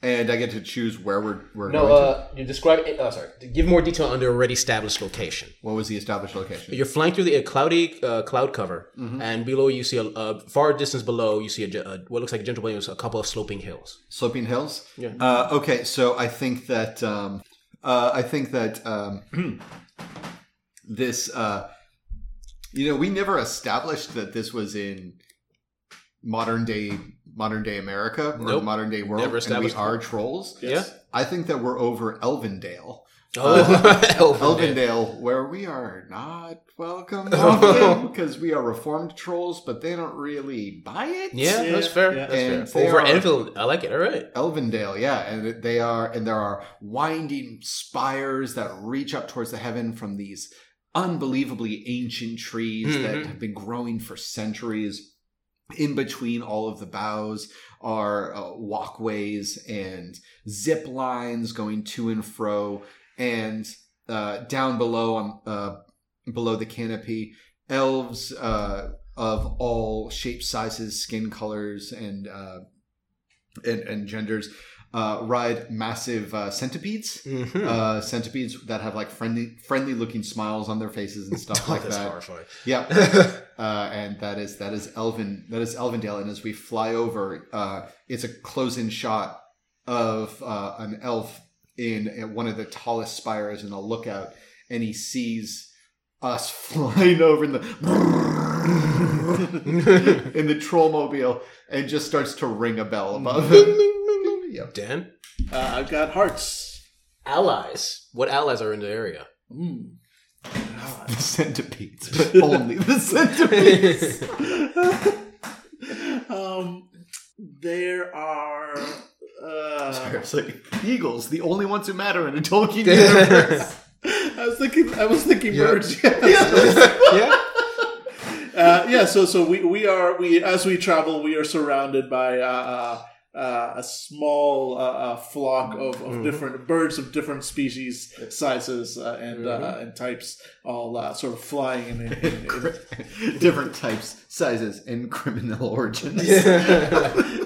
Speaker 19: And I get to choose where we're, we're
Speaker 10: No,
Speaker 19: going to.
Speaker 10: uh, you describe. It, uh, sorry, give more detail on the already established location.
Speaker 19: What was the established location?
Speaker 10: You're flying through the a cloudy uh, cloud cover, and below you see a, a far distance below you see a, ge- a, what looks like a gentle plain with a couple of sloping hills.
Speaker 19: Sloping Hills.
Speaker 10: Yeah.
Speaker 19: Uh, okay, so I think that um, uh, I think that um, this, uh, you know, we never established that this was in modern day modern day America or
Speaker 10: Nope.
Speaker 19: modern day world,
Speaker 10: Never
Speaker 19: and we
Speaker 10: established
Speaker 19: are trolls.
Speaker 10: Yes. Yeah.
Speaker 19: I think that we're over Elvindale.
Speaker 10: Oh,
Speaker 19: Elvindale.
Speaker 10: Elvindale.
Speaker 19: where we are not welcome because we are reformed trolls, but they don't really buy it.
Speaker 10: Yeah, that's fair. That's fair.
Speaker 19: they
Speaker 10: Over
Speaker 19: are-
Speaker 10: Enfield, I like it. All right.
Speaker 19: Elvindale, yeah, and they are, and there are winding spires that reach up towards the heaven from these unbelievably ancient trees that
Speaker 10: Mhm.
Speaker 19: have been growing for centuries. In between all of the boughs are uh, walkways and zip lines going to and fro, and uh, down below, on uh, below the canopy, elves uh, of all shapes, sizes, skin colors, and uh, and, and genders uh, ride massive uh, centipedes,
Speaker 10: Mhm.
Speaker 19: uh, centipedes that have like friendly friendly looking smiles on their faces and stuff
Speaker 10: Oh,
Speaker 19: like
Speaker 10: that's
Speaker 19: that.
Speaker 10: horrifying.
Speaker 19: Yeah, uh, and that is that is Elvin that is Elvindale, and as we fly over, uh, it's a close in shot of uh, an elf in uh, one of the tallest spires in the lookout, and he sees us flying over in the in the trollmobile, and just starts to ring a bell above him.
Speaker 10: Dan,
Speaker 18: uh, I've got hearts.
Speaker 10: Allies. What allies are in the area?
Speaker 19: The centipedes, but only the centipedes.
Speaker 18: Um, there are. Uh,
Speaker 20: Sorry, I was like, eagles, the only ones who matter in a Tolkien universe.
Speaker 18: I was thinking. I was thinking
Speaker 20: Yeah.
Speaker 18: birds. Yeah. Uh, yeah. So so we we are we as we travel we are surrounded by. Uh, uh, uh, a small uh, uh, flock of, of
Speaker 10: Mhm.
Speaker 18: different birds of different species, sizes, uh, and uh,
Speaker 10: Mhm.
Speaker 18: and types, all uh, sort of flying in, in, in, in
Speaker 19: Different types, sizes, and criminal origins.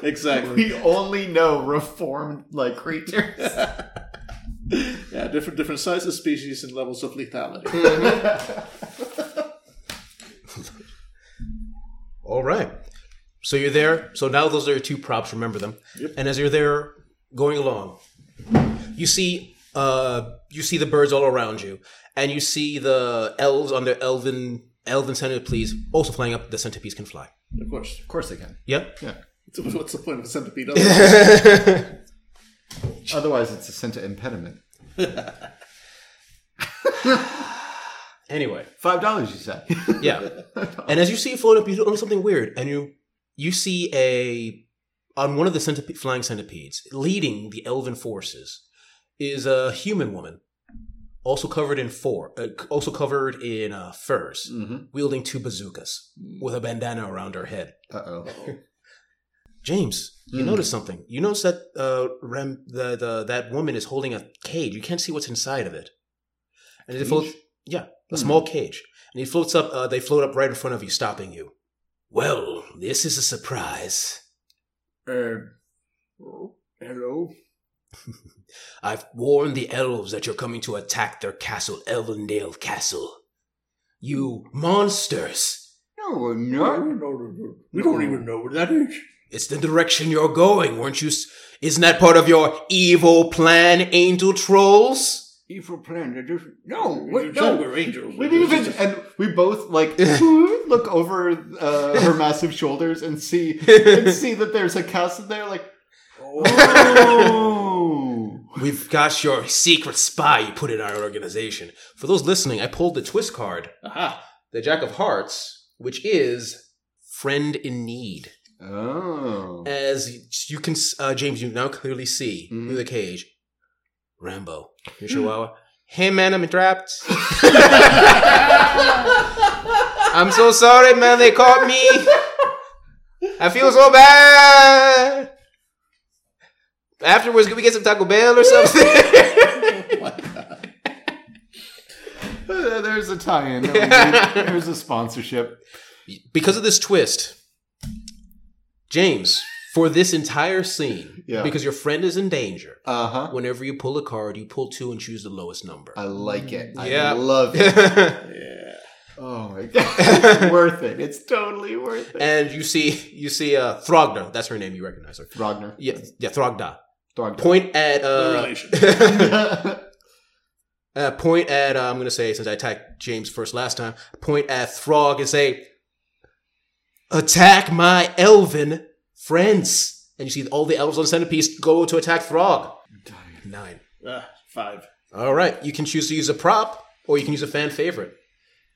Speaker 18: exactly.
Speaker 20: we only know reformed like creatures.
Speaker 18: Yeah, different different sizes, species, and levels of lethality.
Speaker 10: All right. So you're there. So now those are your two props. Remember them. And as you're there, going along, you see, uh, you see the birds all around you, and you see the elves on their elven elven centipedes also flying up. The centipedes can fly.
Speaker 18: Of course,
Speaker 19: of course they can.
Speaker 10: Yeah.
Speaker 19: Yeah.
Speaker 18: So What's the point of a centipede?
Speaker 19: Otherwise, it's a center impediment.
Speaker 10: Anyway.
Speaker 19: Five dollars, you said.
Speaker 10: yeah. And as you see it float up, you notice something weird, and you you see a on one of the centip- flying centipedes leading the elven forces is a human woman, also covered in fur, uh, c- also covered in uh, furs,
Speaker 20: Mm-hmm.
Speaker 19: Mm.
Speaker 10: wielding two bazookas with a bandana around her head.
Speaker 19: Uh oh.
Speaker 10: James, you
Speaker 19: Mm.
Speaker 10: notice something. You notice that uh, Rem, the, the that woman is holding a cage. You can't see what's inside of it. And it
Speaker 19: Cage?
Speaker 10: floats. Yeah, a
Speaker 19: Hmm.
Speaker 10: small cage. And it floats up. Uh, they float up right in front of you, stopping you. Well, this is a surprise.
Speaker 20: hello.
Speaker 10: I've warned the elves that you're coming to attack their castle, Elvendale Castle. You monsters!
Speaker 19: No, we're
Speaker 18: We don't even know what that is.
Speaker 10: It's the direction you're going, weren't you? s- Isn't that part of your evil plan, angel trolls?
Speaker 19: Evil plan. No,
Speaker 18: we,
Speaker 19: no.
Speaker 18: we're angels.
Speaker 20: We didn't even, and we both like look over uh, her massive shoulders and see and see that there's a castle there. Like, oh,
Speaker 10: We've got your secret spy you put in our organization. For those listening, I pulled the twist card,
Speaker 18: Aha.
Speaker 10: the Jack of Hearts, which is friend in need.
Speaker 19: Oh.
Speaker 10: As you can, s- uh, James, you now clearly see through the cage, Rambo, your chihuahua. Hey man, I'm trapped. I'm so sorry, man. They caught me. I feel so bad. Afterwards, can we get some Taco Bell or something?
Speaker 19: Uh, There's a tie-in. that we made. There's a sponsorship.
Speaker 10: because of this twist, James, for this entire scene,
Speaker 19: Yeah.
Speaker 10: because your friend is in danger,
Speaker 19: Uh-huh.
Speaker 10: whenever you pull a card, you pull two and choose the lowest number.
Speaker 19: I like it.
Speaker 10: Yeah.
Speaker 19: I love it. yeah. Oh my god. worth it. It's totally worth it.
Speaker 10: And you see, you see, uh, Throgna. That's her name. You recognize her.
Speaker 19: Throgner.
Speaker 10: Yeah, yeah, Throgda.
Speaker 19: Throgda.
Speaker 10: Point at uh,
Speaker 18: No relation.
Speaker 10: uh, point at uh, I'm gonna say since I attacked James first last time. Point at Throg and say, "Attack my elven friends!" And you see all the elves on the centerpiece go to attack Throg. Nine.
Speaker 18: Uh, five.
Speaker 10: All right, you can choose to use a prop or you can use a fan favorite.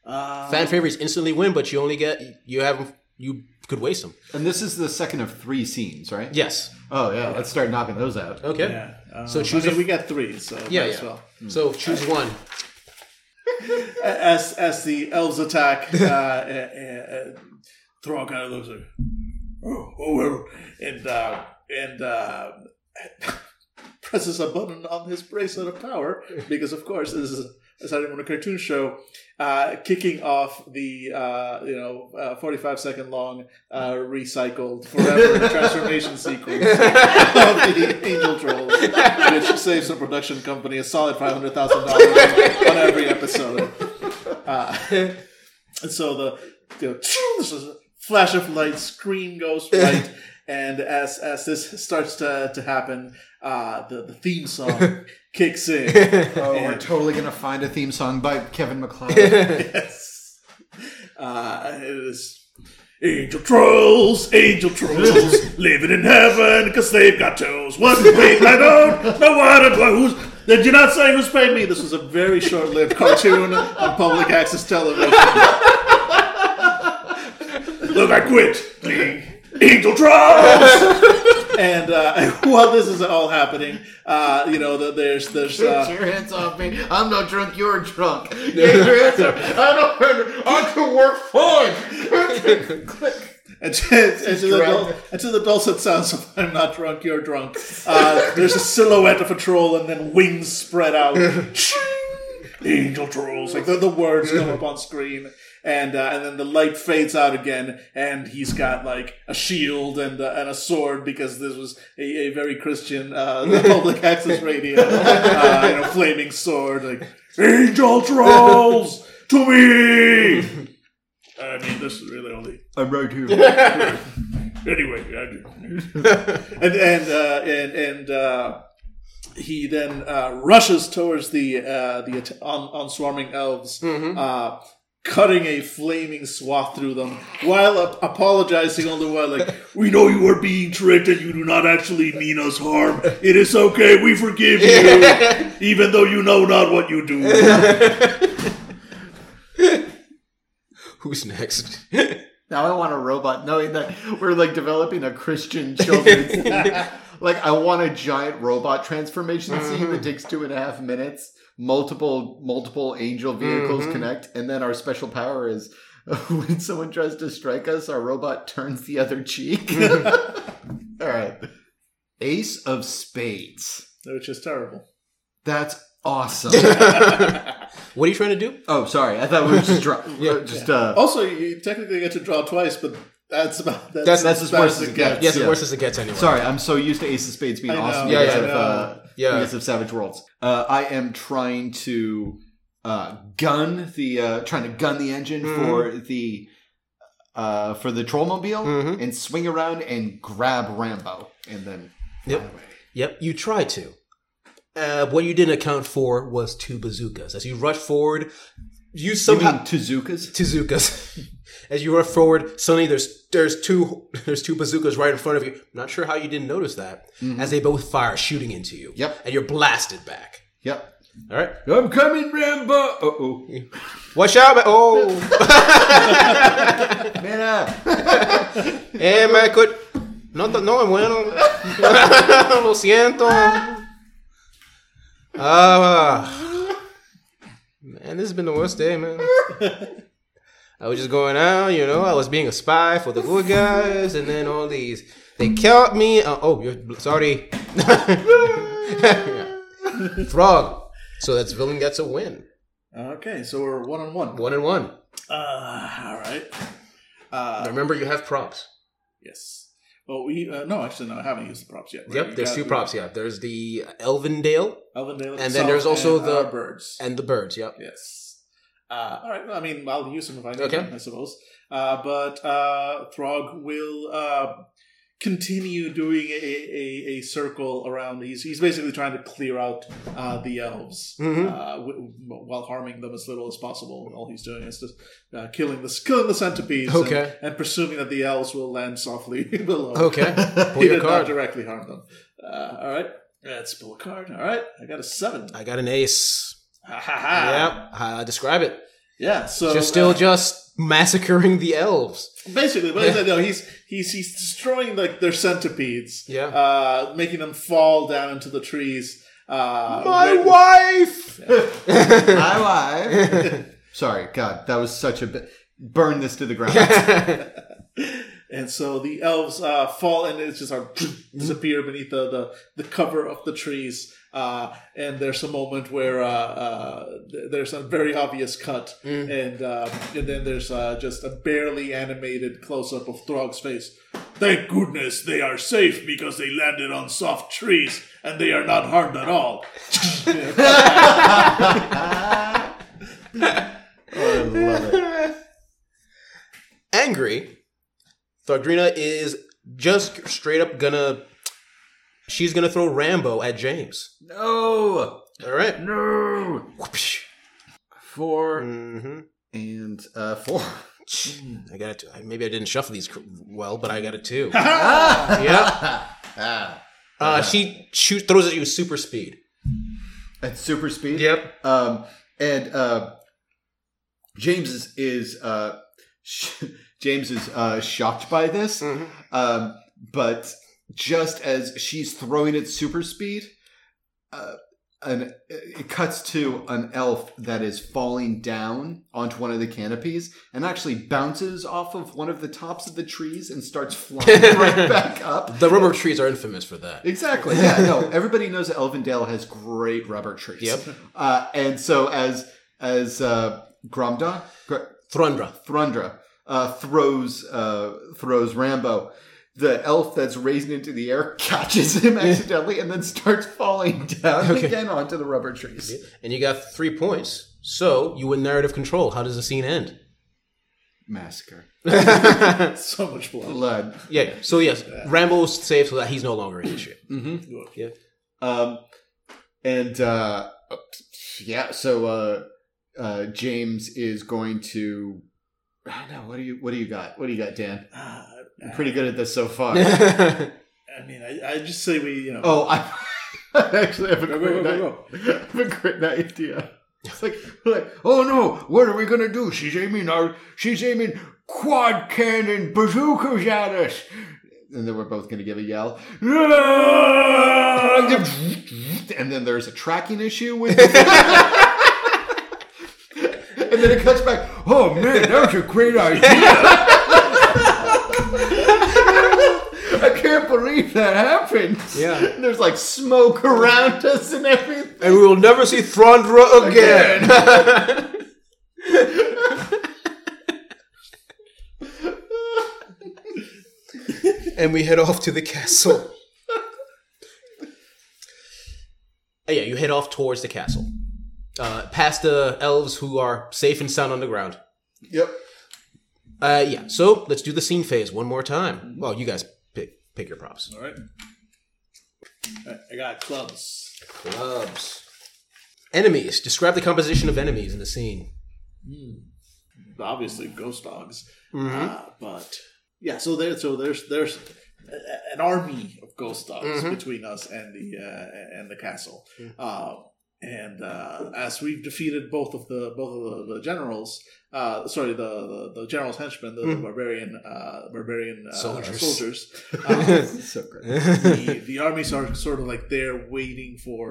Speaker 18: Uh,
Speaker 10: fan favorites instantly win, but you only get you have you could waste them.
Speaker 19: And this is the second of three scenes, right?
Speaker 10: Yes. Oh,
Speaker 19: Oh yeah. Let's start knocking those out.
Speaker 10: Okay.
Speaker 18: Yeah. Um,
Speaker 10: so choose.
Speaker 18: I mean,
Speaker 10: a,
Speaker 18: we got three, so
Speaker 10: yeah,
Speaker 18: might
Speaker 10: yeah.
Speaker 18: as well.
Speaker 10: So choose one.
Speaker 18: A- As as the elves attack, uh, uh, uh, Throg looks like, oh, oh, oh," and uh, and uh, presses a button on his bracelet of power because, of course, this is a Saturday morning cartoon show, uh, kicking off the uh, you know uh, forty five second long uh, recycled forever transformation sequence of the Angel Trolls, which saves the production company a solid five hundred thousand dollars on every episode. Uh, and so the, the this is a flash of light, screen goes white, and as as this starts to, to happen, uh, the, the theme song kicks in.
Speaker 19: Oh, we're
Speaker 18: and-
Speaker 19: totally gonna find a theme song by Kevin MacLeod.
Speaker 18: yes. Uh, it is Angel Trolls, Angel Trolls, living in heaven because they've got toes. What wait, I don't know what it was. Who's, did you not say who's paying me? This was a very short lived cartoon on public access television. Look, I quit. Ding. Angel Trolls! and uh, while this is all happening, uh, you know, the, there's, there's, uh,
Speaker 19: Get your hands off me! I'm not drunk. You're drunk. Get your hands off. I don't. I can work fine.
Speaker 18: And to, and, to the
Speaker 19: drunk.
Speaker 18: dul- and to the dulcet sounds of I'm not drunk, you're drunk, uh, there's a silhouette of a troll and then wings spread out. Angel trolls. Like the, the words come up on screen. And, uh, and then the light fades out again, and he's got like a shield and, uh, and a sword because this was a, a very Christian uh, public access radio, uh, you know, flaming sword like Angel trolls to me. I mean, this is really only
Speaker 19: I'm right here.
Speaker 18: anyway, I- and and uh, and and uh, he then uh, rushes towards the uh, the at- on, on swarming elves, uh, cutting a flaming swath through them, while ap- apologizing all the while, like, "We know you are being tricked, and you do not actually mean us harm. It is okay. We forgive you, even though you know not what you do."
Speaker 10: Who's next?
Speaker 19: Now I want a robot, knowing that we're like developing a Christian children's scene. Like I want a giant robot transformation scene
Speaker 10: Mm-hmm.
Speaker 19: that takes two and a half minutes. Multiple multiple angel vehicles
Speaker 10: Mm-hmm.
Speaker 19: connect, and then our special power is when someone tries to strike us, our robot turns the other cheek.
Speaker 10: Mm-hmm.
Speaker 19: All right, Ace of Spades.
Speaker 18: Which is terrible.
Speaker 19: That's awesome.
Speaker 10: What are you trying to do?
Speaker 19: oh, sorry, I thought we were just dro- just uh,
Speaker 10: Oh,
Speaker 18: Also, you technically get to draw twice, but that's about that's
Speaker 10: That's-
Speaker 19: that's as
Speaker 18: bad
Speaker 19: worse as it gets.
Speaker 10: Yes, the
Speaker 19: Yeah.
Speaker 10: worst as it gets anyway.
Speaker 19: Sorry, I'm so used to Ace of Spades being
Speaker 18: I know,
Speaker 19: awesome
Speaker 18: yeah,
Speaker 19: because,
Speaker 10: yeah,
Speaker 19: of,
Speaker 18: yeah.
Speaker 19: uh,
Speaker 10: Yeah.
Speaker 19: because of Savage Worlds. Uh, I am trying to uh, gun the uh, trying to gun the engine
Speaker 10: Mm-hmm.
Speaker 19: for the uh, for the Trollmobile
Speaker 10: Mm-hmm.
Speaker 19: and swing around and grab Rambo and then
Speaker 10: Yep. Yep, you try to. Uh, what you didn't account for was two bazookas. As you rush forward, you
Speaker 19: you mean
Speaker 10: somehow
Speaker 19: Tezuka's?
Speaker 10: Tezukas. As you rush forward, suddenly there's there's two there's two bazookas right in front of you. I'm not sure how you didn't notice that. As they both fire, shooting into you.
Speaker 19: Mm-hmm. Yep.
Speaker 10: And you're blasted back.
Speaker 19: Yep.
Speaker 10: All right.
Speaker 19: I'm coming, Rambo. Uh oh,
Speaker 10: Watch out! man. Oh,
Speaker 19: man! ah.
Speaker 10: hey man, could Eh, No, no es bueno. Lo siento. Ah, man, this has been the worst day, man. I was just going out, you know. I was being a spy for the good guys, and then all these they caught me. Uh, oh, you're sorry, frog. So that's villain gets a win.
Speaker 18: Okay, so we're one on one.
Speaker 10: One and one.
Speaker 18: Uh, all right. Uh,
Speaker 10: Remember, you have props.
Speaker 18: Yes. Well, we uh, no, actually, no, I haven't used the props yet. right?
Speaker 10: Yep,
Speaker 18: We
Speaker 10: there's
Speaker 18: got-
Speaker 10: two
Speaker 18: we-
Speaker 10: props. Yeah, there's the Elvendale,
Speaker 18: Elvendale
Speaker 10: and then there's also
Speaker 18: and,
Speaker 10: the
Speaker 18: uh, birds.
Speaker 10: and the birds. Yep.
Speaker 18: Yes. Uh, all right. Well, I mean, I'll use them if I need
Speaker 10: Okay.
Speaker 18: them, I suppose. Uh, but uh, Throg will uh, continue doing a, a, a circle around. He's, he's basically trying to clear out uh, the elves
Speaker 10: Mhm.
Speaker 18: uh, w- while harming them as little as possible. All he's doing is just uh, killing the killing the centipedes. and-
Speaker 10: Okay.
Speaker 18: And, presuming that the elves will land softly below.
Speaker 10: Okay. Pull
Speaker 18: he
Speaker 10: your
Speaker 18: did
Speaker 10: card.
Speaker 18: not directly harm them. Uh, all right. Let's pull a card. All right. I got a seven.
Speaker 10: I got an ace.
Speaker 18: Ha ha ha.
Speaker 10: Yep. Uh, describe it.
Speaker 18: Yeah. So
Speaker 10: You're still
Speaker 18: uh,
Speaker 10: just massacring the elves.
Speaker 18: Basically, but no, he's he's he's destroying like their centipedes.
Speaker 10: Yeah.
Speaker 18: Uh, making them fall down into the trees. Uh,
Speaker 10: My
Speaker 18: right-
Speaker 10: wife.
Speaker 19: My wife. Sorry, God, that was such a bit. Burn this to the ground.
Speaker 18: And so the elves uh, fall and it's just are disappear beneath the, the, the cover of the trees. Uh, and there's a moment where uh, uh, th- there's a very obvious cut, and uh, and then there's uh, just a barely animated close up of Throg's face. Thank goodness they are safe because they landed on soft trees and they are not harmed at all.
Speaker 19: I Oh, love it.
Speaker 10: Angry, Thogrina is just straight up gonna. She's gonna throw Rambo at James.
Speaker 19: No,
Speaker 10: All right.
Speaker 19: no.
Speaker 10: Whoopsh.
Speaker 19: 4
Speaker 10: Mhm.
Speaker 19: and uh, four.
Speaker 10: I got it. Maybe I didn't shuffle these cr- well, but I got it too.
Speaker 19: yeah. Ah!
Speaker 10: Uh, she shoots, throws at you super speed.
Speaker 19: At super speed.
Speaker 10: Yep.
Speaker 19: Um, and uh, James is, is uh, sh- James is uh, shocked by this. Um, but just as she's throwing at super speed, uh, an it cuts to an elf that is falling down onto one of the canopies and actually bounces off of one of the tops of the trees and starts flying right back up.
Speaker 10: The rubber trees are infamous for that.
Speaker 19: Exactly. Yeah. No. Everybody knows that Elvendale has great rubber trees.
Speaker 10: Yep.
Speaker 19: Uh, and so as as uh, Gromda Gr-
Speaker 10: Thrundra.
Speaker 19: Thrundra uh, throws uh, throws Rambo, the elf that's raising into the air catches him accidentally and then starts falling down
Speaker 10: Okay.
Speaker 19: again onto the rubber trees.
Speaker 10: And you got three points. So you win narrative control. How does the scene end?
Speaker 19: Massacre.
Speaker 18: so much blood.
Speaker 19: Blood.
Speaker 10: Yeah. So yes, Rambo's safe so that he's no longer an issue. Yeah.
Speaker 19: Um, and uh, yeah, so uh, uh, James is going to. I don't know. What do you What do you got? What do you got, Dan? I'm pretty good at this so far.
Speaker 18: Uh, I mean, I, I just say we, you know.
Speaker 19: oh, I, I actually have a
Speaker 18: Go,
Speaker 19: great
Speaker 18: go, go, go,
Speaker 19: I have a great idea. It's like, like, oh no, what are we gonna do? She's aiming our, she's aiming quad cannon bazookas at us, and then we're both gonna give a yell. And then there's a tracking issue with. And then it cuts back. Oh man, that was a great idea. I can't believe that happened.
Speaker 10: Yeah.
Speaker 19: There's like smoke around us and everything.
Speaker 10: And we will never see Thrundra again. and we head off to the castle. Uh, yeah, you head off towards the castle, uh, past the elves who are safe and sound on the ground.
Speaker 19: Yep.
Speaker 10: Uh, yeah, so let's do the scene phase one more time. Well, you guys pick pick your props.
Speaker 18: All right. All right, I got clubs.
Speaker 10: Clubs. Enemies. Describe the composition of enemies in the scene.
Speaker 18: Obviously, ghost dogs.
Speaker 10: Mhm.
Speaker 18: Uh, but yeah, so there, so there's there's a- a- an army of ghost dogs
Speaker 10: Mhm.
Speaker 18: between us and the uh, and the castle. Uh, And uh, as we've defeated both of the both of the, the generals, uh, sorry, the, the the general's henchmen, the, the
Speaker 10: Mm.
Speaker 18: barbarian uh, barbarian uh,
Speaker 10: Soldiers.
Speaker 18: soldiers, um,
Speaker 10: So great.
Speaker 18: the, the armies are sort of like there waiting for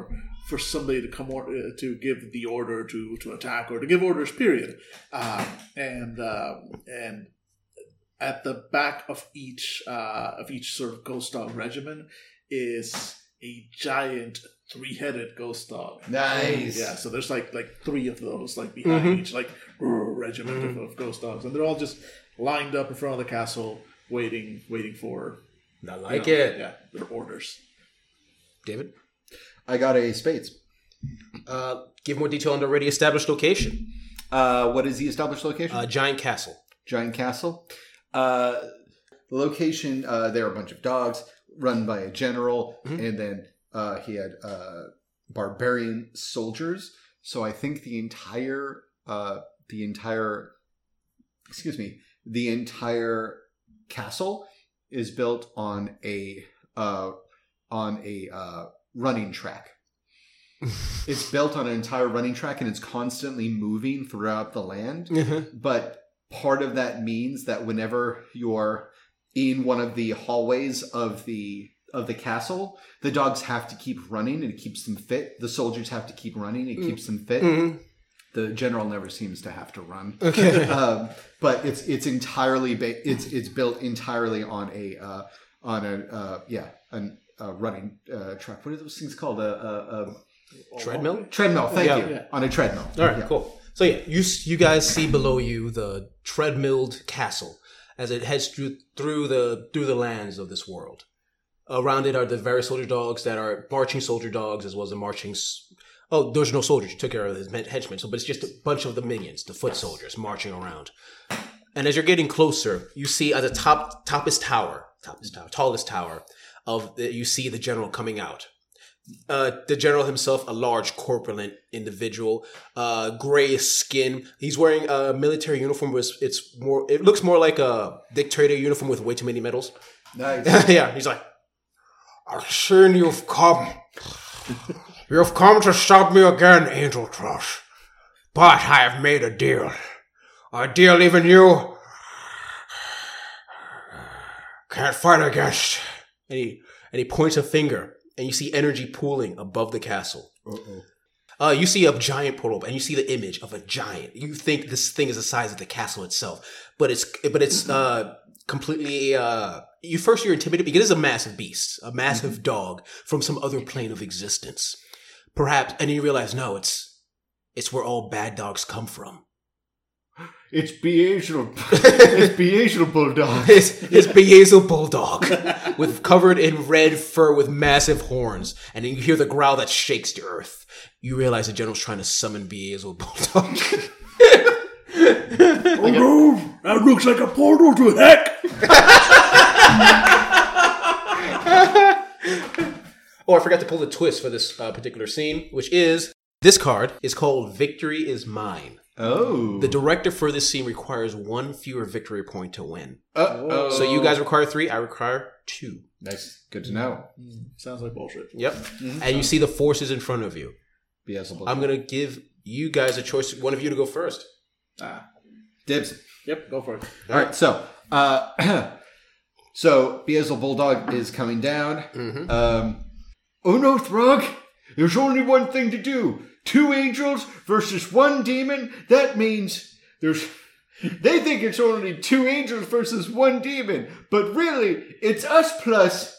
Speaker 18: for somebody to come or, uh, to give the order to to attack or to give orders. Period. Um, and um, and at the back of each uh, of each sort of ghost dog regimen is a giant three-headed ghost dog.
Speaker 19: Nice.
Speaker 18: Yeah, so there's like like three of those like behind
Speaker 19: Mhm.
Speaker 18: each like grrr, regiment of, of ghost dogs, and they're all just lined up in front of the castle, waiting waiting for.
Speaker 10: I
Speaker 19: like it.
Speaker 18: Yeah, their orders.
Speaker 10: David?
Speaker 19: I got a spades.
Speaker 10: Uh, give more detail on the already established location.
Speaker 19: Uh, what is the established location?
Speaker 10: Uh, giant castle.
Speaker 19: Giant Castle. Uh, the location, uh, there are a bunch of dogs run by a general, and then uh, he had uh, barbarian soldiers. So I think the entire, uh, the entire, excuse me, the entire castle is built on a uh, on a uh, running track. it's built on an entire running track and it's constantly moving throughout the land.
Speaker 10: Mm-hmm.
Speaker 19: But part of that means that whenever you're in one of the hallways of the of the castle, the dogs have to keep running and it keeps them fit. The soldiers have to keep running, it
Speaker 10: Mm.
Speaker 19: keeps them fit.
Speaker 10: Mhm.
Speaker 19: The general never seems to have to run.
Speaker 10: Okay.
Speaker 19: um, but it's it's entirely ba- it's it's built entirely on a uh, on a uh, yeah an a running uh, track. What are those things called? A, a, a
Speaker 10: Treadmill?
Speaker 19: Treadmill. Thank
Speaker 10: Yeah.
Speaker 19: you.
Speaker 10: Yeah.
Speaker 19: On a treadmill.
Speaker 10: All right, cool. So yeah, you s- you guys see below you the treadmilled castle as it heads through through the through the lands of this world. Around it are the various soldier dogs that are marching soldier dogs as well as the marching. s- Oh, there's no soldiers. You took care of his men- henchmen. So, but it's just a bunch of the minions, the foot soldiers, marching around. And as you're getting closer, you see at the top toppest tower, toppest tower, tallest tower of the, you see the general coming out uh, the general himself, a large, corpulent individual, uh, gray skin. He's wearing a military uniform. With it's more, it looks more like a dictator uniform with way too many medals.
Speaker 19: Nice.
Speaker 10: yeah, he's like, I've seen you've come. You've come to stop me again, Angel Trust. But I have made a deal. A deal even you can't fight against. And he, and he points a finger, and you see energy pooling above the castle.
Speaker 19: Uh-oh.
Speaker 10: Uh, you see a giant portal, and you see the image of a giant. You think this thing is the size of the castle itself, but it's but it's uh, completely. Uh, you first you're intimidated because it's a massive beast, a massive dog from some other plane of existence, perhaps, and you realize no, it's it's where all bad dogs come from.
Speaker 19: It's Beazel. it's Beazel Bulldog.
Speaker 10: It's, it's Beazel Bulldog with covered in red fur with massive horns, and then you hear the growl that shakes the earth. You realize the general's trying to summon Beazel Bulldog.
Speaker 18: Oh no! That looks like a portal to heck.
Speaker 10: Oh, I forgot to pull the twist for this uh, particular scene, which is this card is called "Victory Is Mine."
Speaker 19: Oh.
Speaker 10: The director for this scene requires one fewer victory point to win.
Speaker 19: Uh-oh.
Speaker 10: So you guys require three. I require two.
Speaker 19: Nice. Good to know.
Speaker 18: Sounds like bullshit.
Speaker 10: Yep.
Speaker 19: Mm-hmm.
Speaker 10: And you see the forces in front of you.
Speaker 19: Beelzebub.
Speaker 10: I'm gonna give you guys a choice. One of you to go first.
Speaker 18: Ah.
Speaker 19: Dibs.
Speaker 18: Yep, go for it.
Speaker 19: All right. So, uh, so Beazel Bulldog is coming down. Um, oh no, Throg! There's only one thing to do: two angels versus one demon. That means there's. They think it's only two angels versus one demon, but really, it's us plus.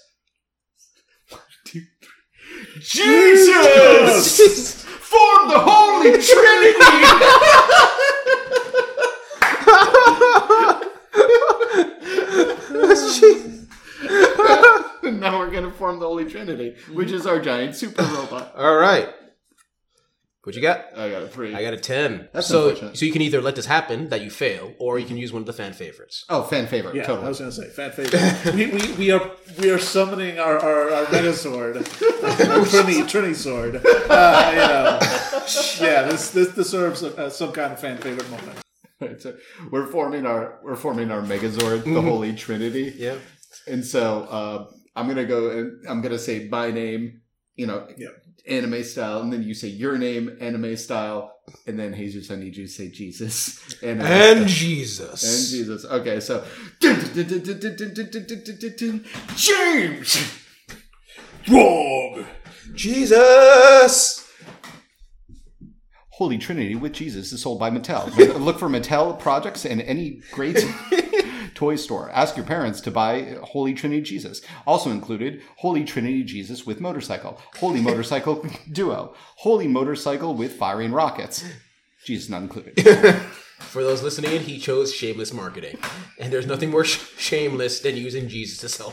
Speaker 19: One, two, three. Jesus! Form the Holy Trinity! now we're going to form the Holy Trinity, which is our giant super robot.
Speaker 10: All right. What you got?
Speaker 19: I got a three.
Speaker 10: I got a ten.
Speaker 19: That's
Speaker 10: so.
Speaker 19: unfortunate.
Speaker 10: So you can either let this happen that you fail, or you can use one of the fan favorites.
Speaker 19: Oh, fan favorite.
Speaker 18: Yeah,
Speaker 19: totally.
Speaker 18: I was gonna say fan favorite. we, we, we are we are summoning our our, our mega sword, Trini Trini sword. Uh, you know, yeah, this this deserves a, a, some kind of fan favorite moment.
Speaker 19: Right, so we're forming our we're forming our Megazord, the
Speaker 18: Mhm.
Speaker 19: Holy Trinity.
Speaker 10: Mm-hmm. Yeah.
Speaker 19: And so uh, I'm gonna go and I'm gonna say my name. You know,
Speaker 18: Yeah.
Speaker 19: anime style, and then you say your name anime style, and then Jesus, I need you to say Jesus anime
Speaker 10: And
Speaker 19: style.
Speaker 10: Jesus.
Speaker 19: and Jesus. Okay, so James
Speaker 10: Wrong. Jesus.
Speaker 19: Holy Trinity with Jesus is sold by Mattel. Look for Mattel products in any great toy store. Ask your parents to buy Holy Trinity Jesus. Also included Holy Trinity Jesus with motorcycle, Holy Motorcycle Duo, Holy Motorcycle with firing rockets. Jesus not included.
Speaker 10: For those listening in, he chose shameless marketing. And there's nothing more sh- shameless than using Jesus to sell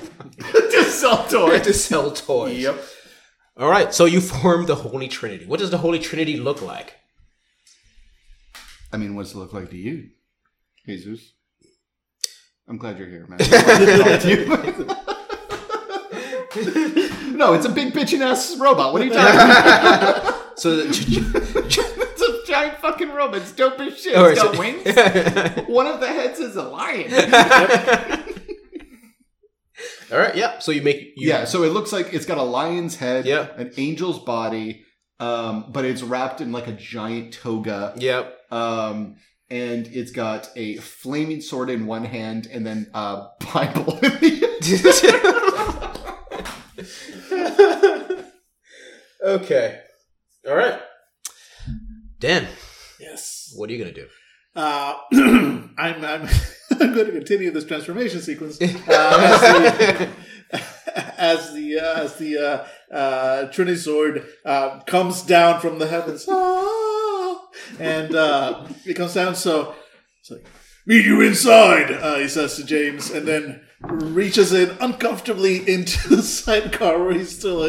Speaker 10: to
Speaker 19: sell toys.
Speaker 10: to sell toys. Yep. All right, so you formed the Holy Trinity. What does the Holy Trinity look like?
Speaker 19: I mean, what's it look like to you, Jesus? I'm glad you're here, man. no, it's a big bitching ass robot. What are you talking about?
Speaker 10: so
Speaker 19: it's a giant fucking robot. It's dope as shit.
Speaker 10: All right,
Speaker 19: it's got
Speaker 10: so-
Speaker 19: wings. One of the heads is a lion.
Speaker 10: All right, yeah. So you make you,
Speaker 19: yeah, so it looks like it's got a lion's head, an angel's body, um, but it's wrapped in like a giant toga.
Speaker 10: Yep.
Speaker 19: Um, and it's got a flaming sword in one hand and then a Bible in the other.
Speaker 10: okay. All right. Dan.
Speaker 18: Yes.
Speaker 10: What are you gonna do?
Speaker 18: Uh, I'm, I'm, I'm going to continue this transformation sequence uh, as the as the, uh, as the uh, uh, Trinity sword uh, comes down from the heavens, Ah! and uh, it comes down. So, it's like, meet you inside, uh, he says to James, and then reaches in uncomfortably into the sidecar where he's still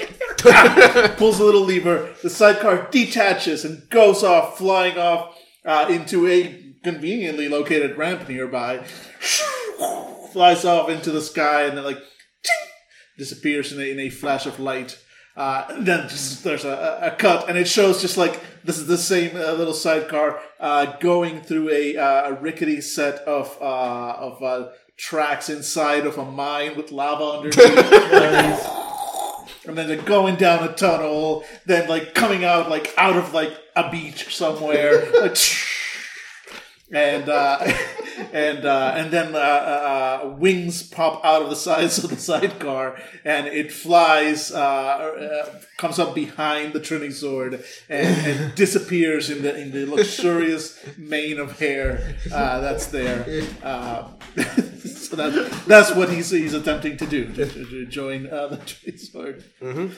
Speaker 18: at. pulls a little lever. The sidecar detaches and goes off, flying off uh, into a conveniently located ramp nearby. Flies off into the sky and then like disappears in a, in a flash of light. Uh, and then just, there's a, a a cut, and it shows just like this is the same uh, little sidecar uh, going through a, uh, a rickety set of uh, of uh, tracks inside of a mine with lava underneath. and then they're going down a tunnel, then like coming out like out of like a beach somewhere, like, and uh, and uh, and then uh, uh, uh, wings pop out of the sides of the sidecar, and it flies, uh, uh, comes up behind the Trinity sword, and, and disappears in the in the luxurious mane of hair uh, that's there. Uh, so that, that's what he's, he's attempting to do to, to- to join uh, the Trinity sword. Mm-hmm.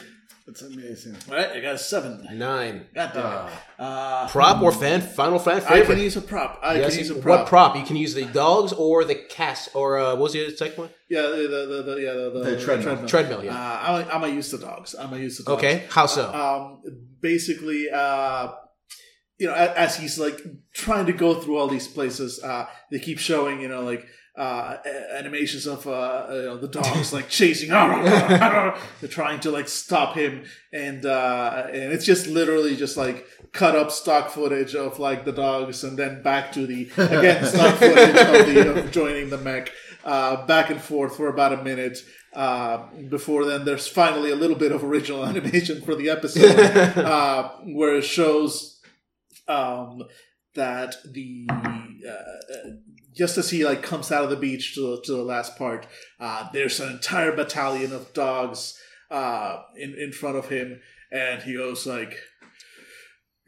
Speaker 19: That's amazing.
Speaker 18: All right, I got a seven.
Speaker 10: Nine.
Speaker 18: God damn it. Uh,
Speaker 10: Prop or fan? Final fan
Speaker 18: I
Speaker 10: favorite?
Speaker 18: can use a prop. I
Speaker 10: Yes,
Speaker 18: can use a
Speaker 10: you-
Speaker 18: prop.
Speaker 10: What prop? You can use the dogs or the cast or uh, what was the other second one?
Speaker 18: Yeah, the, the, the, the, yeah, the, the,
Speaker 10: The treadmill. Treadmill, yeah.
Speaker 18: Uh, I'm, I'm gonna use the dogs. I'm gonna use the dogs.
Speaker 10: Okay, how so?
Speaker 18: Uh, um, basically, uh, you know, a- as he's like trying to go through all these places, uh, they keep showing, you know, like uh, a- animations of uh, you know, the dogs like chasing. They're trying to like stop him, and uh, and it's just literally just like cut up stock footage of like the dogs, and then back to the again stock footage of the of joining the mech uh, back and forth for about a minute. Uh, before then, there's finally a little bit of original animation for the episode uh, where it shows um, that the uh, uh, just as he like comes out of the beach to the, to the last part, uh, there's an entire battalion of dogs uh, in in front of him, and he goes like,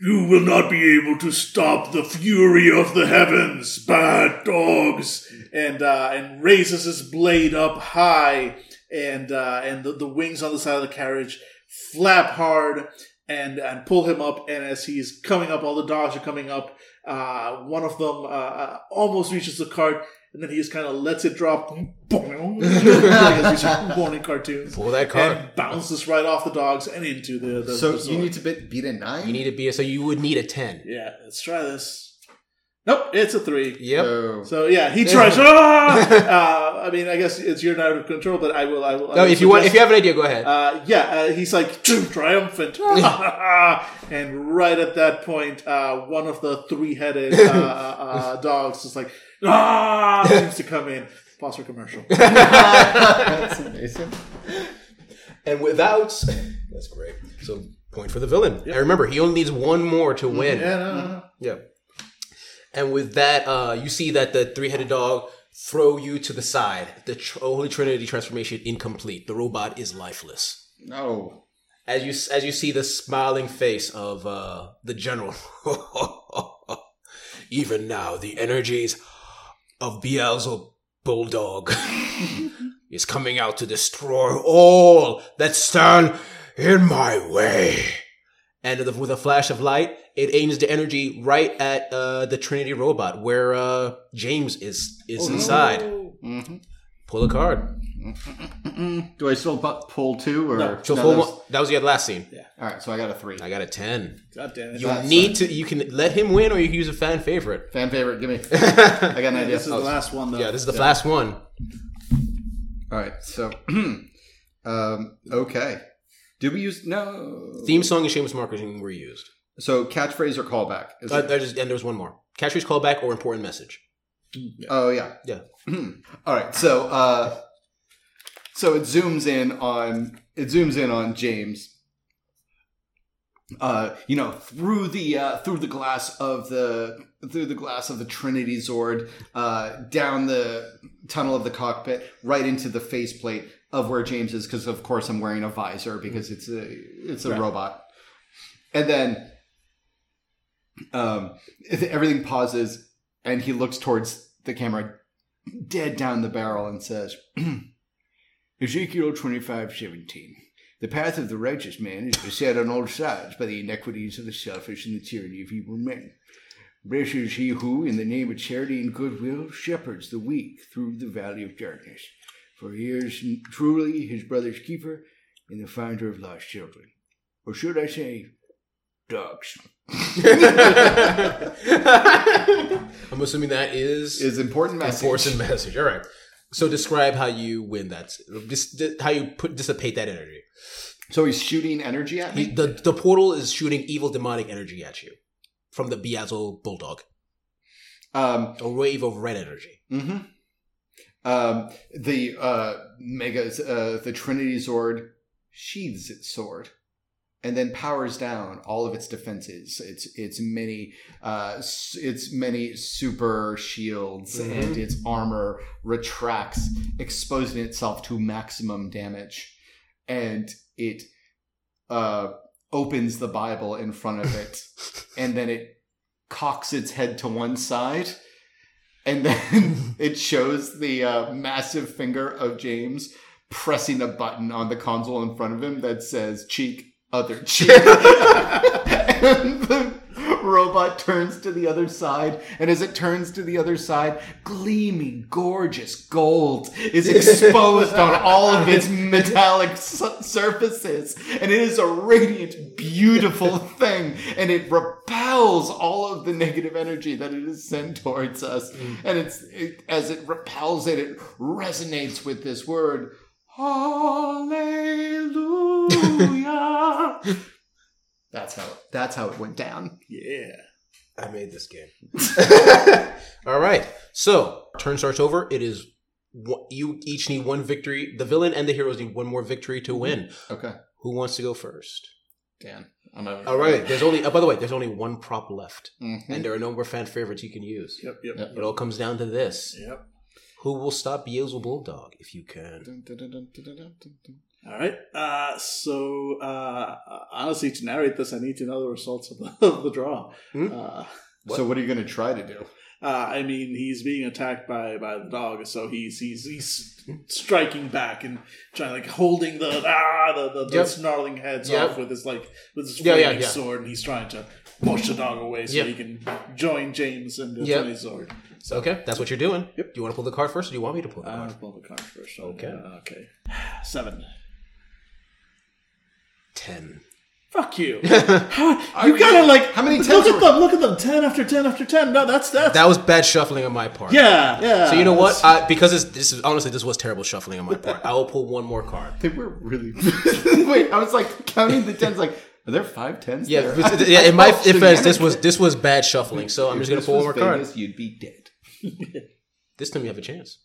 Speaker 18: "You will not be able to stop the fury of the heavens, bad dogs!" and uh, and raises his blade up high, and uh, and the, the wings on the side of the carriage flap hard and and pull him up. And as he's coming up, all the dogs are coming up. Uh, one of them uh, uh, almost reaches the cart, and then he just kind of lets it drop. Boing. like these morning cartoons.
Speaker 10: Pull that cart.
Speaker 18: And bounces right off the dogs and into the. the the sword.
Speaker 10: to
Speaker 19: beat, beat a nine.
Speaker 10: You need to beat. So you would need a ten.
Speaker 18: Yeah, let's try this. Nope, it's a three.
Speaker 10: Yep.
Speaker 19: Uh,
Speaker 18: So yeah, he tries. Ah! uh, I mean, I guess it's you're not out of control, but I will. I will. I
Speaker 10: No,
Speaker 18: will
Speaker 10: if you want-
Speaker 18: suggest-
Speaker 10: if you have an idea, go ahead.
Speaker 18: Uh, yeah, uh, he's like triumphant, and right at that point, uh, one of the three-headed uh, uh, dogs is like ah, seems to come in. Pause for commercial.
Speaker 10: And without, that's great. So point for the villain. And remember, he only needs one more to win.
Speaker 18: Yeah, no, no, no.
Speaker 10: Yeah. And with that, uh, you see that the three-headed dog throw you to the side. The tr- Holy Trinity transformation incomplete. The robot is lifeless.
Speaker 19: No.
Speaker 10: As you as you see the smiling face of uh, the general. Even now, the energies of Beelzebub Bulldog is coming out to destroy all that stand in my way. And the- with a flash of light, it aims the energy right at uh, the Trinity robot, where uh, James is is inside. Pull a card.
Speaker 19: Mm-hmm. Do I still bu- pull two or
Speaker 10: So
Speaker 19: No,
Speaker 10: full
Speaker 19: that's-
Speaker 10: one- that was your last scene. Yeah.
Speaker 19: All right, so I got a three.
Speaker 10: I got a ten.
Speaker 18: God damn it.
Speaker 10: You
Speaker 18: That's-
Speaker 10: need to. You can let him win, or you can use a fan favorite.
Speaker 19: Fan favorite, give me. I got an
Speaker 18: Yeah,
Speaker 19: idea. Oh,
Speaker 18: This is the last one, though.
Speaker 10: Oh, Yeah, this is the last one.
Speaker 19: All right, so um, okay. Do we use no
Speaker 10: Theme song and Seamus marketing were used.
Speaker 19: So catchphrase or callback? Is
Speaker 10: Uh,
Speaker 19: it-
Speaker 10: there's, and there's one more. Catchphrase callback or important message.
Speaker 19: Oh yeah,
Speaker 10: Yeah.
Speaker 19: All right, so uh, so it zooms in on it zooms in on James. Uh, you know, through the uh, through the glass of the through the glass of the Trinity Zord, uh, down the tunnel of the cockpit, right into the faceplate of where James is, because of course I'm wearing a visor because it's a it's a
Speaker 18: Right.
Speaker 19: robot, and then um, everything pauses, and he looks towards the camera dead down the barrel and says, Ezekiel 25:17. The path of the righteous man is beset on all sides by the inequities of the selfish and the tyranny of evil men. Blessed is he who, in the name of charity and goodwill, shepherds the weak through the valley of darkness, for he is truly his brother's keeper and the finder of lost children. Or should I say, dogs?
Speaker 10: I'm assuming that is
Speaker 19: Is important message.
Speaker 10: important message. All right. So describe how you win that. Dis, di- how you put dissipate that energy.
Speaker 19: So he's shooting energy at me.
Speaker 10: He- the the portal is shooting evil demonic energy at you from the Beazel Bulldog.
Speaker 19: Um,
Speaker 10: A wave of red energy.
Speaker 19: hmm Um, the uh, mega, uh, the Trinity Zord sheathes its sword, and then powers down all of its defenses. Its its many, uh, s- its many super shields
Speaker 10: Mhm.
Speaker 19: and its armor retracts, exposing itself to maximum damage, and it uh, opens the Bible in front of it, and then it cocks its head to one side and then it shows the uh, massive finger of James pressing a button on the console in front of him that says cheek other cheek and the robot turns to the other side and as it turns to the other side gleaming gorgeous gold is exposed on all of its metallic su- surfaces and it is a radiant beautiful thing and it repels all of the negative energy that it is sent towards us and it's it, as it repels it it resonates with this word Hallelujah. that's how that's how it went down.
Speaker 18: Yeah.
Speaker 10: I made this game. All right. So turn starts over. It is one- you each need one victory. The villain and the heroes need one more victory to win.
Speaker 19: Okay.
Speaker 10: Who wants to go first?
Speaker 19: Dan. I'm over.
Speaker 10: All right. There's only. uh, by the way, there's only one prop left,
Speaker 19: Mhm.
Speaker 10: and there are no more fan favorites you can use.
Speaker 18: Yep, yep.
Speaker 19: Yep.
Speaker 10: It all comes down to this:
Speaker 18: Yep.
Speaker 10: Who will stop Beelzebub Bulldog if you can?
Speaker 19: Dun, dun, dun, dun, dun, dun, dun, dun, dun.
Speaker 18: All right. Uh, so, uh, honestly, to narrate this, I need to know the results of the, of the draw.
Speaker 10: Hmm?
Speaker 18: Uh,
Speaker 19: So what are you going to try to do?
Speaker 18: uh, I mean, he's being attacked by, by the dog, so he's he's he's striking back and trying like holding the ah the, the, the
Speaker 10: Yep.
Speaker 18: snarling heads
Speaker 10: Yep.
Speaker 18: off with his like with his
Speaker 10: Yeah, yeah,
Speaker 18: flaming
Speaker 10: yeah.
Speaker 18: sword, and he's trying to push the dog away so
Speaker 10: Yep.
Speaker 18: he can join James and the
Speaker 10: Yep.
Speaker 18: Tony sword.
Speaker 10: So, okay, that's what you're doing.
Speaker 18: Yep.
Speaker 10: Do you want to pull the card first, or do you want me to pull the
Speaker 18: Uh,
Speaker 10: card?
Speaker 18: pull the card first.
Speaker 10: Okay.
Speaker 18: Uh, okay. Seven.
Speaker 10: Ten.
Speaker 18: Fuck you. you gotta like
Speaker 19: how many
Speaker 18: Look
Speaker 19: tens
Speaker 18: at
Speaker 19: were-
Speaker 18: them. Look at them. Ten after ten after ten. No, that's that's
Speaker 10: That was bad shuffling on my part.
Speaker 18: yeah yeah.
Speaker 10: So you know what?
Speaker 18: that's-
Speaker 10: I, because it's, this is honestly this was terrible shuffling on my part. I will pull one more card.
Speaker 19: They were really Wait, I was like counting the tens like are there five tens
Speaker 10: Yeah,
Speaker 19: there? Oh,
Speaker 10: but- yeah. In my
Speaker 19: I felt
Speaker 10: defense, this
Speaker 19: shenanigans.
Speaker 10: was this was bad shuffling. So I'm
Speaker 19: If
Speaker 10: just gonna
Speaker 19: this
Speaker 10: pull one
Speaker 19: was
Speaker 10: more card.
Speaker 19: Vegas, You'd be dead.
Speaker 10: This time you have a chance.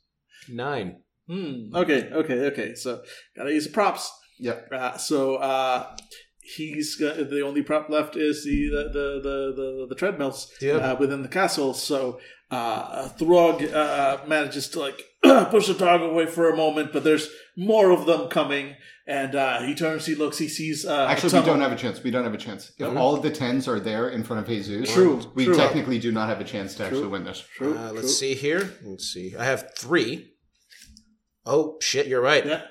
Speaker 10: Nine.
Speaker 18: Hmm. Okay. Okay. Okay. So gotta use the props.
Speaker 19: Yeah.
Speaker 18: Uh, so uh, he's got, the only prop left is the the the the, the, the treadmills
Speaker 10: Yeah.
Speaker 18: uh, within the castle. So uh, Throg uh, manages to like push the dog away for a moment, but there's more of them coming, and uh, he turns, he looks, he sees. Uh, a
Speaker 19: Actually, we
Speaker 18: tunnel.
Speaker 19: don't have a chance. We don't have a chance. If
Speaker 10: Uh-huh.
Speaker 18: Okay.
Speaker 19: all of the tens are there in front of Jesus,
Speaker 18: True,
Speaker 19: we
Speaker 18: true.
Speaker 19: technically do not have a chance to actually win this.
Speaker 10: Uh, let's see here. Let's see. I have three. Oh shit! You're right.
Speaker 18: Yeah.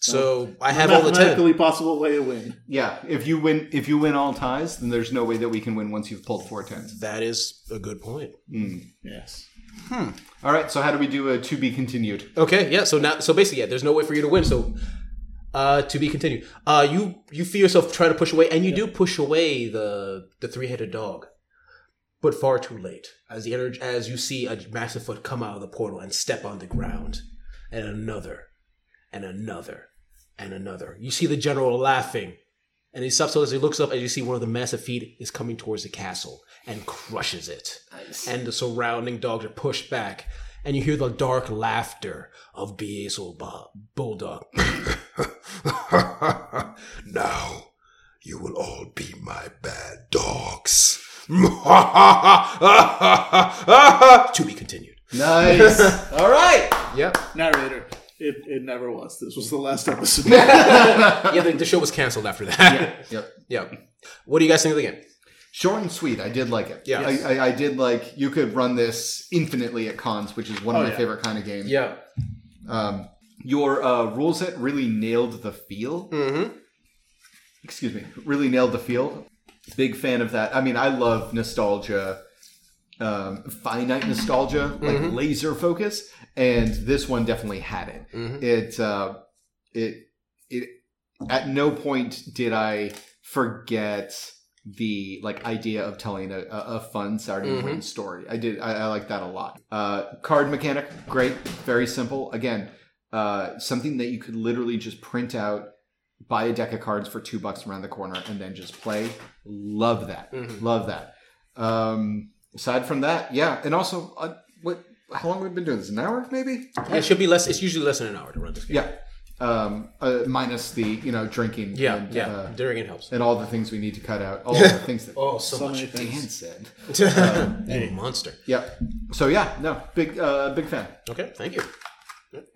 Speaker 10: So I have all the ten.
Speaker 18: possible way to win.
Speaker 19: Yeah, if you win, if you win all ties, then there's no way that we can win once you've pulled four tens.
Speaker 10: That is a good point.
Speaker 19: Mm.
Speaker 18: Yes.
Speaker 10: Hmm.
Speaker 19: All right. So how do we do a to be continued?
Speaker 10: Okay, yeah. So now, so basically, yeah. There's no way for you to win. So, uh, to be continued. Uh, you you feel yourself trying to push away, and you do push away the the three headed dog, but far too late. As the energy, as you see a massive foot come out of the portal and step on the ground, and another, and another, and another. You see the general laughing. And he stops so as he looks up, as you see one of the massive feet is coming towards the castle and crushes it. And the surrounding dogs are pushed back, and you hear the dark laughter of Beelzebub Bulldog.
Speaker 21: now you will all be my bad dogs. to
Speaker 10: be continued.
Speaker 19: Nice. all right.
Speaker 10: Yep.
Speaker 18: Narrator. It, it never was. This was the last episode.
Speaker 10: yeah, the, the show was canceled after that.
Speaker 19: Yep.
Speaker 10: Yep. What do you guys think of the game?
Speaker 19: Short and sweet. I did like it.
Speaker 10: Yeah. Yes.
Speaker 19: I, I, I did like. You could run this infinitely at cons, which is one of
Speaker 10: Oh,
Speaker 19: my
Speaker 10: yeah.
Speaker 19: favorite kind of games.
Speaker 10: Yeah.
Speaker 19: Um, your uh, rule set really nailed the feel.
Speaker 10: Mm-hmm.
Speaker 19: Excuse me. Really nailed the feel. Big fan of that. I mean, I love nostalgia, um, finite nostalgia, like
Speaker 10: Mhm.
Speaker 19: laser focus, and this one definitely had it.
Speaker 10: Mm-hmm.
Speaker 19: It uh, it it at no point did I forget the like idea of telling a, a a fun Saturday
Speaker 10: Mhm.
Speaker 19: morning story. I did I, I like that a lot. Uh, card mechanic, great, very simple. Again, uh, something that you could literally just print out, buy a deck of cards for two bucks around the corner, and then just play. Love that.
Speaker 10: Mhm.
Speaker 19: Love that. Um, aside from that, yeah, and also uh, what? How long have we been doing this? An hour, maybe?
Speaker 10: Yeah, it should be less. It's usually less than an hour to run this game.
Speaker 19: Yeah. Um, uh, minus the you know drinking.
Speaker 10: Yeah,
Speaker 19: and,
Speaker 10: yeah.
Speaker 19: uh,
Speaker 10: Drinking helps.
Speaker 19: and all the things we need to cut out. All the things that.
Speaker 10: Oh, so,
Speaker 19: So
Speaker 10: much.
Speaker 19: many things. Dan
Speaker 10: said.
Speaker 19: Um,
Speaker 10: You monster.
Speaker 19: Yeah. So yeah, no, big uh, big fan.
Speaker 10: Okay, thank you.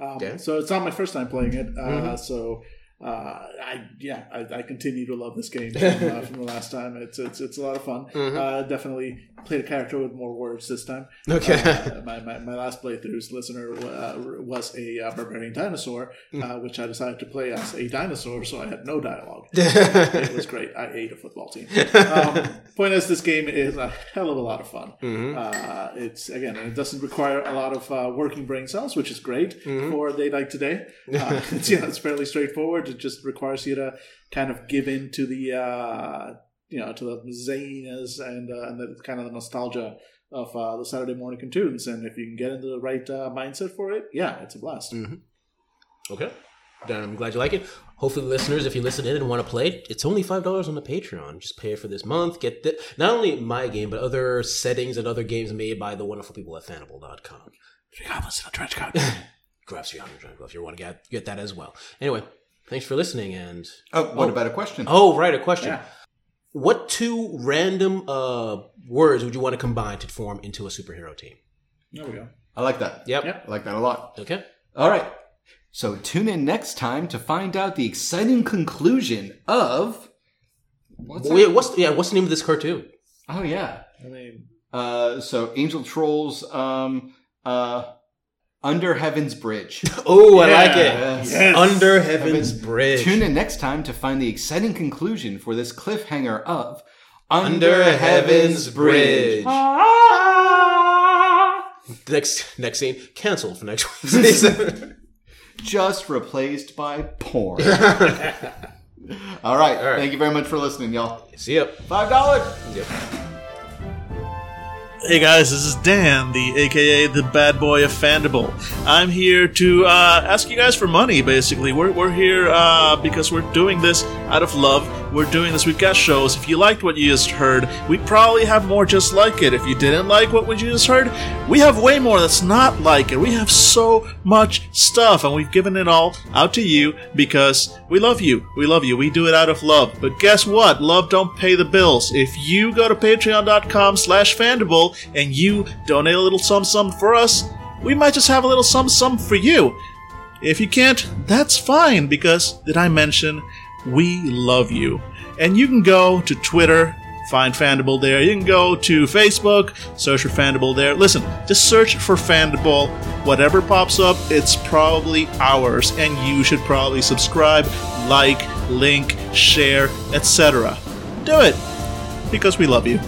Speaker 18: Um,
Speaker 10: Dan?
Speaker 18: So it's not my first time playing it. Uh,
Speaker 10: Mhm.
Speaker 18: So uh, I yeah I, I continue to love this game from, uh, from the last time. It's it's, it's a lot of fun.
Speaker 10: Mhm.
Speaker 18: Uh, definitely played a character with more words this time.
Speaker 10: Okay.
Speaker 18: Uh, my, my, my last playthrough's listener uh, was a uh, barbarian dinosaur,
Speaker 10: Mm.
Speaker 18: uh, which I decided to play as a dinosaur, so I had no dialogue. it was great. I ate a football team. Um, point is, this game is a hell of a lot of fun.
Speaker 10: Mhm.
Speaker 18: Uh, it's again, it doesn't require a lot of uh, working brain cells, which is great for a day like today. Uh, it's, you know, it's fairly straightforward. It just requires you to kind of give in to the uh, you know to the zaniness and uh, and the kind of the nostalgia of uh, the Saturday morning cartoons. And if you can get into the right uh, mindset for it, yeah, it's a blast.
Speaker 10: Okay. Then I'm glad you like it. Hopefully, the listeners, if you listen in and want to play it, it's only five dollars on the Patreon. Just pay it for this month. Get the, not only my game, but other settings and other games made by the wonderful people at Fanable.com. Three goblins in a trench coat. Grab three goblins in a trench coat if you want to get get that as well. Anyway, thanks for listening. And
Speaker 19: Oh, what about a question?
Speaker 10: Oh, right, a question.
Speaker 19: Yeah.
Speaker 10: What two random uh, words would you want to combine to form into a superhero team?
Speaker 18: There we go.
Speaker 19: I like that.
Speaker 10: Yep.
Speaker 19: I like that a lot.
Speaker 10: Okay.
Speaker 19: All right. So tune in next time to find out the exciting conclusion of. What's
Speaker 10: Wait,
Speaker 19: that?
Speaker 10: what's yeah? What's the name of this cartoon?
Speaker 19: Oh yeah.
Speaker 18: I mean,
Speaker 19: Uh, so Angel Trolls. Um. Uh. Under Heaven's Bridge.
Speaker 10: Oh, I like it. Under Heaven's Bridge.
Speaker 19: Tune in next time to find the exciting conclusion for this cliffhanger of
Speaker 10: Under Heaven's Bridge. Next next scene canceled for next season.
Speaker 19: Just replaced by porn. All right.
Speaker 10: All right.
Speaker 19: Thank you very much for listening, y'all.
Speaker 10: See ya.
Speaker 19: Five dollars.
Speaker 10: Yep.
Speaker 18: Hey guys, this is Dan, the AKA the bad boy of Fandible. I'm here to uh, ask you guys for money, basically. We're, we're here uh, because we're doing this out of love. We're doing this, we've got shows. If you liked what you just heard, we probably have more just like it. If you didn't like what we just heard, we have way more that's not like it. We have so much stuff, and we've given it all out to you because we love you. We love you. We do it out of love. But guess what? Love don't pay the bills. If you go to patreon.com slash fandible and you donate a little sum sum for us, we might just have a little sum sum for you. If you can't, that's fine because did I mention we love you? And you can go to Twitter, find Fandible there. You can go to Facebook, search for Fandible there. Listen, just search for Fandible. Whatever pops up, it's probably ours, and you should probably subscribe, like, link, share, etc. Do it because we love you.